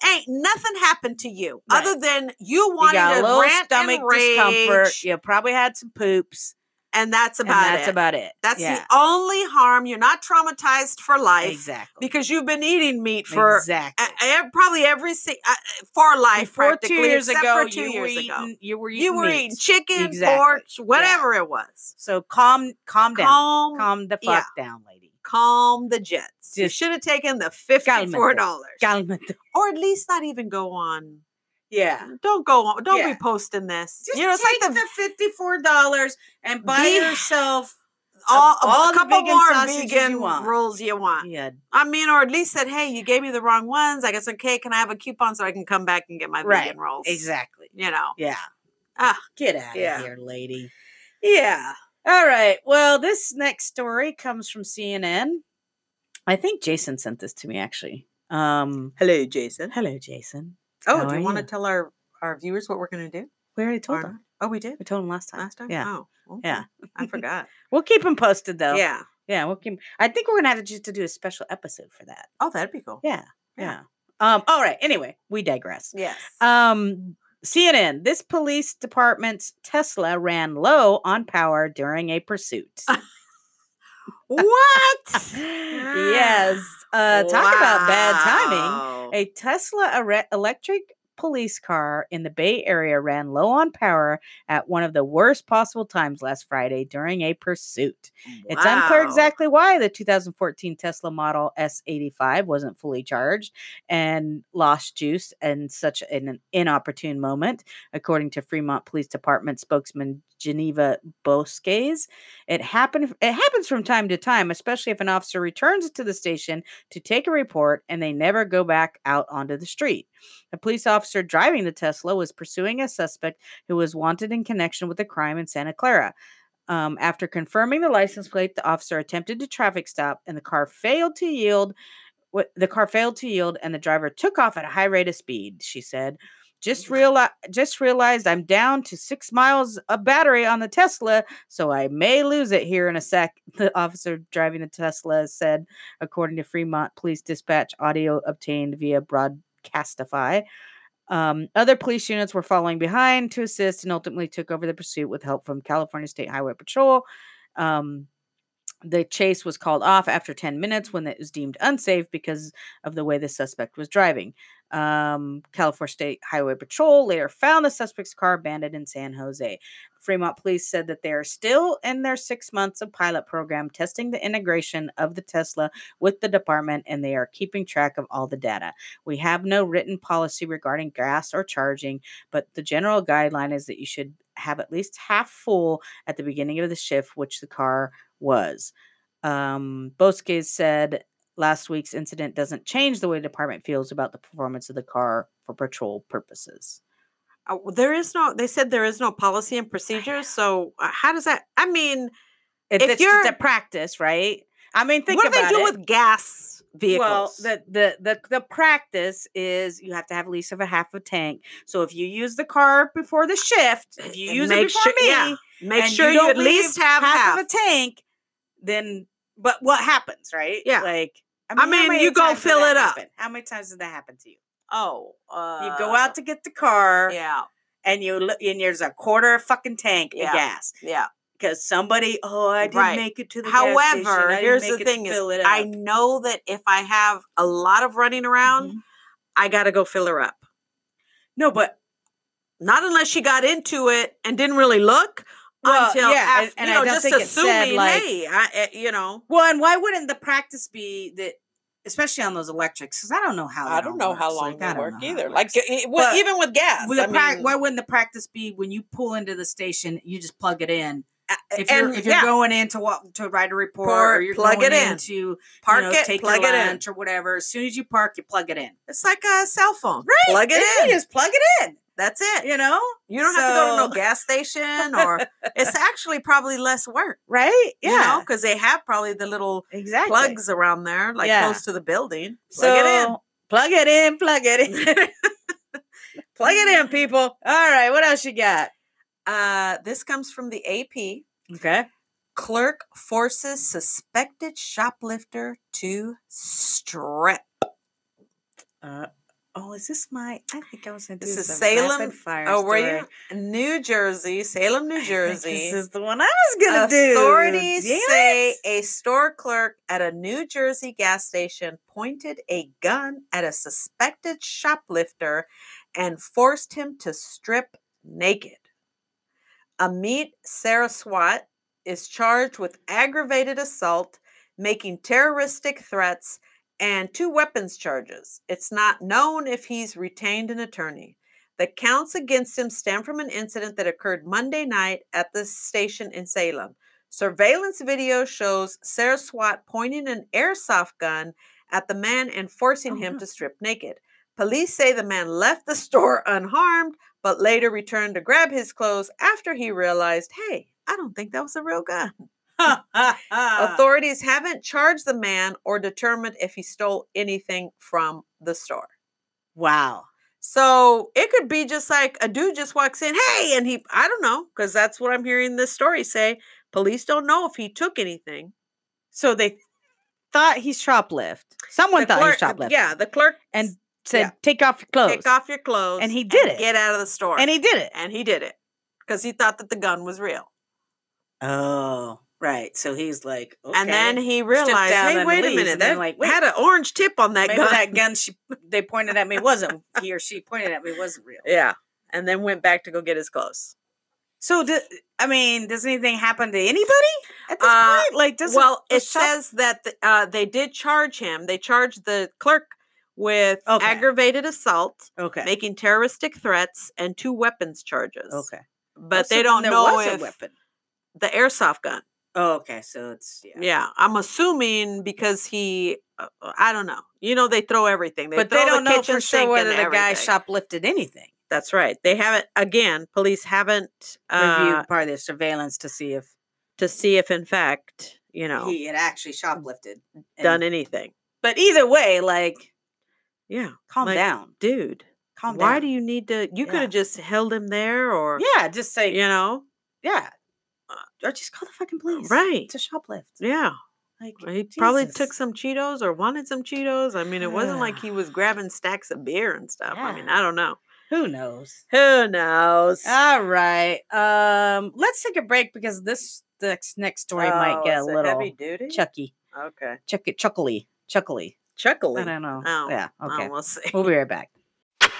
[SPEAKER 1] Ain't nothing happened to you
[SPEAKER 2] Right.
[SPEAKER 1] other than you
[SPEAKER 2] You
[SPEAKER 1] wanted
[SPEAKER 2] got a
[SPEAKER 1] to
[SPEAKER 2] little
[SPEAKER 1] rant
[SPEAKER 2] stomach
[SPEAKER 1] and rage,
[SPEAKER 2] discomfort. You probably had some poops,
[SPEAKER 1] and that's
[SPEAKER 2] and
[SPEAKER 1] about
[SPEAKER 2] that's
[SPEAKER 1] it.
[SPEAKER 2] about it.
[SPEAKER 1] that's
[SPEAKER 2] yeah,
[SPEAKER 1] the only harm. You're not traumatized for life
[SPEAKER 2] exactly
[SPEAKER 1] because you've been eating meat for
[SPEAKER 2] exactly.
[SPEAKER 1] a- ev- probably every si- uh, uh, for life
[SPEAKER 2] Before two
[SPEAKER 1] practically,
[SPEAKER 2] years
[SPEAKER 1] except
[SPEAKER 2] ago,
[SPEAKER 1] for two
[SPEAKER 2] you
[SPEAKER 1] years
[SPEAKER 2] were
[SPEAKER 1] ago.
[SPEAKER 2] eating. You were eating.
[SPEAKER 1] you were
[SPEAKER 2] meat.
[SPEAKER 1] eating chicken,
[SPEAKER 2] Exactly.
[SPEAKER 1] pork, whatever it was.
[SPEAKER 2] So calm, calm down, calm,
[SPEAKER 1] Calm, calm,
[SPEAKER 2] the
[SPEAKER 1] yeah.
[SPEAKER 2] fuck down, lady.
[SPEAKER 1] the jets. you
[SPEAKER 2] Just
[SPEAKER 1] should have taken the
[SPEAKER 2] calm
[SPEAKER 1] fifty-four
[SPEAKER 2] it.
[SPEAKER 1] dollars,
[SPEAKER 2] Calmate.
[SPEAKER 1] or at least not even go on.
[SPEAKER 2] Yeah.
[SPEAKER 1] Don't go on. Don't
[SPEAKER 2] Yeah.
[SPEAKER 1] be posting this.
[SPEAKER 2] Just
[SPEAKER 1] you know, it's
[SPEAKER 2] take
[SPEAKER 1] like the,
[SPEAKER 2] the fifty-four dollars and buy
[SPEAKER 1] Be-
[SPEAKER 2] yourself.
[SPEAKER 1] all,
[SPEAKER 2] all the
[SPEAKER 1] a couple
[SPEAKER 2] vegan
[SPEAKER 1] more
[SPEAKER 2] sausages you
[SPEAKER 1] vegan
[SPEAKER 2] want. Mm.
[SPEAKER 1] rolls you want.
[SPEAKER 2] Yeah,
[SPEAKER 1] I mean, or at least said, "Hey, you gave me the wrong ones. I guess okay. Can I have a coupon so I can come back and get my
[SPEAKER 2] Right.
[SPEAKER 1] vegan rolls?"
[SPEAKER 2] exactly.
[SPEAKER 1] You know.
[SPEAKER 2] Yeah.
[SPEAKER 1] Ah,
[SPEAKER 2] get out
[SPEAKER 1] yeah.
[SPEAKER 2] of here, lady.
[SPEAKER 1] Yeah.
[SPEAKER 2] All right. Well, this next story comes from CNN. I think Jason sent this to me actually. Um,
[SPEAKER 1] Hello, Jason.
[SPEAKER 2] hello, Jason.
[SPEAKER 1] Oh,
[SPEAKER 2] How
[SPEAKER 1] do
[SPEAKER 2] are
[SPEAKER 1] you want to
[SPEAKER 2] you?
[SPEAKER 1] tell our our viewers what we're going to do?
[SPEAKER 2] We already told
[SPEAKER 1] Or
[SPEAKER 2] him.
[SPEAKER 1] not? Oh, we did
[SPEAKER 2] We told him last time.
[SPEAKER 1] last time.
[SPEAKER 2] Yeah,
[SPEAKER 1] Oh, okay.
[SPEAKER 2] Yeah.
[SPEAKER 1] I forgot.
[SPEAKER 2] we'll keep him posted though.
[SPEAKER 1] Yeah.
[SPEAKER 2] yeah, we'll keep. I think we're gonna have to just to do a special episode for that.
[SPEAKER 1] Oh, that'd be cool.
[SPEAKER 2] Yeah,
[SPEAKER 1] Yeah.
[SPEAKER 2] yeah. Um. All right. Anyway, we digress.
[SPEAKER 1] Yes.
[SPEAKER 2] Um, CNN, this police department's Tesla ran low on power during a pursuit.
[SPEAKER 1] what?
[SPEAKER 2] yes. Uh, talk about bad timing.
[SPEAKER 1] Wow.
[SPEAKER 2] A Tesla ere- electric police car in the Bay Area ran low on power at one of the worst possible times last Friday during a pursuit. It's unclear
[SPEAKER 1] Wow.
[SPEAKER 2] exactly why the 2014 Tesla Model S85 wasn't fully charged and lost juice in such an inopportune moment, according to Fremont Police Department spokesman Geneva Bosques. It happened. It happens from time to time, especially if an officer returns to the station to take a report and they never go back out onto the street. A police officer driving the Tesla was pursuing a suspect who was wanted in connection with a crime in Santa Clara. Um, after confirming the license plate, the officer attempted to traffic stop, and the car failed to yield. What the car failed to yield, and the driver took off at a high rate of speed. She said, "Just reali- just realized I'm down to six miles of battery on the Tesla, so I may lose it here in a sec." The officer driving the Tesla said, according to Fremont Police Dispatch audio obtained via broadcastify. Um, other police units were following behind to assist and ultimately took over the pursuit with help from California State Highway Patrol. Um, the chase was called off after 10 minutes when it was deemed unsafe because of the way the suspect was driving. Um, California State Highway Patrol later found the suspect's car abandoned in San Jose. Fremont police said that they are still in their six months of pilot program testing the integration of the Tesla with the department and they are keeping track of all the data. We have no written policy regarding gas or charging, but the general guideline is that you should have at least half full at the beginning of the shift, which the car was. Um, Bosques said last week's incident doesn't change the way the department feels about the performance of the car for patrol purposes. Oh,
[SPEAKER 1] Uh, well, there is no. They said there is no policy and procedures. So uh, how does that? I mean,
[SPEAKER 2] It,
[SPEAKER 1] If
[SPEAKER 2] it's just
[SPEAKER 1] you're-
[SPEAKER 2] a practice, right? I mean, think
[SPEAKER 1] what do they
[SPEAKER 2] about
[SPEAKER 1] do
[SPEAKER 2] it.
[SPEAKER 1] with gas vehicles?
[SPEAKER 2] Well, the, the the the practice is you have to have at least of a half a tank. So if you use the car before the shift, if you
[SPEAKER 1] And
[SPEAKER 2] use
[SPEAKER 1] make
[SPEAKER 2] it before
[SPEAKER 1] sure-
[SPEAKER 2] me,
[SPEAKER 1] yeah, make
[SPEAKER 2] and
[SPEAKER 1] sure you,
[SPEAKER 2] don't
[SPEAKER 1] at
[SPEAKER 2] leave
[SPEAKER 1] least have half.
[SPEAKER 2] of a tank, then but what happens, right?
[SPEAKER 1] Yeah.
[SPEAKER 2] Like
[SPEAKER 1] I
[SPEAKER 2] how
[SPEAKER 1] mean,
[SPEAKER 2] many
[SPEAKER 1] you go
[SPEAKER 2] times did
[SPEAKER 1] fill
[SPEAKER 2] that
[SPEAKER 1] it up.
[SPEAKER 2] happen? How many times did that happen to you?
[SPEAKER 1] oh, uh,
[SPEAKER 2] You go out to get the car
[SPEAKER 1] Yeah,
[SPEAKER 2] and you look and there's a quarter fucking tank
[SPEAKER 1] Yeah.
[SPEAKER 2] of gas.
[SPEAKER 1] yeah.
[SPEAKER 2] Because somebody, oh, I didn't
[SPEAKER 1] Right.
[SPEAKER 2] make it to the gas station, I
[SPEAKER 1] However,
[SPEAKER 2] didn't
[SPEAKER 1] here's the
[SPEAKER 2] make it
[SPEAKER 1] thing: is
[SPEAKER 2] fill it
[SPEAKER 1] I
[SPEAKER 2] up."
[SPEAKER 1] know that if I have a lot of running around,
[SPEAKER 2] Mhm.
[SPEAKER 1] I got to go fill her up.
[SPEAKER 2] No, but
[SPEAKER 1] Not unless she got into it and didn't really look
[SPEAKER 2] Well,
[SPEAKER 1] until
[SPEAKER 2] yeah,
[SPEAKER 1] af-
[SPEAKER 2] and- and
[SPEAKER 1] you
[SPEAKER 2] I
[SPEAKER 1] know,
[SPEAKER 2] don't
[SPEAKER 1] just
[SPEAKER 2] think it
[SPEAKER 1] assuming,
[SPEAKER 2] said, like-
[SPEAKER 1] hey, I, eh, you know,
[SPEAKER 2] Well, and why wouldn't the practice be that, especially on those electrics? Because I don't know how.
[SPEAKER 1] I
[SPEAKER 2] that
[SPEAKER 1] don't
[SPEAKER 2] all
[SPEAKER 1] know how
[SPEAKER 2] works.
[SPEAKER 1] long
[SPEAKER 2] I
[SPEAKER 1] they
[SPEAKER 2] don't
[SPEAKER 1] work
[SPEAKER 2] know how it
[SPEAKER 1] either. Like
[SPEAKER 2] works.
[SPEAKER 1] it- it- well,
[SPEAKER 2] But
[SPEAKER 1] even with gas,
[SPEAKER 2] Would the
[SPEAKER 1] I
[SPEAKER 2] prac-
[SPEAKER 1] mean,
[SPEAKER 2] why wouldn't the practice be when you pull into the station, you just plug it in?
[SPEAKER 1] a-
[SPEAKER 2] If you're
[SPEAKER 1] and-
[SPEAKER 2] if you're
[SPEAKER 1] yeah,
[SPEAKER 2] going in to walk, to write a report, or
[SPEAKER 1] Report,
[SPEAKER 2] you're
[SPEAKER 1] plug
[SPEAKER 2] going
[SPEAKER 1] it in.
[SPEAKER 2] to you
[SPEAKER 1] park
[SPEAKER 2] know,
[SPEAKER 1] it,
[SPEAKER 2] take
[SPEAKER 1] plug
[SPEAKER 2] your
[SPEAKER 1] it in.
[SPEAKER 2] lunch or whatever. As soon as you park, you plug it in.
[SPEAKER 1] It's like a cell phone.
[SPEAKER 2] Right.
[SPEAKER 1] Plug it
[SPEAKER 2] It's- you
[SPEAKER 1] in.
[SPEAKER 2] Just plug it in.
[SPEAKER 1] That's it.
[SPEAKER 2] you know?
[SPEAKER 1] You don't have to go to
[SPEAKER 2] So-
[SPEAKER 1] no gas station or it's actually probably less work.
[SPEAKER 2] Right? Yeah.
[SPEAKER 1] You know, because they have probably the little
[SPEAKER 2] exactly.
[SPEAKER 1] plugs around there, like
[SPEAKER 2] Yeah.
[SPEAKER 1] close to the building.
[SPEAKER 2] so
[SPEAKER 1] Plug it in.
[SPEAKER 2] plug it in, plug it in. plug it in, people. All right, what else you got?
[SPEAKER 1] Uh, this comes from the AP.
[SPEAKER 2] Okay.
[SPEAKER 1] Clerk forces suspected shoplifter to strip.
[SPEAKER 2] Uh, oh, is this my I think I was gonna do
[SPEAKER 1] This is
[SPEAKER 2] a
[SPEAKER 1] Salem-
[SPEAKER 2] rapid Fire
[SPEAKER 1] Oh, were
[SPEAKER 2] story.
[SPEAKER 1] you? New Jersey, Salem,
[SPEAKER 2] I
[SPEAKER 1] New
[SPEAKER 2] think
[SPEAKER 1] Jersey.
[SPEAKER 2] This is the one I was gonna do.
[SPEAKER 1] Authorities
[SPEAKER 2] Damn
[SPEAKER 1] say
[SPEAKER 2] it.
[SPEAKER 1] a store clerk at a New Jersey gas station pointed a gun at a suspected shoplifter and forced him to strip naked. Amit Saraswat is charged with aggravated assault, making terroristic threats, and two weapons charges. It's not known if he's retained an attorney. The counts against him stem from an incident that occurred Monday night at the station in Salem. Surveillance video shows Saraswat pointing an airsoft gun at the man and forcing
[SPEAKER 2] Oh,
[SPEAKER 1] him
[SPEAKER 2] no.
[SPEAKER 1] to strip naked. Police say the man left the store unharmed, but later returned to grab his clothes after he realized, hey, I don't think that was a real gun.
[SPEAKER 2] Uh,
[SPEAKER 1] Authorities haven't charged the man or determined if he stole anything from the store.
[SPEAKER 2] Wow.
[SPEAKER 1] So it could be just like a dude just walks in, hey, and he, I don't know, because that's what I'm hearing this story say. Police don't know if he took anything.
[SPEAKER 2] So they thought he's shoplift. Someone
[SPEAKER 1] The
[SPEAKER 2] thought he was
[SPEAKER 1] clerk- uh,
[SPEAKER 2] shoplift.
[SPEAKER 1] Yeah, the clerk
[SPEAKER 2] And
[SPEAKER 1] s-
[SPEAKER 2] said,
[SPEAKER 1] yeah.
[SPEAKER 2] "Take off your clothes."
[SPEAKER 1] take off your clothes.
[SPEAKER 2] And he did it.
[SPEAKER 1] Get out of the store.
[SPEAKER 2] and he did it.
[SPEAKER 1] and he did it because he thought that the gun was real.
[SPEAKER 2] Oh, right. So he's like,
[SPEAKER 1] And then
[SPEAKER 2] he
[SPEAKER 1] he realized,
[SPEAKER 2] down
[SPEAKER 1] hey,
[SPEAKER 2] and
[SPEAKER 1] wait a
[SPEAKER 2] leaves,
[SPEAKER 1] minute,
[SPEAKER 2] and then,
[SPEAKER 1] that
[SPEAKER 2] like,
[SPEAKER 1] like,
[SPEAKER 2] wait,
[SPEAKER 1] had an orange tip on that
[SPEAKER 2] maybe
[SPEAKER 1] gun.
[SPEAKER 2] that gun she they pointed at me wasn't he or she pointed at me wasn't real.
[SPEAKER 1] yeah, and then went back to go get his clothes.
[SPEAKER 2] So do, I mean, does anything happen to anybody at this
[SPEAKER 1] Uh,
[SPEAKER 2] point? Like, does
[SPEAKER 1] well,
[SPEAKER 2] the
[SPEAKER 1] it
[SPEAKER 2] shop-
[SPEAKER 1] says that the, uh, they did charge him. They charged the clerk with
[SPEAKER 2] Okay.
[SPEAKER 1] aggravated assault,
[SPEAKER 2] okay,
[SPEAKER 1] making terroristic threats, and two weapons charges.
[SPEAKER 2] okay,
[SPEAKER 1] But
[SPEAKER 2] Oh, so
[SPEAKER 1] they don't
[SPEAKER 2] there
[SPEAKER 1] know
[SPEAKER 2] was a
[SPEAKER 1] if
[SPEAKER 2] weapon.
[SPEAKER 1] the airsoft gun.
[SPEAKER 2] Oh, okay, so it's yeah.
[SPEAKER 1] Yeah. I'm assuming because he, uh, uh, I don't know. You know, they throw everything. They
[SPEAKER 2] but
[SPEAKER 1] throw
[SPEAKER 2] they don't
[SPEAKER 1] the
[SPEAKER 2] know
[SPEAKER 1] kitchen
[SPEAKER 2] for sure
[SPEAKER 1] sink
[SPEAKER 2] whether
[SPEAKER 1] and
[SPEAKER 2] the guy
[SPEAKER 1] everything.
[SPEAKER 2] shoplifted anything.
[SPEAKER 1] That's right. They haven't. Again, police haven't uh,
[SPEAKER 2] Reviewed part of their surveillance to see if
[SPEAKER 1] to see if, in fact, you know,
[SPEAKER 2] he had actually shoplifted. and-
[SPEAKER 1] Mm. done anything.
[SPEAKER 2] But either way, like,
[SPEAKER 1] Yeah,
[SPEAKER 2] calm
[SPEAKER 1] Like,
[SPEAKER 2] down,
[SPEAKER 1] dude.
[SPEAKER 2] calm down.
[SPEAKER 1] Why do you need to? You could
[SPEAKER 2] Oh, Yeah.
[SPEAKER 1] have just held him there, or
[SPEAKER 2] Yeah, just say
[SPEAKER 1] you know,
[SPEAKER 2] Yeah. Uh, Or just call the fucking police.
[SPEAKER 1] right?
[SPEAKER 2] It's a shoplift.
[SPEAKER 1] Yeah,
[SPEAKER 2] Like
[SPEAKER 1] he probably took
[SPEAKER 2] Jesus.
[SPEAKER 1] some Cheetos or wanted some Cheetos. I mean, it wasn't like he was grabbing stacks of beer and stuff. I mean,
[SPEAKER 2] Yeah. Oh,
[SPEAKER 1] I don't know.
[SPEAKER 2] who knows?
[SPEAKER 1] Who knows?
[SPEAKER 2] All right. Um, let's take a break because this next next story might
[SPEAKER 1] Oh,
[SPEAKER 2] get a
[SPEAKER 1] it's
[SPEAKER 2] little
[SPEAKER 1] heavy duty.
[SPEAKER 2] chucky.
[SPEAKER 1] okay,
[SPEAKER 2] Chuck it chuckly. Chuckly.
[SPEAKER 1] chuckling.
[SPEAKER 2] I don't know.
[SPEAKER 1] Oh,
[SPEAKER 2] Yeah. Okay.
[SPEAKER 1] Oh, we'll see.
[SPEAKER 2] We'll be right back.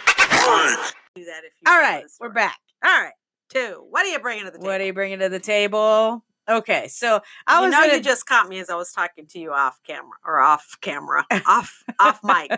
[SPEAKER 1] Do that if you
[SPEAKER 2] All
[SPEAKER 1] follow
[SPEAKER 2] right.
[SPEAKER 1] this
[SPEAKER 2] We're
[SPEAKER 1] story.
[SPEAKER 2] back.
[SPEAKER 1] All right, two. What are you bringing to the table?
[SPEAKER 2] What are you bringing to the table? Okay. So I
[SPEAKER 1] you
[SPEAKER 2] was
[SPEAKER 1] know
[SPEAKER 2] gonna
[SPEAKER 1] you just caught me as I was talking to you off camera or off camera, off off mic.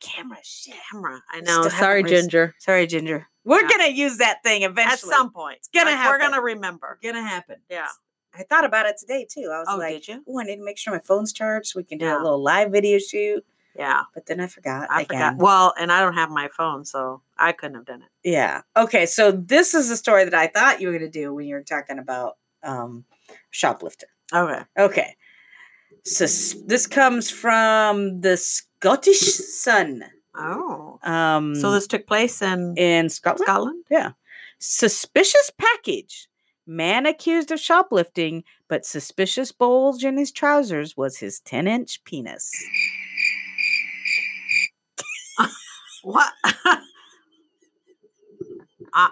[SPEAKER 2] camera shit.
[SPEAKER 1] Camera. I
[SPEAKER 2] Still
[SPEAKER 1] know.
[SPEAKER 2] haven't
[SPEAKER 1] Sorry,
[SPEAKER 2] res-
[SPEAKER 1] Ginger.
[SPEAKER 2] Sorry, Ginger. We're
[SPEAKER 1] Yeah.
[SPEAKER 2] gonna use that thing eventually.
[SPEAKER 1] At some point, it's
[SPEAKER 2] gonna
[SPEAKER 1] We're
[SPEAKER 2] happen.
[SPEAKER 1] gonna remember.
[SPEAKER 2] gonna happen.
[SPEAKER 1] Yeah.
[SPEAKER 2] I thought about it today too. I was
[SPEAKER 1] Oh,
[SPEAKER 2] like,
[SPEAKER 1] did you?
[SPEAKER 2] Oh, I need to make sure my phone's charged so we can do
[SPEAKER 1] Yeah.
[SPEAKER 2] a little live video shoot.
[SPEAKER 1] Yeah.
[SPEAKER 2] But then I forgot.
[SPEAKER 1] I
[SPEAKER 2] again.
[SPEAKER 1] forgot. Well, and I don't have my phone, so I couldn't have done it.
[SPEAKER 2] Yeah. Okay. So this is the story that I thought you were going to do when you were talking about um, shoplifter.
[SPEAKER 1] Okay.
[SPEAKER 2] Okay. So s- this comes from the Scottish Sun.
[SPEAKER 1] Oh.
[SPEAKER 2] Um,
[SPEAKER 1] So this took place in
[SPEAKER 2] in Scotland.
[SPEAKER 1] Scotland?
[SPEAKER 2] Suspicious package. Man accused of shoplifting, but suspicious bulge in his trousers was his 10 inch penis.
[SPEAKER 1] What? I,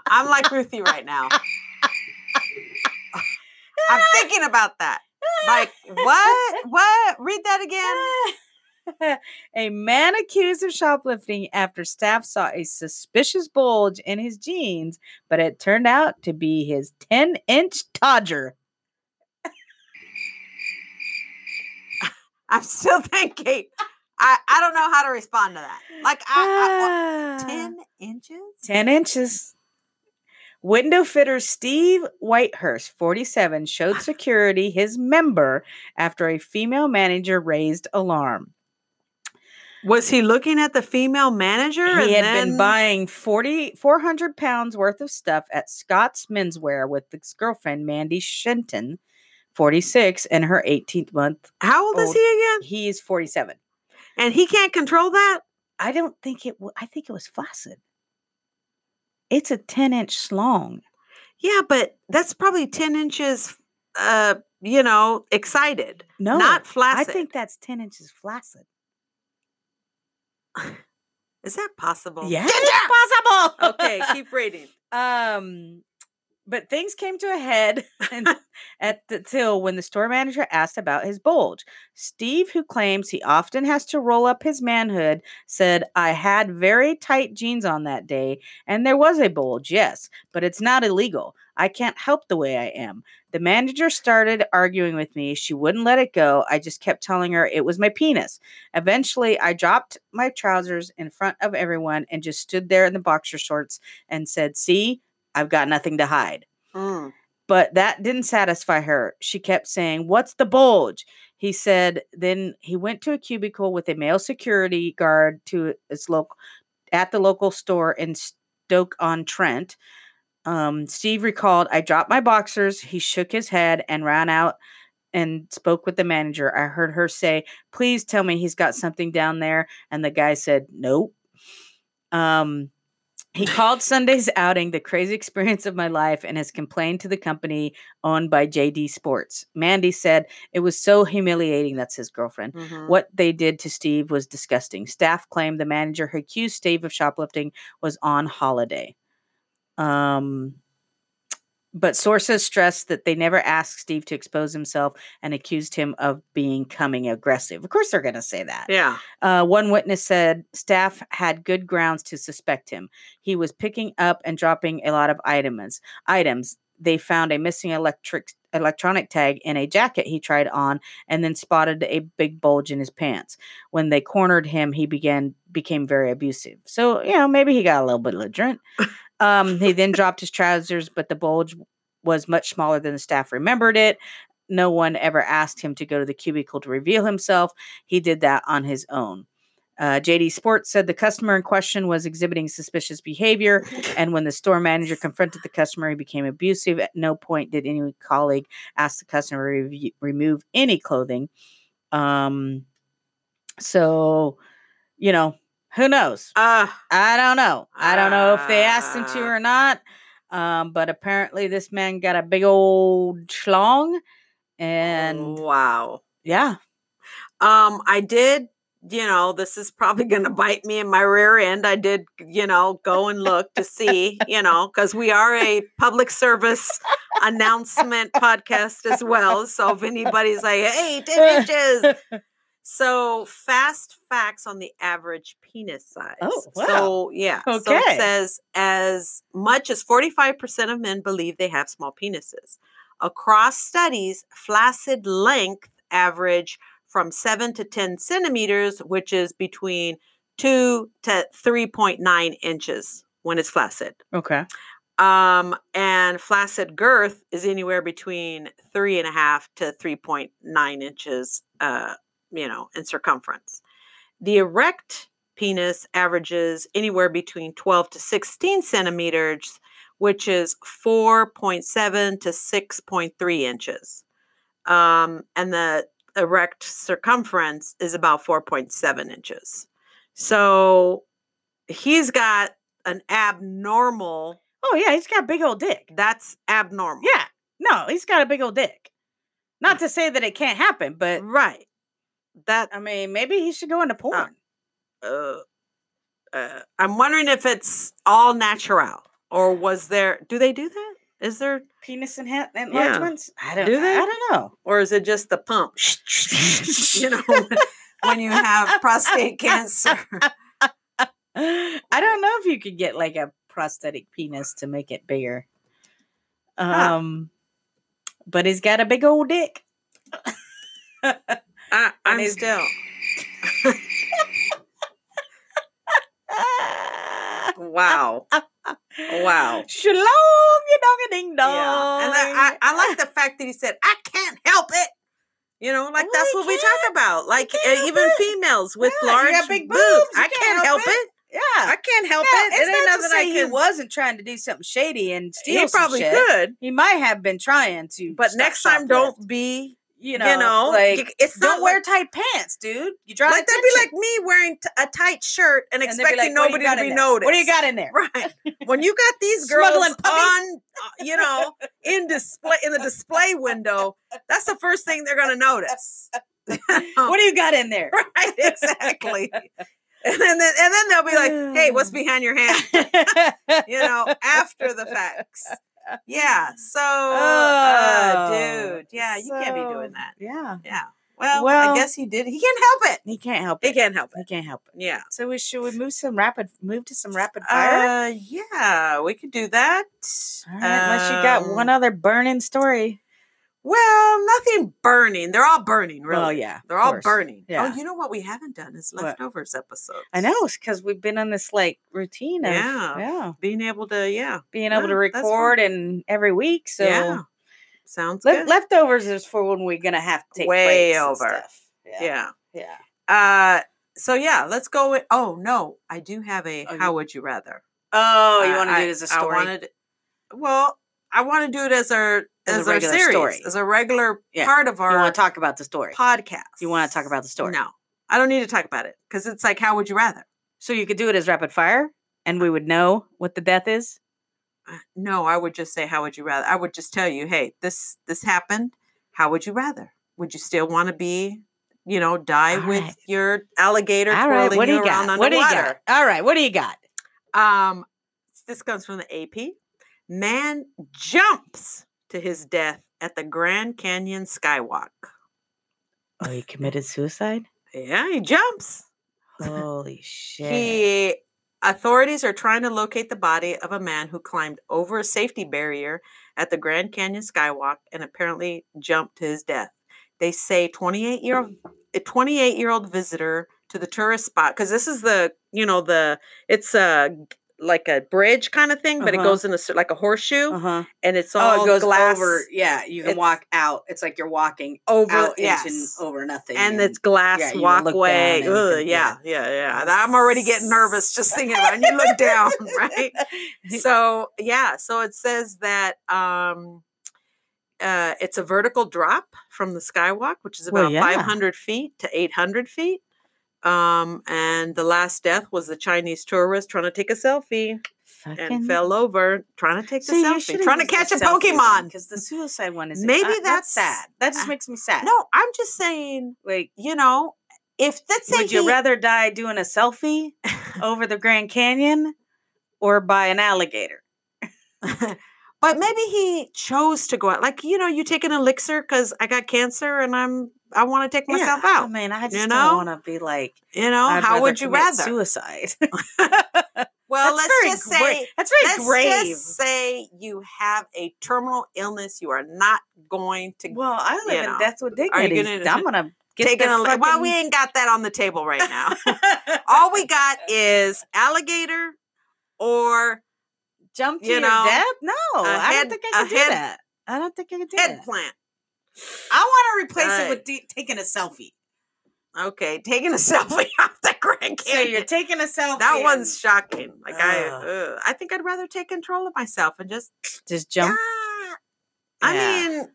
[SPEAKER 1] I'm like Ruthie right now. I'm thinking about that. Like, what? What? Read that again.
[SPEAKER 2] a man accused of shoplifting after staff saw a suspicious bulge in his jeans, but it turned out to be his 10 inch Todger.
[SPEAKER 1] I'm still thinking. I, I don't know how to respond to that. Like, I, I
[SPEAKER 2] Ah.
[SPEAKER 1] what, 10 inches?
[SPEAKER 2] 10 inches. Window fitter Steve Whitehurst, 47, showed security his member after a female manager raised alarm.
[SPEAKER 1] Was he looking at the female manager?
[SPEAKER 2] He
[SPEAKER 1] and
[SPEAKER 2] had
[SPEAKER 1] then,
[SPEAKER 2] been buying 40, 400 pounds worth of stuff at Scott's Menswear with his girlfriend, Mandy Shenton, 46, and her 18th month.
[SPEAKER 1] How old, is
[SPEAKER 2] old-
[SPEAKER 1] he again?
[SPEAKER 2] He is 47.
[SPEAKER 1] And he can't control that.
[SPEAKER 2] I don't think it, wa- I think it was flaccid. It's a 10 inch slong.
[SPEAKER 1] Yeah, but that's probably ten inches. Uh, you know, excited,
[SPEAKER 2] No,
[SPEAKER 1] not
[SPEAKER 2] I
[SPEAKER 1] flaccid.
[SPEAKER 2] think that's 10 inches flaccid.
[SPEAKER 1] is that possible?
[SPEAKER 2] Yeah,
[SPEAKER 1] it's
[SPEAKER 2] possible.
[SPEAKER 1] Okay, keep reading.
[SPEAKER 2] Um, but things came to a head and- at the till when the store manager asked about his bulge. Steve, who claims he often has to roll up his manhood, said, I had very tight jeans on that day, and there was a bulge, yes, but it's not illegal. I can't help the way I am. The manager started arguing with me. She wouldn't let it go. I just kept telling her it was my penis. Eventually, I dropped my trousers in front of everyone and just stood there in the boxer shorts and said, See, I've got nothing to hide.
[SPEAKER 1] Mm.
[SPEAKER 2] But that didn't satisfy her. She kept saying, What's the bulge? He said, then he went to a cubicle with a male security guard to its local at the local store in Stoke on Trent. Um, Steve recalled, I dropped my boxers. He shook his head and ran out and spoke with the manager. I heard her say, Please tell me he's got something down there. And the guy said, Nope. Um, he called Sunday's outing the crazy experience of my life and has complained to the company owned by JD Sports. Mandy said it was so humiliating. That's his girlfriend.
[SPEAKER 1] mhm.
[SPEAKER 2] What they did to Steve was disgusting. Staff claimed the manager who accused Steve of shoplifting was on holiday. Um, but sources stressed that they never asked Steve to expose himself and accused him of being coming aggressive. Of course, they're going to say that.
[SPEAKER 1] Yeah.
[SPEAKER 2] Uh, one witness said staff had good grounds to suspect him. He was picking up and dropping a lot of items. Items they found a missing electric electronic tag in a jacket he tried on, and then spotted a big bulge in his pants. When they cornered him, he began became very abusive. So you know maybe he got a little belligerent. Um, he then dropped his trousers, but the bulge was much smaller than the staff remembered it. No one ever asked him to go to the cubicle to reveal himself. He did that on his own. Uh, JD Sports said the customer in question was exhibiting suspicious behavior, and when the store manager confronted the customer, he became abusive. At no point did any colleague ask the customer to review, remove any clothing. Um, so, you know, who knows?
[SPEAKER 1] Uh,
[SPEAKER 2] I don't know. I don't know if they asked him to
[SPEAKER 1] Ah.
[SPEAKER 2] or not. Um, but apparently, this man got a big old schlong, and
[SPEAKER 1] Oh. wow.
[SPEAKER 2] yeah,
[SPEAKER 1] Um, I did, you know, this is probably going to bite me in my rear end. I did, you know, go and look to see, you know, because we are a public service announcement podcast as well. So if anybody's like, hey, 10 inches. So fast facts on the average penis size.
[SPEAKER 2] Oh,
[SPEAKER 1] So yeah. So
[SPEAKER 2] Okay.
[SPEAKER 1] it says as much as 45% of men believe they have small penises. Across studies, flaccid length average from 7 to 10 centimeters, which is between 2 to 3.9 inches when it's flaccid.
[SPEAKER 2] okay,
[SPEAKER 1] Um, and flaccid girth is anywhere between 3.5 to 3.9 inches, uh, you know, in circumference. The erect penis averages anywhere between 12 to 16 centimeters, which is 4.7 to 6.3 inches. Um, and the erect circumference is about 4.7 inches. So he's got an abnormal,
[SPEAKER 2] oh yeah, he's got a big old dick.
[SPEAKER 1] that's abnormal.
[SPEAKER 2] Yeah. No, he's got a big old dick. Not to say that it can't happen, but
[SPEAKER 1] Right. Mm. That
[SPEAKER 2] I mean, maybe he should go into porn.
[SPEAKER 1] uh, uh, I'm wondering if it's all natural or was there? Do they do that? Is there
[SPEAKER 2] Penis and hat enlargements? I don't
[SPEAKER 1] Do
[SPEAKER 2] know.
[SPEAKER 1] they?
[SPEAKER 2] I don't know.
[SPEAKER 1] or is it just the pump? You know, when you have prostate cancer.
[SPEAKER 2] I don't know if you could get like a prosthetic penis to make it bigger. Um but he's got a big old dick.
[SPEAKER 1] I,
[SPEAKER 2] And
[SPEAKER 1] I'm
[SPEAKER 2] it's-
[SPEAKER 1] still. Wow. Wow.
[SPEAKER 2] Shalom, you dog a ding dong.
[SPEAKER 1] Yeah. And I, I, I like the fact that he said, I can't help it. You know, like
[SPEAKER 2] Well,
[SPEAKER 1] that's
[SPEAKER 2] you
[SPEAKER 1] what we
[SPEAKER 2] can't.
[SPEAKER 1] talk about. Like
[SPEAKER 2] can't
[SPEAKER 1] uh,
[SPEAKER 2] help
[SPEAKER 1] even
[SPEAKER 2] it.
[SPEAKER 1] females with
[SPEAKER 2] Yeah, you
[SPEAKER 1] large
[SPEAKER 2] got big
[SPEAKER 1] boobs.
[SPEAKER 2] boobs, you
[SPEAKER 1] I can't help it.
[SPEAKER 2] Yeah.
[SPEAKER 1] I can't help
[SPEAKER 2] Now,
[SPEAKER 1] it.
[SPEAKER 2] It's
[SPEAKER 1] It ain't
[SPEAKER 2] not to
[SPEAKER 1] nothing I
[SPEAKER 2] say he
[SPEAKER 1] can.
[SPEAKER 2] wasn't trying to do something shady and steal.
[SPEAKER 1] He
[SPEAKER 2] some
[SPEAKER 1] probably
[SPEAKER 2] shit.
[SPEAKER 1] could,
[SPEAKER 2] He might have been trying to.
[SPEAKER 1] but
[SPEAKER 2] stop
[SPEAKER 1] next time, don't
[SPEAKER 2] shoplift.
[SPEAKER 1] be.
[SPEAKER 2] you
[SPEAKER 1] You
[SPEAKER 2] know,
[SPEAKER 1] know,
[SPEAKER 2] like
[SPEAKER 1] you- it's not
[SPEAKER 2] don't wear
[SPEAKER 1] like-
[SPEAKER 2] tight pants, dude. You draw
[SPEAKER 1] Like that'd be like me wearing t- a tight shirt and,
[SPEAKER 2] and they'd be like,
[SPEAKER 1] expecting
[SPEAKER 2] "What do you
[SPEAKER 1] nobody
[SPEAKER 2] got
[SPEAKER 1] to
[SPEAKER 2] in
[SPEAKER 1] be
[SPEAKER 2] there?
[SPEAKER 1] noticed.
[SPEAKER 2] What do you got in there?
[SPEAKER 1] Right. When you got these girls
[SPEAKER 2] Smuggling puppies?
[SPEAKER 1] on, uh, you know, in display in the display window, that's the first thing they're gonna notice.
[SPEAKER 2] What do you got in there?
[SPEAKER 1] right? Exactly. And then, and then they'll be like, "Hey, what's behind your hand?" You know, after the facts. Yeah. So, uh,
[SPEAKER 2] Oh,
[SPEAKER 1] dude, yeah, you can't be
[SPEAKER 2] so-
[SPEAKER 1] doing that.
[SPEAKER 2] yeah,
[SPEAKER 1] Yeah. Well,
[SPEAKER 2] Well-
[SPEAKER 1] I guess he did. He can't help it.
[SPEAKER 2] he can't help
[SPEAKER 1] He
[SPEAKER 2] it.
[SPEAKER 1] can't help it.
[SPEAKER 2] He can't help it.
[SPEAKER 1] Yeah.
[SPEAKER 2] So we should we move some rapid move to some rapid fire.
[SPEAKER 1] Uh, yeah, we could do that.
[SPEAKER 2] All right, unless you got
[SPEAKER 1] Um,
[SPEAKER 2] one other burning story.
[SPEAKER 1] Well, nothing burning. They're all burning, really.
[SPEAKER 2] Well, yeah,
[SPEAKER 1] They're
[SPEAKER 2] of
[SPEAKER 1] all
[SPEAKER 2] course.
[SPEAKER 1] burning.
[SPEAKER 2] Yeah.
[SPEAKER 1] Oh, you know what we haven't done is
[SPEAKER 2] What?
[SPEAKER 1] leftovers episodes.
[SPEAKER 2] I know it's because we've been on this like routine of
[SPEAKER 1] Yeah.
[SPEAKER 2] yeah
[SPEAKER 1] Being able to, yeah.
[SPEAKER 2] being able
[SPEAKER 1] No,
[SPEAKER 2] to
[SPEAKER 1] that's fine.
[SPEAKER 2] record and every week. So
[SPEAKER 1] yeah. Sounds
[SPEAKER 2] le-
[SPEAKER 1] good.
[SPEAKER 2] leftovers is for when we're gonna have to take
[SPEAKER 1] Way
[SPEAKER 2] breaks and
[SPEAKER 1] over.
[SPEAKER 2] stuff. Yeah,
[SPEAKER 1] yeah.
[SPEAKER 2] yeah.
[SPEAKER 1] Uh, so yeah, let's go with. Oh no, I do have a.
[SPEAKER 2] Oh, you-
[SPEAKER 1] how would you rather?
[SPEAKER 2] Oh, you
[SPEAKER 1] I-
[SPEAKER 2] want to do
[SPEAKER 1] I-
[SPEAKER 2] it as a
[SPEAKER 1] I
[SPEAKER 2] story?
[SPEAKER 1] wanted. Well, I want to do it as our
[SPEAKER 2] As a
[SPEAKER 1] as, our
[SPEAKER 2] regular
[SPEAKER 1] series,
[SPEAKER 2] story.
[SPEAKER 1] as a regular
[SPEAKER 2] Yeah,
[SPEAKER 1] part of
[SPEAKER 2] you
[SPEAKER 1] our
[SPEAKER 2] want to talk about the story?
[SPEAKER 1] podcast.
[SPEAKER 2] You want to talk about the story?
[SPEAKER 1] No, I don't need to talk about it because it's like, how would you rather?
[SPEAKER 2] So you could do it as rapid fire, and we would know what the death is.
[SPEAKER 1] Uh, No, I would just say, how would you rather? I would just tell you, hey, this this happened. How would you rather? Would you still want to be, you know, die
[SPEAKER 2] All
[SPEAKER 1] with
[SPEAKER 2] right.
[SPEAKER 1] your alligator
[SPEAKER 2] All
[SPEAKER 1] twirling
[SPEAKER 2] right, what do
[SPEAKER 1] you
[SPEAKER 2] you
[SPEAKER 1] around
[SPEAKER 2] got? What do
[SPEAKER 1] underwater?
[SPEAKER 2] you got? All right, what do you got?
[SPEAKER 1] Um, this comes from the AP. Man jumps to his death at the Grand Canyon skywalk.
[SPEAKER 2] Oh, he committed suicide.
[SPEAKER 1] Yeah, he jumps.
[SPEAKER 2] Holy shit!
[SPEAKER 1] He authorities are trying to locate the body of a man who climbed over a safety barrier at the Grand Canyon skywalk and apparently jumped to his death. They say 28 year old a 28 year old visitor to the tourist spot because this is the you know the it's a g- like a bridge kind of thing, but it
[SPEAKER 2] Uh-huh.
[SPEAKER 1] goes in a cir- like a horseshoe.
[SPEAKER 2] Uh huh.
[SPEAKER 1] and it's all
[SPEAKER 2] Oh, it goes
[SPEAKER 1] glass
[SPEAKER 2] over. Yeah, you can
[SPEAKER 1] It's-
[SPEAKER 2] walk out. It's like you're walking
[SPEAKER 1] over
[SPEAKER 2] out
[SPEAKER 1] yes.
[SPEAKER 2] into n- over nothing,
[SPEAKER 1] and it's glass
[SPEAKER 2] yeah, you look
[SPEAKER 1] walkway.
[SPEAKER 2] down and you
[SPEAKER 1] Ugh,
[SPEAKER 2] can-
[SPEAKER 1] yeah,
[SPEAKER 2] yeah.
[SPEAKER 1] yeah, yeah. And I'm already getting nervous just thinking about it. And you look down, right? So yeah, so it says that um uh it's a vertical drop from the skywalk, which is
[SPEAKER 2] Well,
[SPEAKER 1] about
[SPEAKER 2] yeah.
[SPEAKER 1] five hundred feet to eight hundred feet. Um, and the last death was the Chinese tourist trying to take a selfie and fell over trying to take the selfie, trying to catch a Pokemon.
[SPEAKER 2] because the suicide one is
[SPEAKER 1] Maybe
[SPEAKER 2] uh,
[SPEAKER 1] that's-
[SPEAKER 2] sad. That just
[SPEAKER 1] uh,
[SPEAKER 2] makes me sad.
[SPEAKER 1] No, I'm just saying,
[SPEAKER 2] like
[SPEAKER 1] you know, if let's say
[SPEAKER 2] would you
[SPEAKER 1] he-
[SPEAKER 2] rather die doing a selfie over the Grand Canyon or by an alligator?
[SPEAKER 1] but maybe he chose to go out. Like you know, you take an elixir because I got cancer and I'm I want to take myself
[SPEAKER 2] Yeah, I
[SPEAKER 1] out.
[SPEAKER 2] mean, I just
[SPEAKER 1] know?
[SPEAKER 2] don't want to be like.
[SPEAKER 1] You know,
[SPEAKER 2] "I'd
[SPEAKER 1] how would you
[SPEAKER 2] commit
[SPEAKER 1] rather?
[SPEAKER 2] suicide?
[SPEAKER 1] well,
[SPEAKER 2] That's
[SPEAKER 1] let's
[SPEAKER 2] very
[SPEAKER 1] just
[SPEAKER 2] gra-
[SPEAKER 1] say.
[SPEAKER 2] that's very
[SPEAKER 1] Let's
[SPEAKER 2] grave.
[SPEAKER 1] just say you have a terminal illness. You are not going to
[SPEAKER 2] Well, I
[SPEAKER 1] you
[SPEAKER 2] live in
[SPEAKER 1] know,
[SPEAKER 2] death with
[SPEAKER 1] are you
[SPEAKER 2] dignity.
[SPEAKER 1] gonna-
[SPEAKER 2] I'm gonna get
[SPEAKER 1] take an.
[SPEAKER 2] the
[SPEAKER 1] el-
[SPEAKER 2] fucking...
[SPEAKER 1] Well, we ain't got that on the table right now.
[SPEAKER 2] now.
[SPEAKER 1] All we got is alligator or
[SPEAKER 2] Jump to
[SPEAKER 1] you
[SPEAKER 2] your
[SPEAKER 1] know,
[SPEAKER 2] death? No,
[SPEAKER 1] a
[SPEAKER 2] I
[SPEAKER 1] head-
[SPEAKER 2] don't think I
[SPEAKER 1] a
[SPEAKER 2] could do
[SPEAKER 1] head-
[SPEAKER 2] that. I don't think I could do that.
[SPEAKER 1] eggplant.
[SPEAKER 2] I want to replace
[SPEAKER 1] Right.
[SPEAKER 2] it with de- taking a selfie.
[SPEAKER 1] Okay, taking a selfie off the Grand Canyon.
[SPEAKER 2] So you're taking a selfie.
[SPEAKER 1] that
[SPEAKER 2] and
[SPEAKER 1] one's shocking. Like I,
[SPEAKER 2] Ugh.
[SPEAKER 1] ugh, I think I'd rather take control of myself and just.
[SPEAKER 2] just jump.
[SPEAKER 1] Ah. I
[SPEAKER 2] Yeah.
[SPEAKER 1] mean,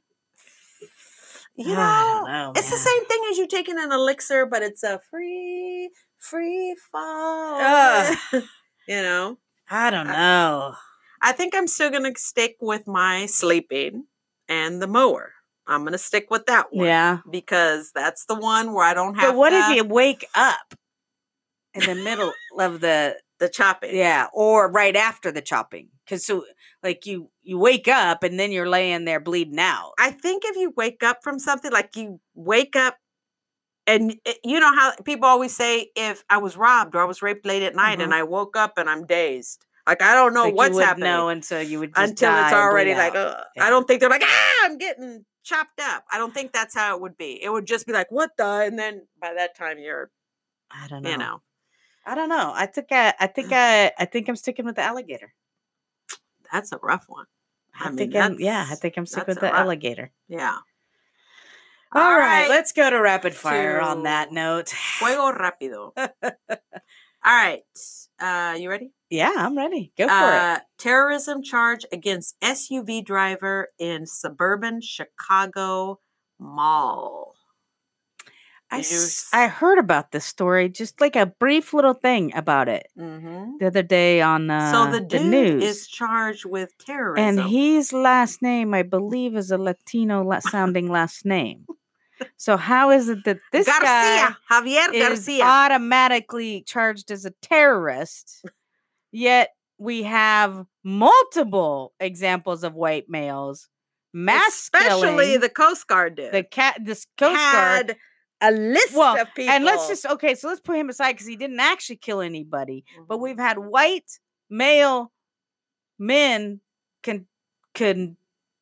[SPEAKER 1] you know,
[SPEAKER 2] Ah, I don't know,
[SPEAKER 1] it's the
[SPEAKER 2] man.
[SPEAKER 1] same thing as you taking an elixir, but it's a free, free fall.
[SPEAKER 2] Ugh.
[SPEAKER 1] you know,
[SPEAKER 2] I
[SPEAKER 1] Uh,
[SPEAKER 2] don't know.
[SPEAKER 1] I think I'm still gonna stick with my sleeping and the mower. I'm gonna stick with that one.
[SPEAKER 2] Yeah.
[SPEAKER 1] Because that's the one where I don't have.
[SPEAKER 2] But what if
[SPEAKER 1] the-
[SPEAKER 2] you wake up in the middle of the
[SPEAKER 1] the chopping?
[SPEAKER 2] yeah, or right after the chopping? Because so like you you wake up and then you're laying there bleeding out.
[SPEAKER 1] I think if you wake up from something, like you wake up and y- you know how people always say, if I was robbed or I was raped late at night and I woke up and I'm dazed. Like I don't
[SPEAKER 2] Mm-hmm.
[SPEAKER 1] know
[SPEAKER 2] Like, you
[SPEAKER 1] Oh, what's
[SPEAKER 2] would
[SPEAKER 1] happening
[SPEAKER 2] Know, and so you would just
[SPEAKER 1] until it's
[SPEAKER 2] die and bleed
[SPEAKER 1] already like,
[SPEAKER 2] out.
[SPEAKER 1] uh,
[SPEAKER 2] Yeah.
[SPEAKER 1] I don't think they're like, ah, I'm getting chopped up. I don't think that's how it would be. It would just be like, what the? And then by that time you're,
[SPEAKER 2] I don't know.
[SPEAKER 1] oh, you know, Mm.
[SPEAKER 2] I don't know. I think I, I think I, I think I'm sticking with the alligator.
[SPEAKER 1] that's a rough one.
[SPEAKER 2] I,
[SPEAKER 1] I mean,
[SPEAKER 2] think I'm, yeah, I
[SPEAKER 1] that's-
[SPEAKER 2] think I'm sticking with
[SPEAKER 1] that's a
[SPEAKER 2] the
[SPEAKER 1] lot.
[SPEAKER 2] alligator.
[SPEAKER 1] Yeah.
[SPEAKER 2] All right,
[SPEAKER 1] right.
[SPEAKER 2] let's go to rapid fire on
[SPEAKER 1] To-
[SPEAKER 2] that note.
[SPEAKER 1] Fuego rápido. All right. Uh, you ready?
[SPEAKER 2] Yeah, I'm ready. Go for it.
[SPEAKER 1] uh, Terrorism charge against SUV driver in suburban Chicago mall.
[SPEAKER 2] I,
[SPEAKER 1] you
[SPEAKER 2] s-
[SPEAKER 1] s-
[SPEAKER 2] I heard about this story, just like a brief little thing about it
[SPEAKER 1] Mm-hmm.
[SPEAKER 2] the other day on uh,
[SPEAKER 1] so the dude
[SPEAKER 2] news.
[SPEAKER 1] is charged with terrorism.
[SPEAKER 2] and his last name, I believe, is a Latino la- sounding last name. So how is it that this guy
[SPEAKER 1] Garcia, Javier
[SPEAKER 2] is
[SPEAKER 1] Garcia.
[SPEAKER 2] automatically charged as a terrorist, yet we have multiple examples of white males mass
[SPEAKER 1] especially
[SPEAKER 2] killing
[SPEAKER 1] the Coast Guard did.
[SPEAKER 2] the cat, this Coast Guard,
[SPEAKER 1] had a list
[SPEAKER 2] Well,
[SPEAKER 1] of people.
[SPEAKER 2] and let's just okay. So let's put him aside because he didn't actually kill anybody but
[SPEAKER 1] Mhm.
[SPEAKER 2] we've had white male men con-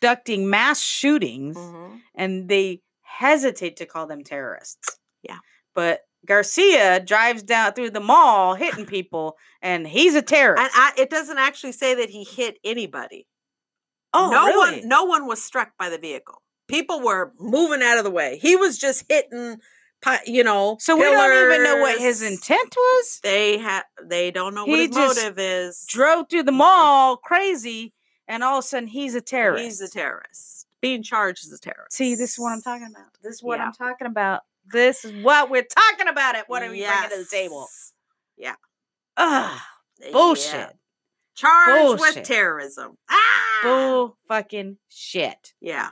[SPEAKER 2] conducting mass shootings
[SPEAKER 1] Mhm.
[SPEAKER 2] and they hesitate to call them terrorists
[SPEAKER 1] Yeah.
[SPEAKER 2] but garcia drives down through the mall hitting people and he's a terrorist
[SPEAKER 1] And I, it doesn't actually say that he hit anybody.
[SPEAKER 2] oh
[SPEAKER 1] no
[SPEAKER 2] really?
[SPEAKER 1] one no one was struck by the vehicle. People were moving out of the way. He was just hitting pi- you know,
[SPEAKER 2] so we don't even know what his
[SPEAKER 1] pillars.
[SPEAKER 2] intent was
[SPEAKER 1] They have they don't know what
[SPEAKER 2] He
[SPEAKER 1] his
[SPEAKER 2] just
[SPEAKER 1] motive is.
[SPEAKER 2] drove through the mall crazy and all of a sudden he's a terrorist
[SPEAKER 1] He's a terrorist. Being charged as a terrorist.
[SPEAKER 2] See, this is what I'm talking about. This is what
[SPEAKER 1] Yeah.
[SPEAKER 2] I'm talking about. This is what we're talking about. It. What are we bringing to the table?
[SPEAKER 1] Yes. Eh,
[SPEAKER 2] Ugh,
[SPEAKER 1] Yeah.
[SPEAKER 2] bullshit.
[SPEAKER 1] Charged
[SPEAKER 2] Bullshit.
[SPEAKER 1] with terrorism. Ah!
[SPEAKER 2] Bull fucking shit.
[SPEAKER 1] yeah.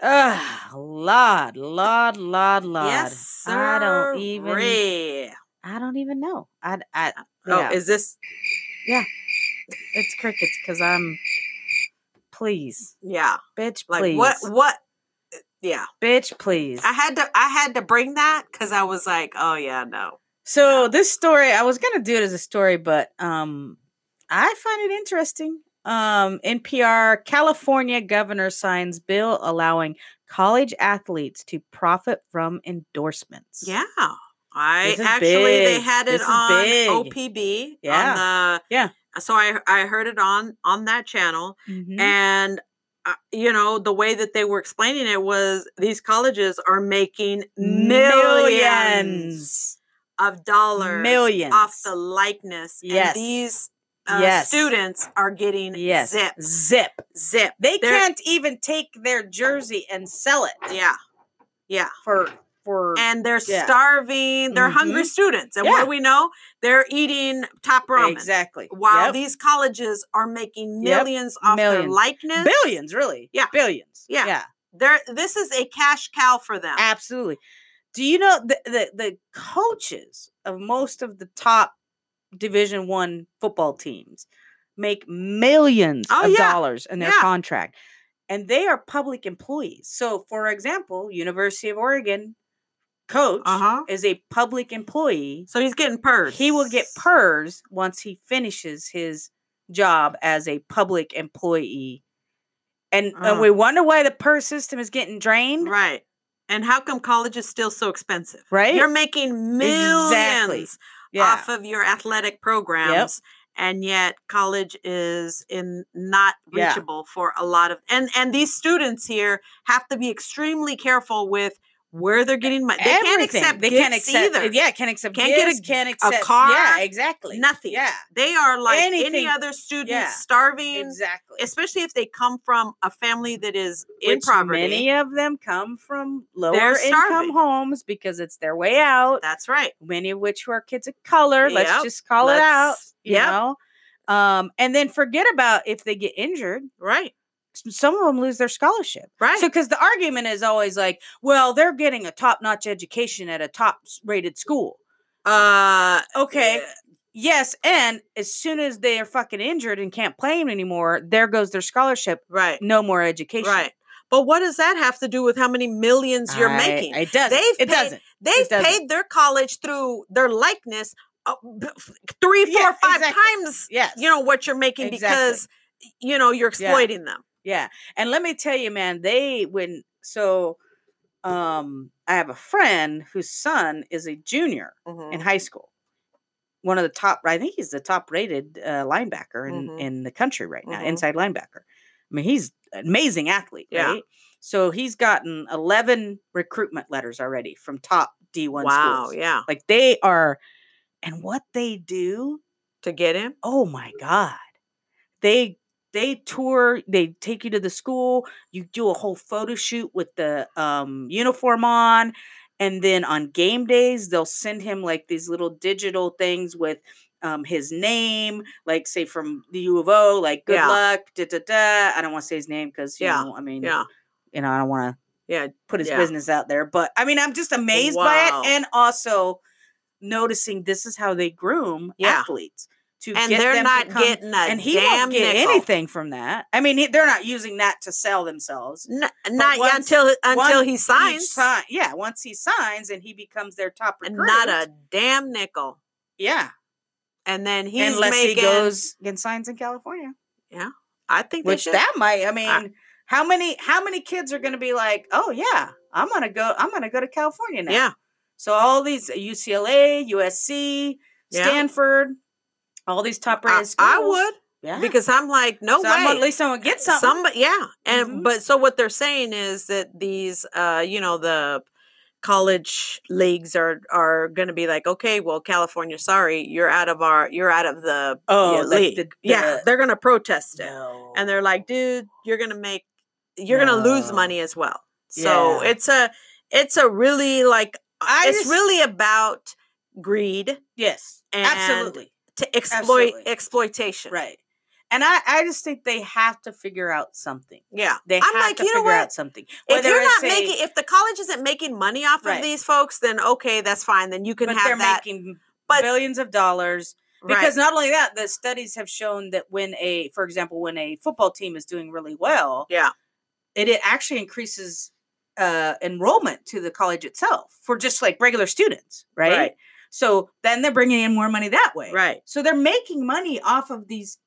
[SPEAKER 2] Ugh, lord, lord, lord, lord.
[SPEAKER 1] Yes.
[SPEAKER 2] I don't even.
[SPEAKER 1] sirree.
[SPEAKER 2] I don't even know. I. I.
[SPEAKER 1] Oh,
[SPEAKER 2] yeah,
[SPEAKER 1] is this?
[SPEAKER 2] it's crickets because I'm. Please,
[SPEAKER 1] Yeah.
[SPEAKER 2] bitch,
[SPEAKER 1] Like
[SPEAKER 2] please,
[SPEAKER 1] what? What? eh, Yeah.
[SPEAKER 2] bitch, please.
[SPEAKER 1] I had to I had to bring that because I was like, oh yeah, no.
[SPEAKER 2] So this story, I was gonna do it as a story, but um, I find it interesting. Um, NPR California governor signs bill allowing college athletes to profit from endorsements.
[SPEAKER 1] Yeah. I
[SPEAKER 2] This is
[SPEAKER 1] actually they
[SPEAKER 2] big.
[SPEAKER 1] had it
[SPEAKER 2] This is
[SPEAKER 1] on
[SPEAKER 2] big.
[SPEAKER 1] OPB. On the,
[SPEAKER 2] Yeah.
[SPEAKER 1] So I I heard it on on that channel
[SPEAKER 2] Mhm.
[SPEAKER 1] and uh, you know the way that they were explaining it was these colleges are making millions
[SPEAKER 2] millions,
[SPEAKER 1] of dollars
[SPEAKER 2] millions
[SPEAKER 1] off the likeness
[SPEAKER 2] Yes.
[SPEAKER 1] and these uh,
[SPEAKER 2] Yes.
[SPEAKER 1] students are getting
[SPEAKER 2] yes
[SPEAKER 1] zip
[SPEAKER 2] zip.
[SPEAKER 1] zip
[SPEAKER 2] They
[SPEAKER 1] They're-
[SPEAKER 2] can't even take their jersey and sell it
[SPEAKER 1] yeah yeah
[SPEAKER 2] for for
[SPEAKER 1] and they're
[SPEAKER 2] Yeah. Mm-hmm.
[SPEAKER 1] starving. They're hungry students, and what
[SPEAKER 2] Yeah.
[SPEAKER 1] do we know? They're eating top ramen.
[SPEAKER 2] exactly
[SPEAKER 1] While
[SPEAKER 2] Yep.
[SPEAKER 1] these colleges are making
[SPEAKER 2] Yep.
[SPEAKER 1] millions off their
[SPEAKER 2] Millions.
[SPEAKER 1] likeness,
[SPEAKER 2] billions really
[SPEAKER 1] Yeah.
[SPEAKER 2] billions
[SPEAKER 1] Yeah.
[SPEAKER 2] yeah
[SPEAKER 1] They're, this is a cash cow for them.
[SPEAKER 2] Absolutely. Do you know the, the the coaches of most of the top Division One football teams make millions
[SPEAKER 1] Oh,
[SPEAKER 2] of
[SPEAKER 1] yeah.
[SPEAKER 2] dollars in their
[SPEAKER 1] Yeah.
[SPEAKER 2] contract, and they are public employees. So, for example, University of Oregon coach
[SPEAKER 1] Uh huh.
[SPEAKER 2] is a public employee.
[SPEAKER 1] So he's getting purged.
[SPEAKER 2] He will get PERS once he finishes his job as a public employee. And, and
[SPEAKER 1] Uh.
[SPEAKER 2] we wonder why the PERS system is getting drained, right?
[SPEAKER 1] right. And how come college is still so expensive? You're making millions
[SPEAKER 2] Exactly.
[SPEAKER 1] off of your athletic programs. And yet, college is in not
[SPEAKER 2] Yeah.
[SPEAKER 1] reachable for a lot of and and these students here have to be extremely careful with where they're getting money. They can't
[SPEAKER 2] E Everything.
[SPEAKER 1] accept
[SPEAKER 2] they
[SPEAKER 1] gifts
[SPEAKER 2] can't accept
[SPEAKER 1] either.
[SPEAKER 2] yeah can't accept
[SPEAKER 1] Can't get a-
[SPEAKER 2] gifts, can't
[SPEAKER 1] a
[SPEAKER 2] accept
[SPEAKER 1] car,
[SPEAKER 2] yeah exactly
[SPEAKER 1] nothing.
[SPEAKER 2] yeah
[SPEAKER 1] They are like any
[SPEAKER 2] Anything.
[SPEAKER 1] other student
[SPEAKER 2] Yeah.
[SPEAKER 1] starving,
[SPEAKER 2] exactly
[SPEAKER 1] especially if they come from a family that is in
[SPEAKER 2] Which
[SPEAKER 1] poverty.
[SPEAKER 2] many of them come from lower
[SPEAKER 1] starving.
[SPEAKER 2] income homes because it's their way out
[SPEAKER 1] That's right.
[SPEAKER 2] many of which who are kids of color
[SPEAKER 1] Yep.
[SPEAKER 2] let's just call it out
[SPEAKER 1] Let's-
[SPEAKER 2] you
[SPEAKER 1] yep.
[SPEAKER 2] know um and then forget about if they get injured
[SPEAKER 1] Right.
[SPEAKER 2] s- some of them lose their scholarship
[SPEAKER 1] Right.
[SPEAKER 2] So, because the argument is always like, well, they're getting a top notch education at a top s- rated school.
[SPEAKER 1] uh
[SPEAKER 2] Okay.
[SPEAKER 1] uh,
[SPEAKER 2] Yes. And as soon as they are fucking injured and can't play 'em anymore, there goes their scholarship.
[SPEAKER 1] right.
[SPEAKER 2] No more education.
[SPEAKER 1] Right. But what does that have to do with how many millions you're
[SPEAKER 2] I-
[SPEAKER 1] making?
[SPEAKER 2] It doesn't.
[SPEAKER 1] They've
[SPEAKER 2] it
[SPEAKER 1] paid-
[SPEAKER 2] doesn't.
[SPEAKER 1] They've
[SPEAKER 2] doesn't.
[SPEAKER 1] paid their college through their likeness uh, b- f- three,
[SPEAKER 2] Yeah,
[SPEAKER 1] four, five
[SPEAKER 2] exactly.
[SPEAKER 1] times
[SPEAKER 2] Yes.
[SPEAKER 1] you know what you're making
[SPEAKER 2] Exactly.
[SPEAKER 1] because y- you know you're
[SPEAKER 2] Yeah.
[SPEAKER 1] exploiting them.
[SPEAKER 2] Yeah. And let me tell you, man, they when so um I have a friend whose son is a junior in
[SPEAKER 1] Mm-hmm.
[SPEAKER 2] high school. One of the top, I think he's the top rated uh, linebacker in,
[SPEAKER 1] Mhm.
[SPEAKER 2] in the country right now,
[SPEAKER 1] Mhm.
[SPEAKER 2] inside linebacker. I mean, he's an amazing athlete,
[SPEAKER 1] Yeah.
[SPEAKER 2] right? So he's gotten 11 recruitment letters already from top D1
[SPEAKER 1] wow,
[SPEAKER 2] schools.
[SPEAKER 1] yeah.
[SPEAKER 2] Like they are, and what they do,
[SPEAKER 1] To get him?
[SPEAKER 2] oh my God. They they tour, they take you to the school, you do a whole photo shoot with the um, uniform on, and then on game days, they'll send him like these little digital things with um, his name, like say from the U of O, like good
[SPEAKER 1] Yeah.
[SPEAKER 2] luck, da da da. I don't want to say his name because you
[SPEAKER 1] Yeah,
[SPEAKER 2] know, I mean,
[SPEAKER 1] Yeah.
[SPEAKER 2] you know, I don't want to
[SPEAKER 1] Yeah.
[SPEAKER 2] put his
[SPEAKER 1] Yeah.
[SPEAKER 2] business out there. But I mean, I'm just amazed by
[SPEAKER 1] Wow.
[SPEAKER 2] it and also noticing this is how they groom
[SPEAKER 1] Yeah.
[SPEAKER 2] athletes to
[SPEAKER 1] And
[SPEAKER 2] get
[SPEAKER 1] they're
[SPEAKER 2] them
[SPEAKER 1] not
[SPEAKER 2] to come,
[SPEAKER 1] getting a
[SPEAKER 2] and he
[SPEAKER 1] damn
[SPEAKER 2] won't get
[SPEAKER 1] nickel.
[SPEAKER 2] anything from that. I mean, he, they're not using that to sell themselves.
[SPEAKER 1] N- not
[SPEAKER 2] once-
[SPEAKER 1] until until
[SPEAKER 2] Once
[SPEAKER 1] he
[SPEAKER 2] each
[SPEAKER 1] signs.
[SPEAKER 2] si- yeah, once he signs and he becomes their top
[SPEAKER 1] and
[SPEAKER 2] recruit.
[SPEAKER 1] not a damn nickel.
[SPEAKER 2] yeah,
[SPEAKER 1] And then he's
[SPEAKER 2] unless
[SPEAKER 1] making.
[SPEAKER 2] he goes and signs in California,
[SPEAKER 1] I think they
[SPEAKER 2] which
[SPEAKER 1] should.
[SPEAKER 2] that might. I mean, how many how many kids are going to be like, oh yeah, I'm gonna go, I'm gonna go to California now.
[SPEAKER 1] yeah,
[SPEAKER 2] So all these uh, UCLA, USC,
[SPEAKER 1] Yeah.
[SPEAKER 2] Stanford, all these top
[SPEAKER 1] I,
[SPEAKER 2] rated schools.
[SPEAKER 1] I would
[SPEAKER 2] Yeah.
[SPEAKER 1] because I'm like, no
[SPEAKER 2] So
[SPEAKER 1] way.
[SPEAKER 2] I'm- at least I'm gonna get something.
[SPEAKER 1] Some, yeah, and
[SPEAKER 2] Mhm.
[SPEAKER 1] but so what they're saying is that these, uh, you know, the college leagues are are going to be like, okay, well, California, sorry, you're out of our, you're out of the
[SPEAKER 2] Oh,
[SPEAKER 1] yeah,
[SPEAKER 2] like
[SPEAKER 1] league.
[SPEAKER 2] the-
[SPEAKER 1] yeah,
[SPEAKER 2] the-
[SPEAKER 1] they're going to protest it,
[SPEAKER 2] No.
[SPEAKER 1] and they're like, dude, you're going to make, you're going to lose
[SPEAKER 2] No.
[SPEAKER 1] money as well. So
[SPEAKER 2] Yeah.
[SPEAKER 1] it's a, it's a really like,
[SPEAKER 2] I
[SPEAKER 1] it's
[SPEAKER 2] just-
[SPEAKER 1] really about greed
[SPEAKER 2] yes,
[SPEAKER 1] and
[SPEAKER 2] absolutely
[SPEAKER 1] to exploit
[SPEAKER 2] Absolutely.
[SPEAKER 1] exploitation,
[SPEAKER 2] right. And I, I just think they have to figure out something.
[SPEAKER 1] Yeah,
[SPEAKER 2] They
[SPEAKER 1] I'm
[SPEAKER 2] have
[SPEAKER 1] like,
[SPEAKER 2] to
[SPEAKER 1] you know
[SPEAKER 2] figure
[SPEAKER 1] what?
[SPEAKER 2] out something.
[SPEAKER 1] if
[SPEAKER 2] Whether
[SPEAKER 1] you're
[SPEAKER 2] it's
[SPEAKER 1] not
[SPEAKER 2] a-
[SPEAKER 1] making if the college isn't making money off
[SPEAKER 2] Right.
[SPEAKER 1] of these folks then okay that's fine then you can
[SPEAKER 2] but they're
[SPEAKER 1] have that
[SPEAKER 2] making
[SPEAKER 1] but-
[SPEAKER 2] billions of dollars.
[SPEAKER 1] right.
[SPEAKER 2] Because not only that, the studies have shown that when a, for example, when a football team is doing really well,
[SPEAKER 1] yeah
[SPEAKER 2] it, it actually increases uh, enrollment to the college itself for just like regular students, right?
[SPEAKER 1] Right.
[SPEAKER 2] So then they're bringing in more money that way.
[SPEAKER 1] right
[SPEAKER 2] So they're making money off of these,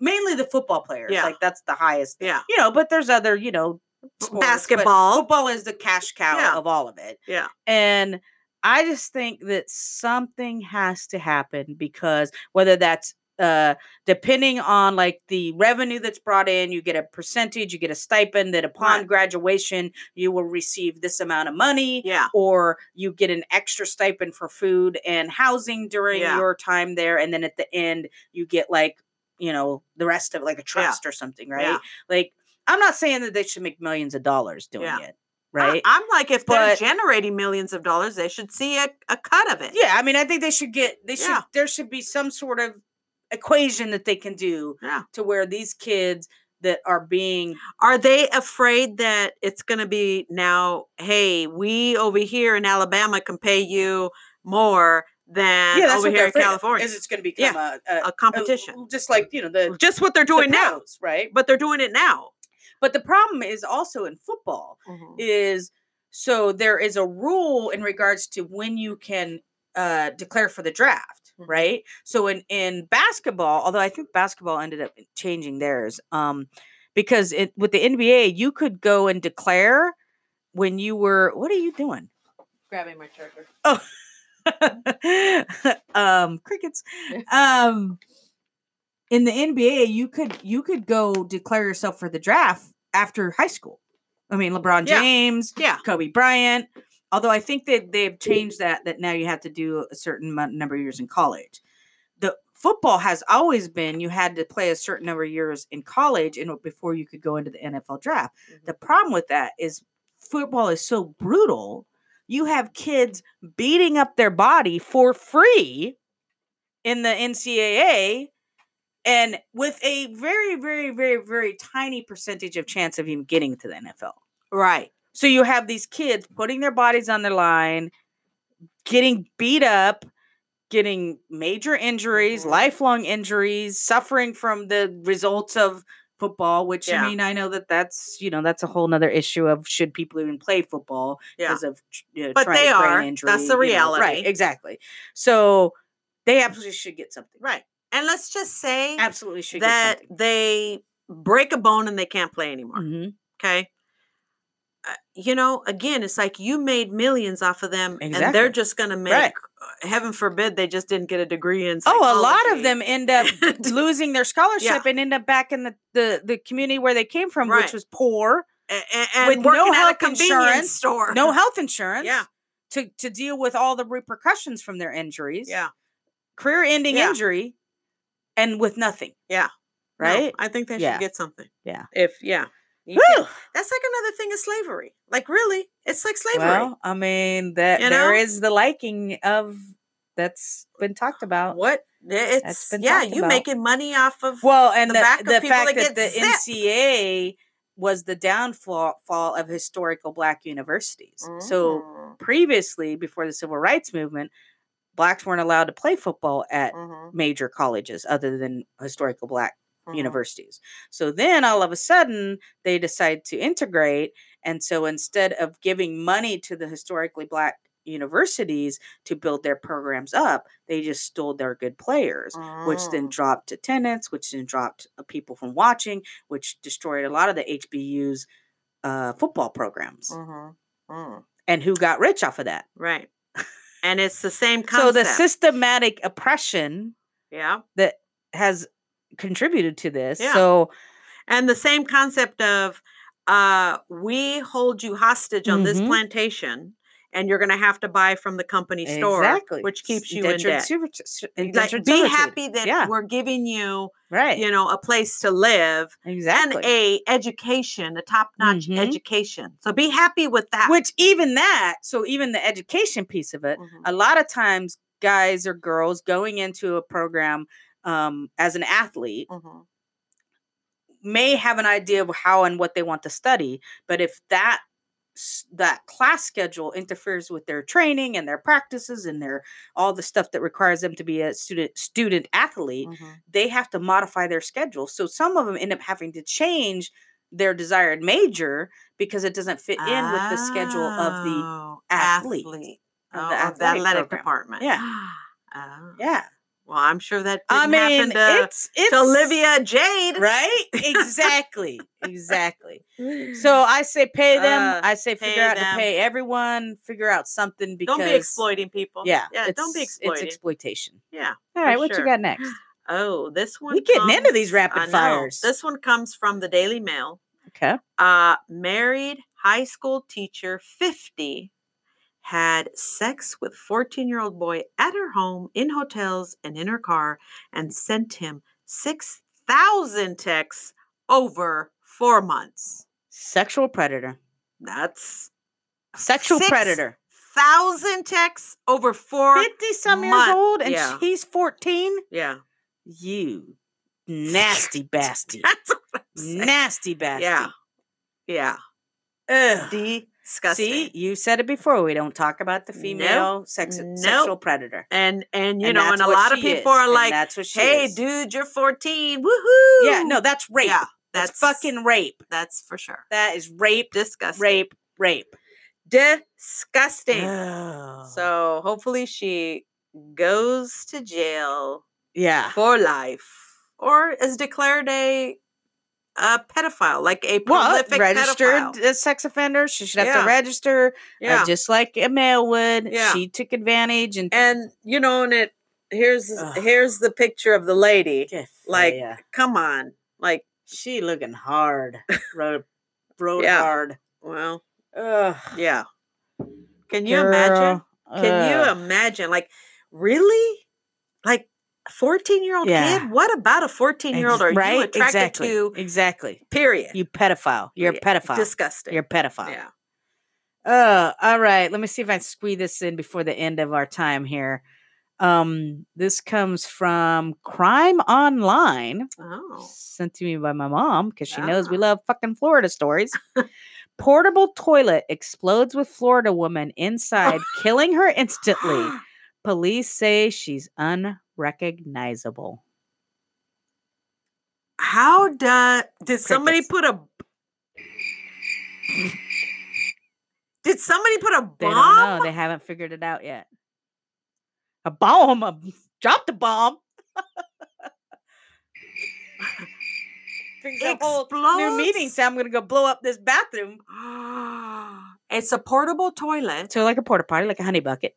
[SPEAKER 2] mainly the football players.
[SPEAKER 1] Yeah.
[SPEAKER 2] Like that's the highest,
[SPEAKER 1] yeah
[SPEAKER 2] you know, but there's other, you know, sports, but
[SPEAKER 1] Basketball.
[SPEAKER 2] Football is the cash cow
[SPEAKER 1] Yeah.
[SPEAKER 2] of all of it.
[SPEAKER 1] yeah
[SPEAKER 2] And I just think that something has to happen because whether that's uh depending on like the revenue that's brought in, you get a percentage, you get a stipend that upon
[SPEAKER 1] Right.
[SPEAKER 2] graduation you will receive this amount of money
[SPEAKER 1] yeah
[SPEAKER 2] or you get an extra stipend for food and housing during
[SPEAKER 1] Yeah.
[SPEAKER 2] your time there and then at the end you get like you know the rest of like a trust or something right
[SPEAKER 1] Yeah.
[SPEAKER 2] like i'm not saying that they should make millions of dollars doing
[SPEAKER 1] Yeah.
[SPEAKER 2] it
[SPEAKER 1] I-
[SPEAKER 2] right
[SPEAKER 1] i'm like if
[SPEAKER 2] But-
[SPEAKER 1] they're generating millions of dollars they should see a, a cut of it
[SPEAKER 2] Yeah, I mean, I think they should get they should
[SPEAKER 1] Yeah.
[SPEAKER 2] there should be some sort of equation that they can do
[SPEAKER 1] Yeah.
[SPEAKER 2] to where these kids that are being
[SPEAKER 1] are they afraid that it's going to be now hey we over here in alabama can pay you more than
[SPEAKER 2] they're
[SPEAKER 1] over here in
[SPEAKER 2] afraid of,
[SPEAKER 1] california
[SPEAKER 2] is it's going to become a, a-
[SPEAKER 1] a
[SPEAKER 2] a-
[SPEAKER 1] competition
[SPEAKER 2] just like you know the
[SPEAKER 1] just what they're
[SPEAKER 2] the
[SPEAKER 1] doing now
[SPEAKER 2] pros, right?
[SPEAKER 1] but they're doing it now
[SPEAKER 2] But the problem is also in football
[SPEAKER 1] Mm.
[SPEAKER 2] is so there is a rule in regards to when you can uh, declare for the draft,
[SPEAKER 1] Mhm.
[SPEAKER 2] right? So in in basketball, although I think basketball ended up changing theirs, um, because it, with the NBA, you could go and declare when you were. What are you doing?
[SPEAKER 1] grabbing my charger
[SPEAKER 2] um crickets um in the nba you could you could go declare yourself for the draft after high school i mean lebron
[SPEAKER 1] Yeah.
[SPEAKER 2] james
[SPEAKER 1] Yeah.
[SPEAKER 2] kobe bryant although i think that they've changed that that now you have to do a certain amount, number of years in college the football has always been you had to play a certain number of years in college and before you could go into the nfl draft the problem with that is football is so brutal you have kids beating up their body for free in the NCAA and with a very, very, very, very tiny percentage of chance of even getting to the NFL.
[SPEAKER 1] right
[SPEAKER 2] So you have these kids putting their bodies on the line, getting beat up, getting major injuries,
[SPEAKER 1] Mhm.
[SPEAKER 2] lifelong injuries, suffering from the results of football, which
[SPEAKER 1] Yeah.
[SPEAKER 2] I mean, I know that that's, you know, that's a whole nother issue of should people even play football
[SPEAKER 1] yeah
[SPEAKER 2] because of tr- you know,
[SPEAKER 1] But
[SPEAKER 2] traumatic
[SPEAKER 1] they
[SPEAKER 2] brain
[SPEAKER 1] are.
[SPEAKER 2] injury,
[SPEAKER 1] That's the
[SPEAKER 2] you know, right?
[SPEAKER 1] reality.
[SPEAKER 2] Exactly. So they absolutely should get something.
[SPEAKER 1] Right. And let's just say
[SPEAKER 2] Absolutely should
[SPEAKER 1] that
[SPEAKER 2] get
[SPEAKER 1] they break a bone and they can't play anymore.
[SPEAKER 2] something.
[SPEAKER 1] Okay. Uh, you know, again, it's like you made millions off of them, and they're
[SPEAKER 2] Exactly.
[SPEAKER 1] just going to make.
[SPEAKER 2] Right.
[SPEAKER 1] uh, Heaven forbid they just didn't get a degree in.
[SPEAKER 2] Oh, a lot of
[SPEAKER 1] psychology.
[SPEAKER 2] them end up losing their scholarship and end up back in the, the, the community where they came from,
[SPEAKER 1] Right.
[SPEAKER 2] which was poor.
[SPEAKER 1] and, and
[SPEAKER 2] With
[SPEAKER 1] working
[SPEAKER 2] no
[SPEAKER 1] at a
[SPEAKER 2] health
[SPEAKER 1] convenience
[SPEAKER 2] insurance,
[SPEAKER 1] store.
[SPEAKER 2] no health insurance
[SPEAKER 1] Yeah.
[SPEAKER 2] to, to deal with all the repercussions from their injuries.
[SPEAKER 1] Yeah.
[SPEAKER 2] Career ending
[SPEAKER 1] Yeah.
[SPEAKER 2] injury and with nothing.
[SPEAKER 1] Yeah. No,
[SPEAKER 2] Right?
[SPEAKER 1] I think they
[SPEAKER 2] Yeah.
[SPEAKER 1] should get something.
[SPEAKER 2] Yeah.
[SPEAKER 1] If yeah. You
[SPEAKER 2] Whew.
[SPEAKER 1] can't- That's like another thing is slavery. Like really, it's like slavery.
[SPEAKER 2] Well, I mean that
[SPEAKER 1] You
[SPEAKER 2] there
[SPEAKER 1] know?
[SPEAKER 2] is the liking of that's been talked about.
[SPEAKER 1] what? eh, It's
[SPEAKER 2] been
[SPEAKER 1] yeah,
[SPEAKER 2] talked
[SPEAKER 1] you
[SPEAKER 2] about.
[SPEAKER 1] making money off of
[SPEAKER 2] Well, and
[SPEAKER 1] the
[SPEAKER 2] the,
[SPEAKER 1] back of
[SPEAKER 2] the,
[SPEAKER 1] people
[SPEAKER 2] fact
[SPEAKER 1] that
[SPEAKER 2] that,
[SPEAKER 1] get
[SPEAKER 2] the NCA was the downfall fall of historical black universities. So
[SPEAKER 1] Mhm,
[SPEAKER 2] previously, before the civil rights movement, blacks weren't allowed to play football at
[SPEAKER 1] mhm,
[SPEAKER 2] major colleges other than historical black
[SPEAKER 1] mhm.
[SPEAKER 2] universities. So then all of a sudden they decide to integrate. And so instead of giving money to the historically black universities to build their programs up, they just stole their good players, which then
[SPEAKER 1] Mm.
[SPEAKER 2] dropped attendance, which then dropped uh, people from watching, which destroyed a lot of the HBU's uh, football programs.
[SPEAKER 1] Mhm,
[SPEAKER 2] mm-hmm,
[SPEAKER 1] mm.
[SPEAKER 2] And who got rich off of that?
[SPEAKER 1] Right. And it's the same concept.
[SPEAKER 2] So the systematic oppression
[SPEAKER 1] yeah.
[SPEAKER 2] has contributed to this.
[SPEAKER 1] Yeah.
[SPEAKER 2] So
[SPEAKER 1] And the same concept of uh we hold you hostage on this
[SPEAKER 2] Mhm.
[SPEAKER 1] plantation and you're going to have to buy from the company store
[SPEAKER 2] exactly.
[SPEAKER 1] which keeps
[SPEAKER 2] S-
[SPEAKER 1] you in
[SPEAKER 2] indentured
[SPEAKER 1] debt.
[SPEAKER 2] servitu- ser-
[SPEAKER 1] Like,
[SPEAKER 2] indentured
[SPEAKER 1] be
[SPEAKER 2] servitude.
[SPEAKER 1] happy that
[SPEAKER 2] Yeah.
[SPEAKER 1] we're giving you,
[SPEAKER 2] right?
[SPEAKER 1] you know, a place to live
[SPEAKER 2] exactly.
[SPEAKER 1] and a education, a top-notch
[SPEAKER 2] Mhm.
[SPEAKER 1] education. So be happy with that.
[SPEAKER 2] Which even that, so even the education piece of it,
[SPEAKER 1] Mhm.
[SPEAKER 2] a lot of times guys or girls going into a program um, as an athlete
[SPEAKER 1] Mhm.
[SPEAKER 2] may have an idea of how and what they want to study, but if that s- that class schedule interferes with their training and their practices and their all the stuff that requires them to be a student student athlete
[SPEAKER 1] Mhm.
[SPEAKER 2] they have to modify their schedule. So some of them end up having to change their desired major because it doesn't fit in with the schedule of the
[SPEAKER 1] Oh,
[SPEAKER 2] athlete,
[SPEAKER 1] Oh,
[SPEAKER 2] of
[SPEAKER 1] of
[SPEAKER 2] the
[SPEAKER 1] the
[SPEAKER 2] athletic
[SPEAKER 1] athletic
[SPEAKER 2] program.
[SPEAKER 1] department.
[SPEAKER 2] Yeah.
[SPEAKER 1] Oh.
[SPEAKER 2] yeah.
[SPEAKER 1] Well, I'm sure that
[SPEAKER 2] I
[SPEAKER 1] didn't
[SPEAKER 2] mean,
[SPEAKER 1] happen to,
[SPEAKER 2] it's it's
[SPEAKER 1] to Olivia Jade.
[SPEAKER 2] right? Exactly, exactly. So I say pay them.
[SPEAKER 1] Uh,
[SPEAKER 2] I say figure
[SPEAKER 1] pay
[SPEAKER 2] out
[SPEAKER 1] them.
[SPEAKER 2] to pay everyone. Figure out something because
[SPEAKER 1] don't be exploiting people.
[SPEAKER 2] Yeah,
[SPEAKER 1] Yeah. Don't be
[SPEAKER 2] it's-
[SPEAKER 1] exploited.
[SPEAKER 2] It's exploitation.
[SPEAKER 1] yeah.
[SPEAKER 2] All right,
[SPEAKER 1] for
[SPEAKER 2] what you
[SPEAKER 1] sure.
[SPEAKER 2] got next?
[SPEAKER 1] Oh, this one.
[SPEAKER 2] We getting into these
[SPEAKER 1] comes-
[SPEAKER 2] rapid
[SPEAKER 1] I know.
[SPEAKER 2] fires.
[SPEAKER 1] This one comes from the Daily Mail.
[SPEAKER 2] Okay.
[SPEAKER 1] Uh, married high school teacher, 50, had sex with 14 year old boy at her home, in hotels, and in her car, and sent him 6,000 texts over four months.
[SPEAKER 2] Sexual predator.
[SPEAKER 1] That's
[SPEAKER 2] Sexual
[SPEAKER 1] Six
[SPEAKER 2] predator.
[SPEAKER 1] thousand texts over four.
[SPEAKER 2] Fifty some years
[SPEAKER 1] month-
[SPEAKER 2] old and
[SPEAKER 1] yeah.
[SPEAKER 2] he's fourteen.
[SPEAKER 1] Yeah,
[SPEAKER 2] You nasty bastard.
[SPEAKER 1] that's what I'm saying.
[SPEAKER 2] nasty bastard.
[SPEAKER 1] Yeah, yeah,
[SPEAKER 2] Ugh.
[SPEAKER 1] disgusting.
[SPEAKER 2] See, you said it before. We don't talk about the
[SPEAKER 1] Nope.
[SPEAKER 2] female sex
[SPEAKER 1] Nope.
[SPEAKER 2] sexual predator.
[SPEAKER 1] and and you know,
[SPEAKER 2] that's
[SPEAKER 1] and a
[SPEAKER 2] what
[SPEAKER 1] lot of
[SPEAKER 2] she
[SPEAKER 1] people
[SPEAKER 2] is,
[SPEAKER 1] are
[SPEAKER 2] and
[SPEAKER 1] like,
[SPEAKER 2] "That's what she
[SPEAKER 1] "Hey,
[SPEAKER 2] is."
[SPEAKER 1] dude, you're 14. Woohoo!"
[SPEAKER 2] Yeah, no, that's rape.
[SPEAKER 1] yeah,
[SPEAKER 2] that's,
[SPEAKER 1] that's
[SPEAKER 2] fucking rape.
[SPEAKER 1] That's for sure.
[SPEAKER 2] That is rape,
[SPEAKER 1] Disgusting.
[SPEAKER 2] rape, rape.
[SPEAKER 1] Disgusting.
[SPEAKER 2] Ugh.
[SPEAKER 1] so hopefully she goes to jail
[SPEAKER 2] yeah.
[SPEAKER 1] for life, or is declared a a pedophile, like a
[SPEAKER 2] Well,
[SPEAKER 1] prolific
[SPEAKER 2] registered
[SPEAKER 1] pedophile.
[SPEAKER 2] as sex offender. She should have
[SPEAKER 1] Yeah.
[SPEAKER 2] to register, uh,
[SPEAKER 1] Yeah.
[SPEAKER 2] just like a male would.
[SPEAKER 1] Yeah.
[SPEAKER 2] She took advantage and
[SPEAKER 1] and you know and it here's
[SPEAKER 2] Ugh.
[SPEAKER 1] here's the picture of the lady Like-
[SPEAKER 2] Yeah.
[SPEAKER 1] come on like
[SPEAKER 2] she looking hard, rode, rode
[SPEAKER 1] Yeah.
[SPEAKER 2] hard.
[SPEAKER 1] well
[SPEAKER 2] Ugh.
[SPEAKER 1] yeah can you imagine
[SPEAKER 2] Girl,
[SPEAKER 1] can
[SPEAKER 2] ugh.
[SPEAKER 1] you imagine like really like 14 year old
[SPEAKER 2] Yeah.
[SPEAKER 1] kid what about a 14 year old
[SPEAKER 2] Ex-
[SPEAKER 1] are you attracted
[SPEAKER 2] exactly.
[SPEAKER 1] to
[SPEAKER 2] Exactly.
[SPEAKER 1] period
[SPEAKER 2] You pedophile. You're a
[SPEAKER 1] Yeah,
[SPEAKER 2] pedophile.
[SPEAKER 1] disgusting
[SPEAKER 2] You're a pedophile.
[SPEAKER 1] yeah
[SPEAKER 2] Oh, all right. Let me see if I can squeeze this in before the end of our time here. Um, this comes from Crime Online,
[SPEAKER 1] oh
[SPEAKER 2] sent to me by my mom because she knows we
[SPEAKER 1] Ah.
[SPEAKER 2] love fucking Florida stories. Portable toilet explodes with Florida woman inside, killing her instantly. Police say she's unrecognizable.
[SPEAKER 1] how does did somebody
[SPEAKER 2] Crickets.
[SPEAKER 1] put a did somebody put a
[SPEAKER 2] They don't
[SPEAKER 1] bomb
[SPEAKER 2] know. They haven't figured it out yet. A bomb. A, dropped a bomb. Brings a whole new meeting.
[SPEAKER 1] Explodes?
[SPEAKER 2] So I'm going to go blow up this bathroom.
[SPEAKER 1] it's a portable toilet.
[SPEAKER 2] So like a porta potty, like a honey bucket.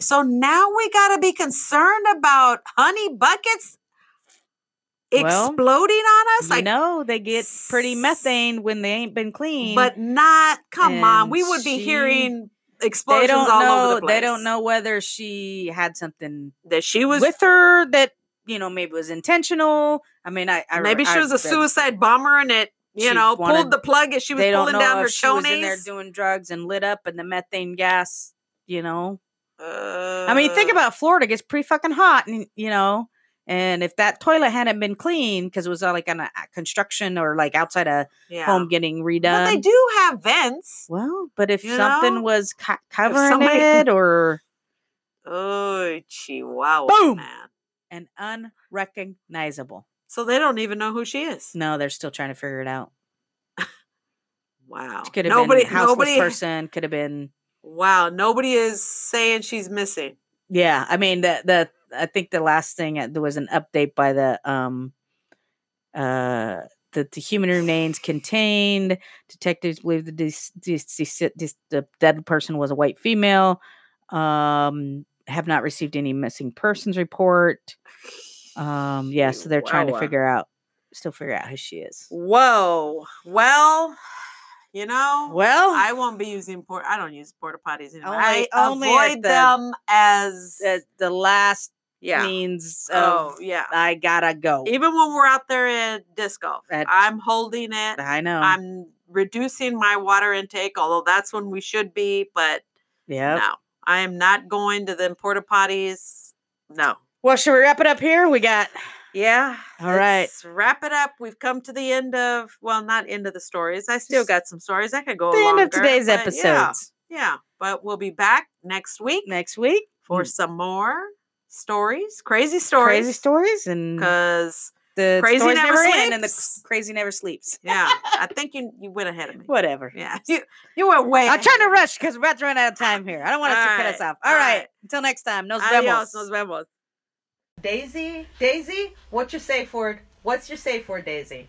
[SPEAKER 1] So now we got to be concerned about honey buckets
[SPEAKER 2] Well,
[SPEAKER 1] exploding on us?
[SPEAKER 2] you
[SPEAKER 1] I
[SPEAKER 2] know they get pretty methane when they ain't been clean.
[SPEAKER 1] but not come on.
[SPEAKER 2] And
[SPEAKER 1] We would be
[SPEAKER 2] she-
[SPEAKER 1] hearing
[SPEAKER 2] they
[SPEAKER 1] explosions
[SPEAKER 2] don't
[SPEAKER 1] all
[SPEAKER 2] know.
[SPEAKER 1] over the place.
[SPEAKER 2] They don't know whether she had something
[SPEAKER 1] that she was
[SPEAKER 2] with her that you know maybe was intentional. I mean, I, I
[SPEAKER 1] maybe she
[SPEAKER 2] I
[SPEAKER 1] was a
[SPEAKER 2] read-
[SPEAKER 1] suicide bomber and it you
[SPEAKER 2] She
[SPEAKER 1] know
[SPEAKER 2] wanted-
[SPEAKER 1] pulled the plug as she was
[SPEAKER 2] they don't
[SPEAKER 1] pulling
[SPEAKER 2] know
[SPEAKER 1] down
[SPEAKER 2] if
[SPEAKER 1] her
[SPEAKER 2] she was in there
[SPEAKER 1] chonies.
[SPEAKER 2] doing drugs and lit up, and the methane gas. You know,
[SPEAKER 1] Uh,
[SPEAKER 2] I mean, think about Florida gets pretty fucking hot, and you know, and if that toilet hadn't been clean because it was uh, like on a a construction or like outside a
[SPEAKER 1] yeah.
[SPEAKER 2] home getting redone.
[SPEAKER 1] But they do have vents.
[SPEAKER 2] Well, but if
[SPEAKER 1] You
[SPEAKER 2] something
[SPEAKER 1] know?
[SPEAKER 2] was co- covering
[SPEAKER 1] somebody-
[SPEAKER 2] it or
[SPEAKER 1] Oh, chihuahua,
[SPEAKER 2] Boom.
[SPEAKER 1] man.
[SPEAKER 2] and unrecognizable.
[SPEAKER 1] So they don't even know who she is.
[SPEAKER 2] No, they're still trying to figure it out.
[SPEAKER 1] Wow.
[SPEAKER 2] It could have
[SPEAKER 1] Nobody,
[SPEAKER 2] been houseless
[SPEAKER 1] nobody.
[SPEAKER 2] person. Could have been.
[SPEAKER 1] Wow. Nobody is saying she's missing.
[SPEAKER 2] Yeah, I mean the the I think the last thing uh, there was an update by the um uh that the human remains contained. Detectives believe the dece- dece- dece- the dead person was a white female. Um, have not received any missing persons report. Um, yeah, so they're trying to
[SPEAKER 1] Chihuahua.
[SPEAKER 2] figure out, still figure out who she is.
[SPEAKER 1] Whoa. Well, you know.
[SPEAKER 2] Well,
[SPEAKER 1] I won't be using port. I don't use porta potties anymore.
[SPEAKER 2] Only-
[SPEAKER 1] I
[SPEAKER 2] only at
[SPEAKER 1] avoid
[SPEAKER 2] the-
[SPEAKER 1] them as
[SPEAKER 2] the, the last
[SPEAKER 1] yeah.
[SPEAKER 2] means of
[SPEAKER 1] Oh yeah.
[SPEAKER 2] I gotta go.
[SPEAKER 1] Even when we're out there Oh. at um disc golf,
[SPEAKER 2] At-
[SPEAKER 1] I'm holding it.
[SPEAKER 2] I know.
[SPEAKER 1] I'm reducing my water intake, although that's when we should be. But
[SPEAKER 2] yeah.
[SPEAKER 1] no, I am not going to them porta potties. No.
[SPEAKER 2] Well, should we wrap it up here? We got
[SPEAKER 1] Yeah.
[SPEAKER 2] All right.
[SPEAKER 1] let's Wrap it up. We've come to the end of well, not end of the stories. I still got some stories. I could go
[SPEAKER 2] the end of
[SPEAKER 1] longer,
[SPEAKER 2] today's
[SPEAKER 1] but
[SPEAKER 2] episode.
[SPEAKER 1] Yeah, yeah, but we'll be back next week.
[SPEAKER 2] Next week,
[SPEAKER 1] for
[SPEAKER 2] Mm.
[SPEAKER 1] some more stories, crazy mm. stories,
[SPEAKER 2] crazy stories and
[SPEAKER 1] Because
[SPEAKER 2] the
[SPEAKER 1] crazy
[SPEAKER 2] stories
[SPEAKER 1] never
[SPEAKER 2] end and the
[SPEAKER 1] sleeps.
[SPEAKER 2] c- crazy never sleeps.
[SPEAKER 1] yeah, I think you you went ahead of me.
[SPEAKER 2] Whatever.
[SPEAKER 1] Yeah, you you went way.
[SPEAKER 2] I'm trying to
[SPEAKER 1] ahead of me.
[SPEAKER 2] rush because we're about to run out of time here. I don't want us to
[SPEAKER 1] All
[SPEAKER 2] cut us
[SPEAKER 1] right,
[SPEAKER 2] off. All
[SPEAKER 1] all
[SPEAKER 2] right.
[SPEAKER 1] right.
[SPEAKER 2] Until next time. Nos
[SPEAKER 1] Adios,
[SPEAKER 2] vemos.
[SPEAKER 1] nos vemos.
[SPEAKER 3] Daisy, Daisy, what's your safe word? What's your safe word, Daisy?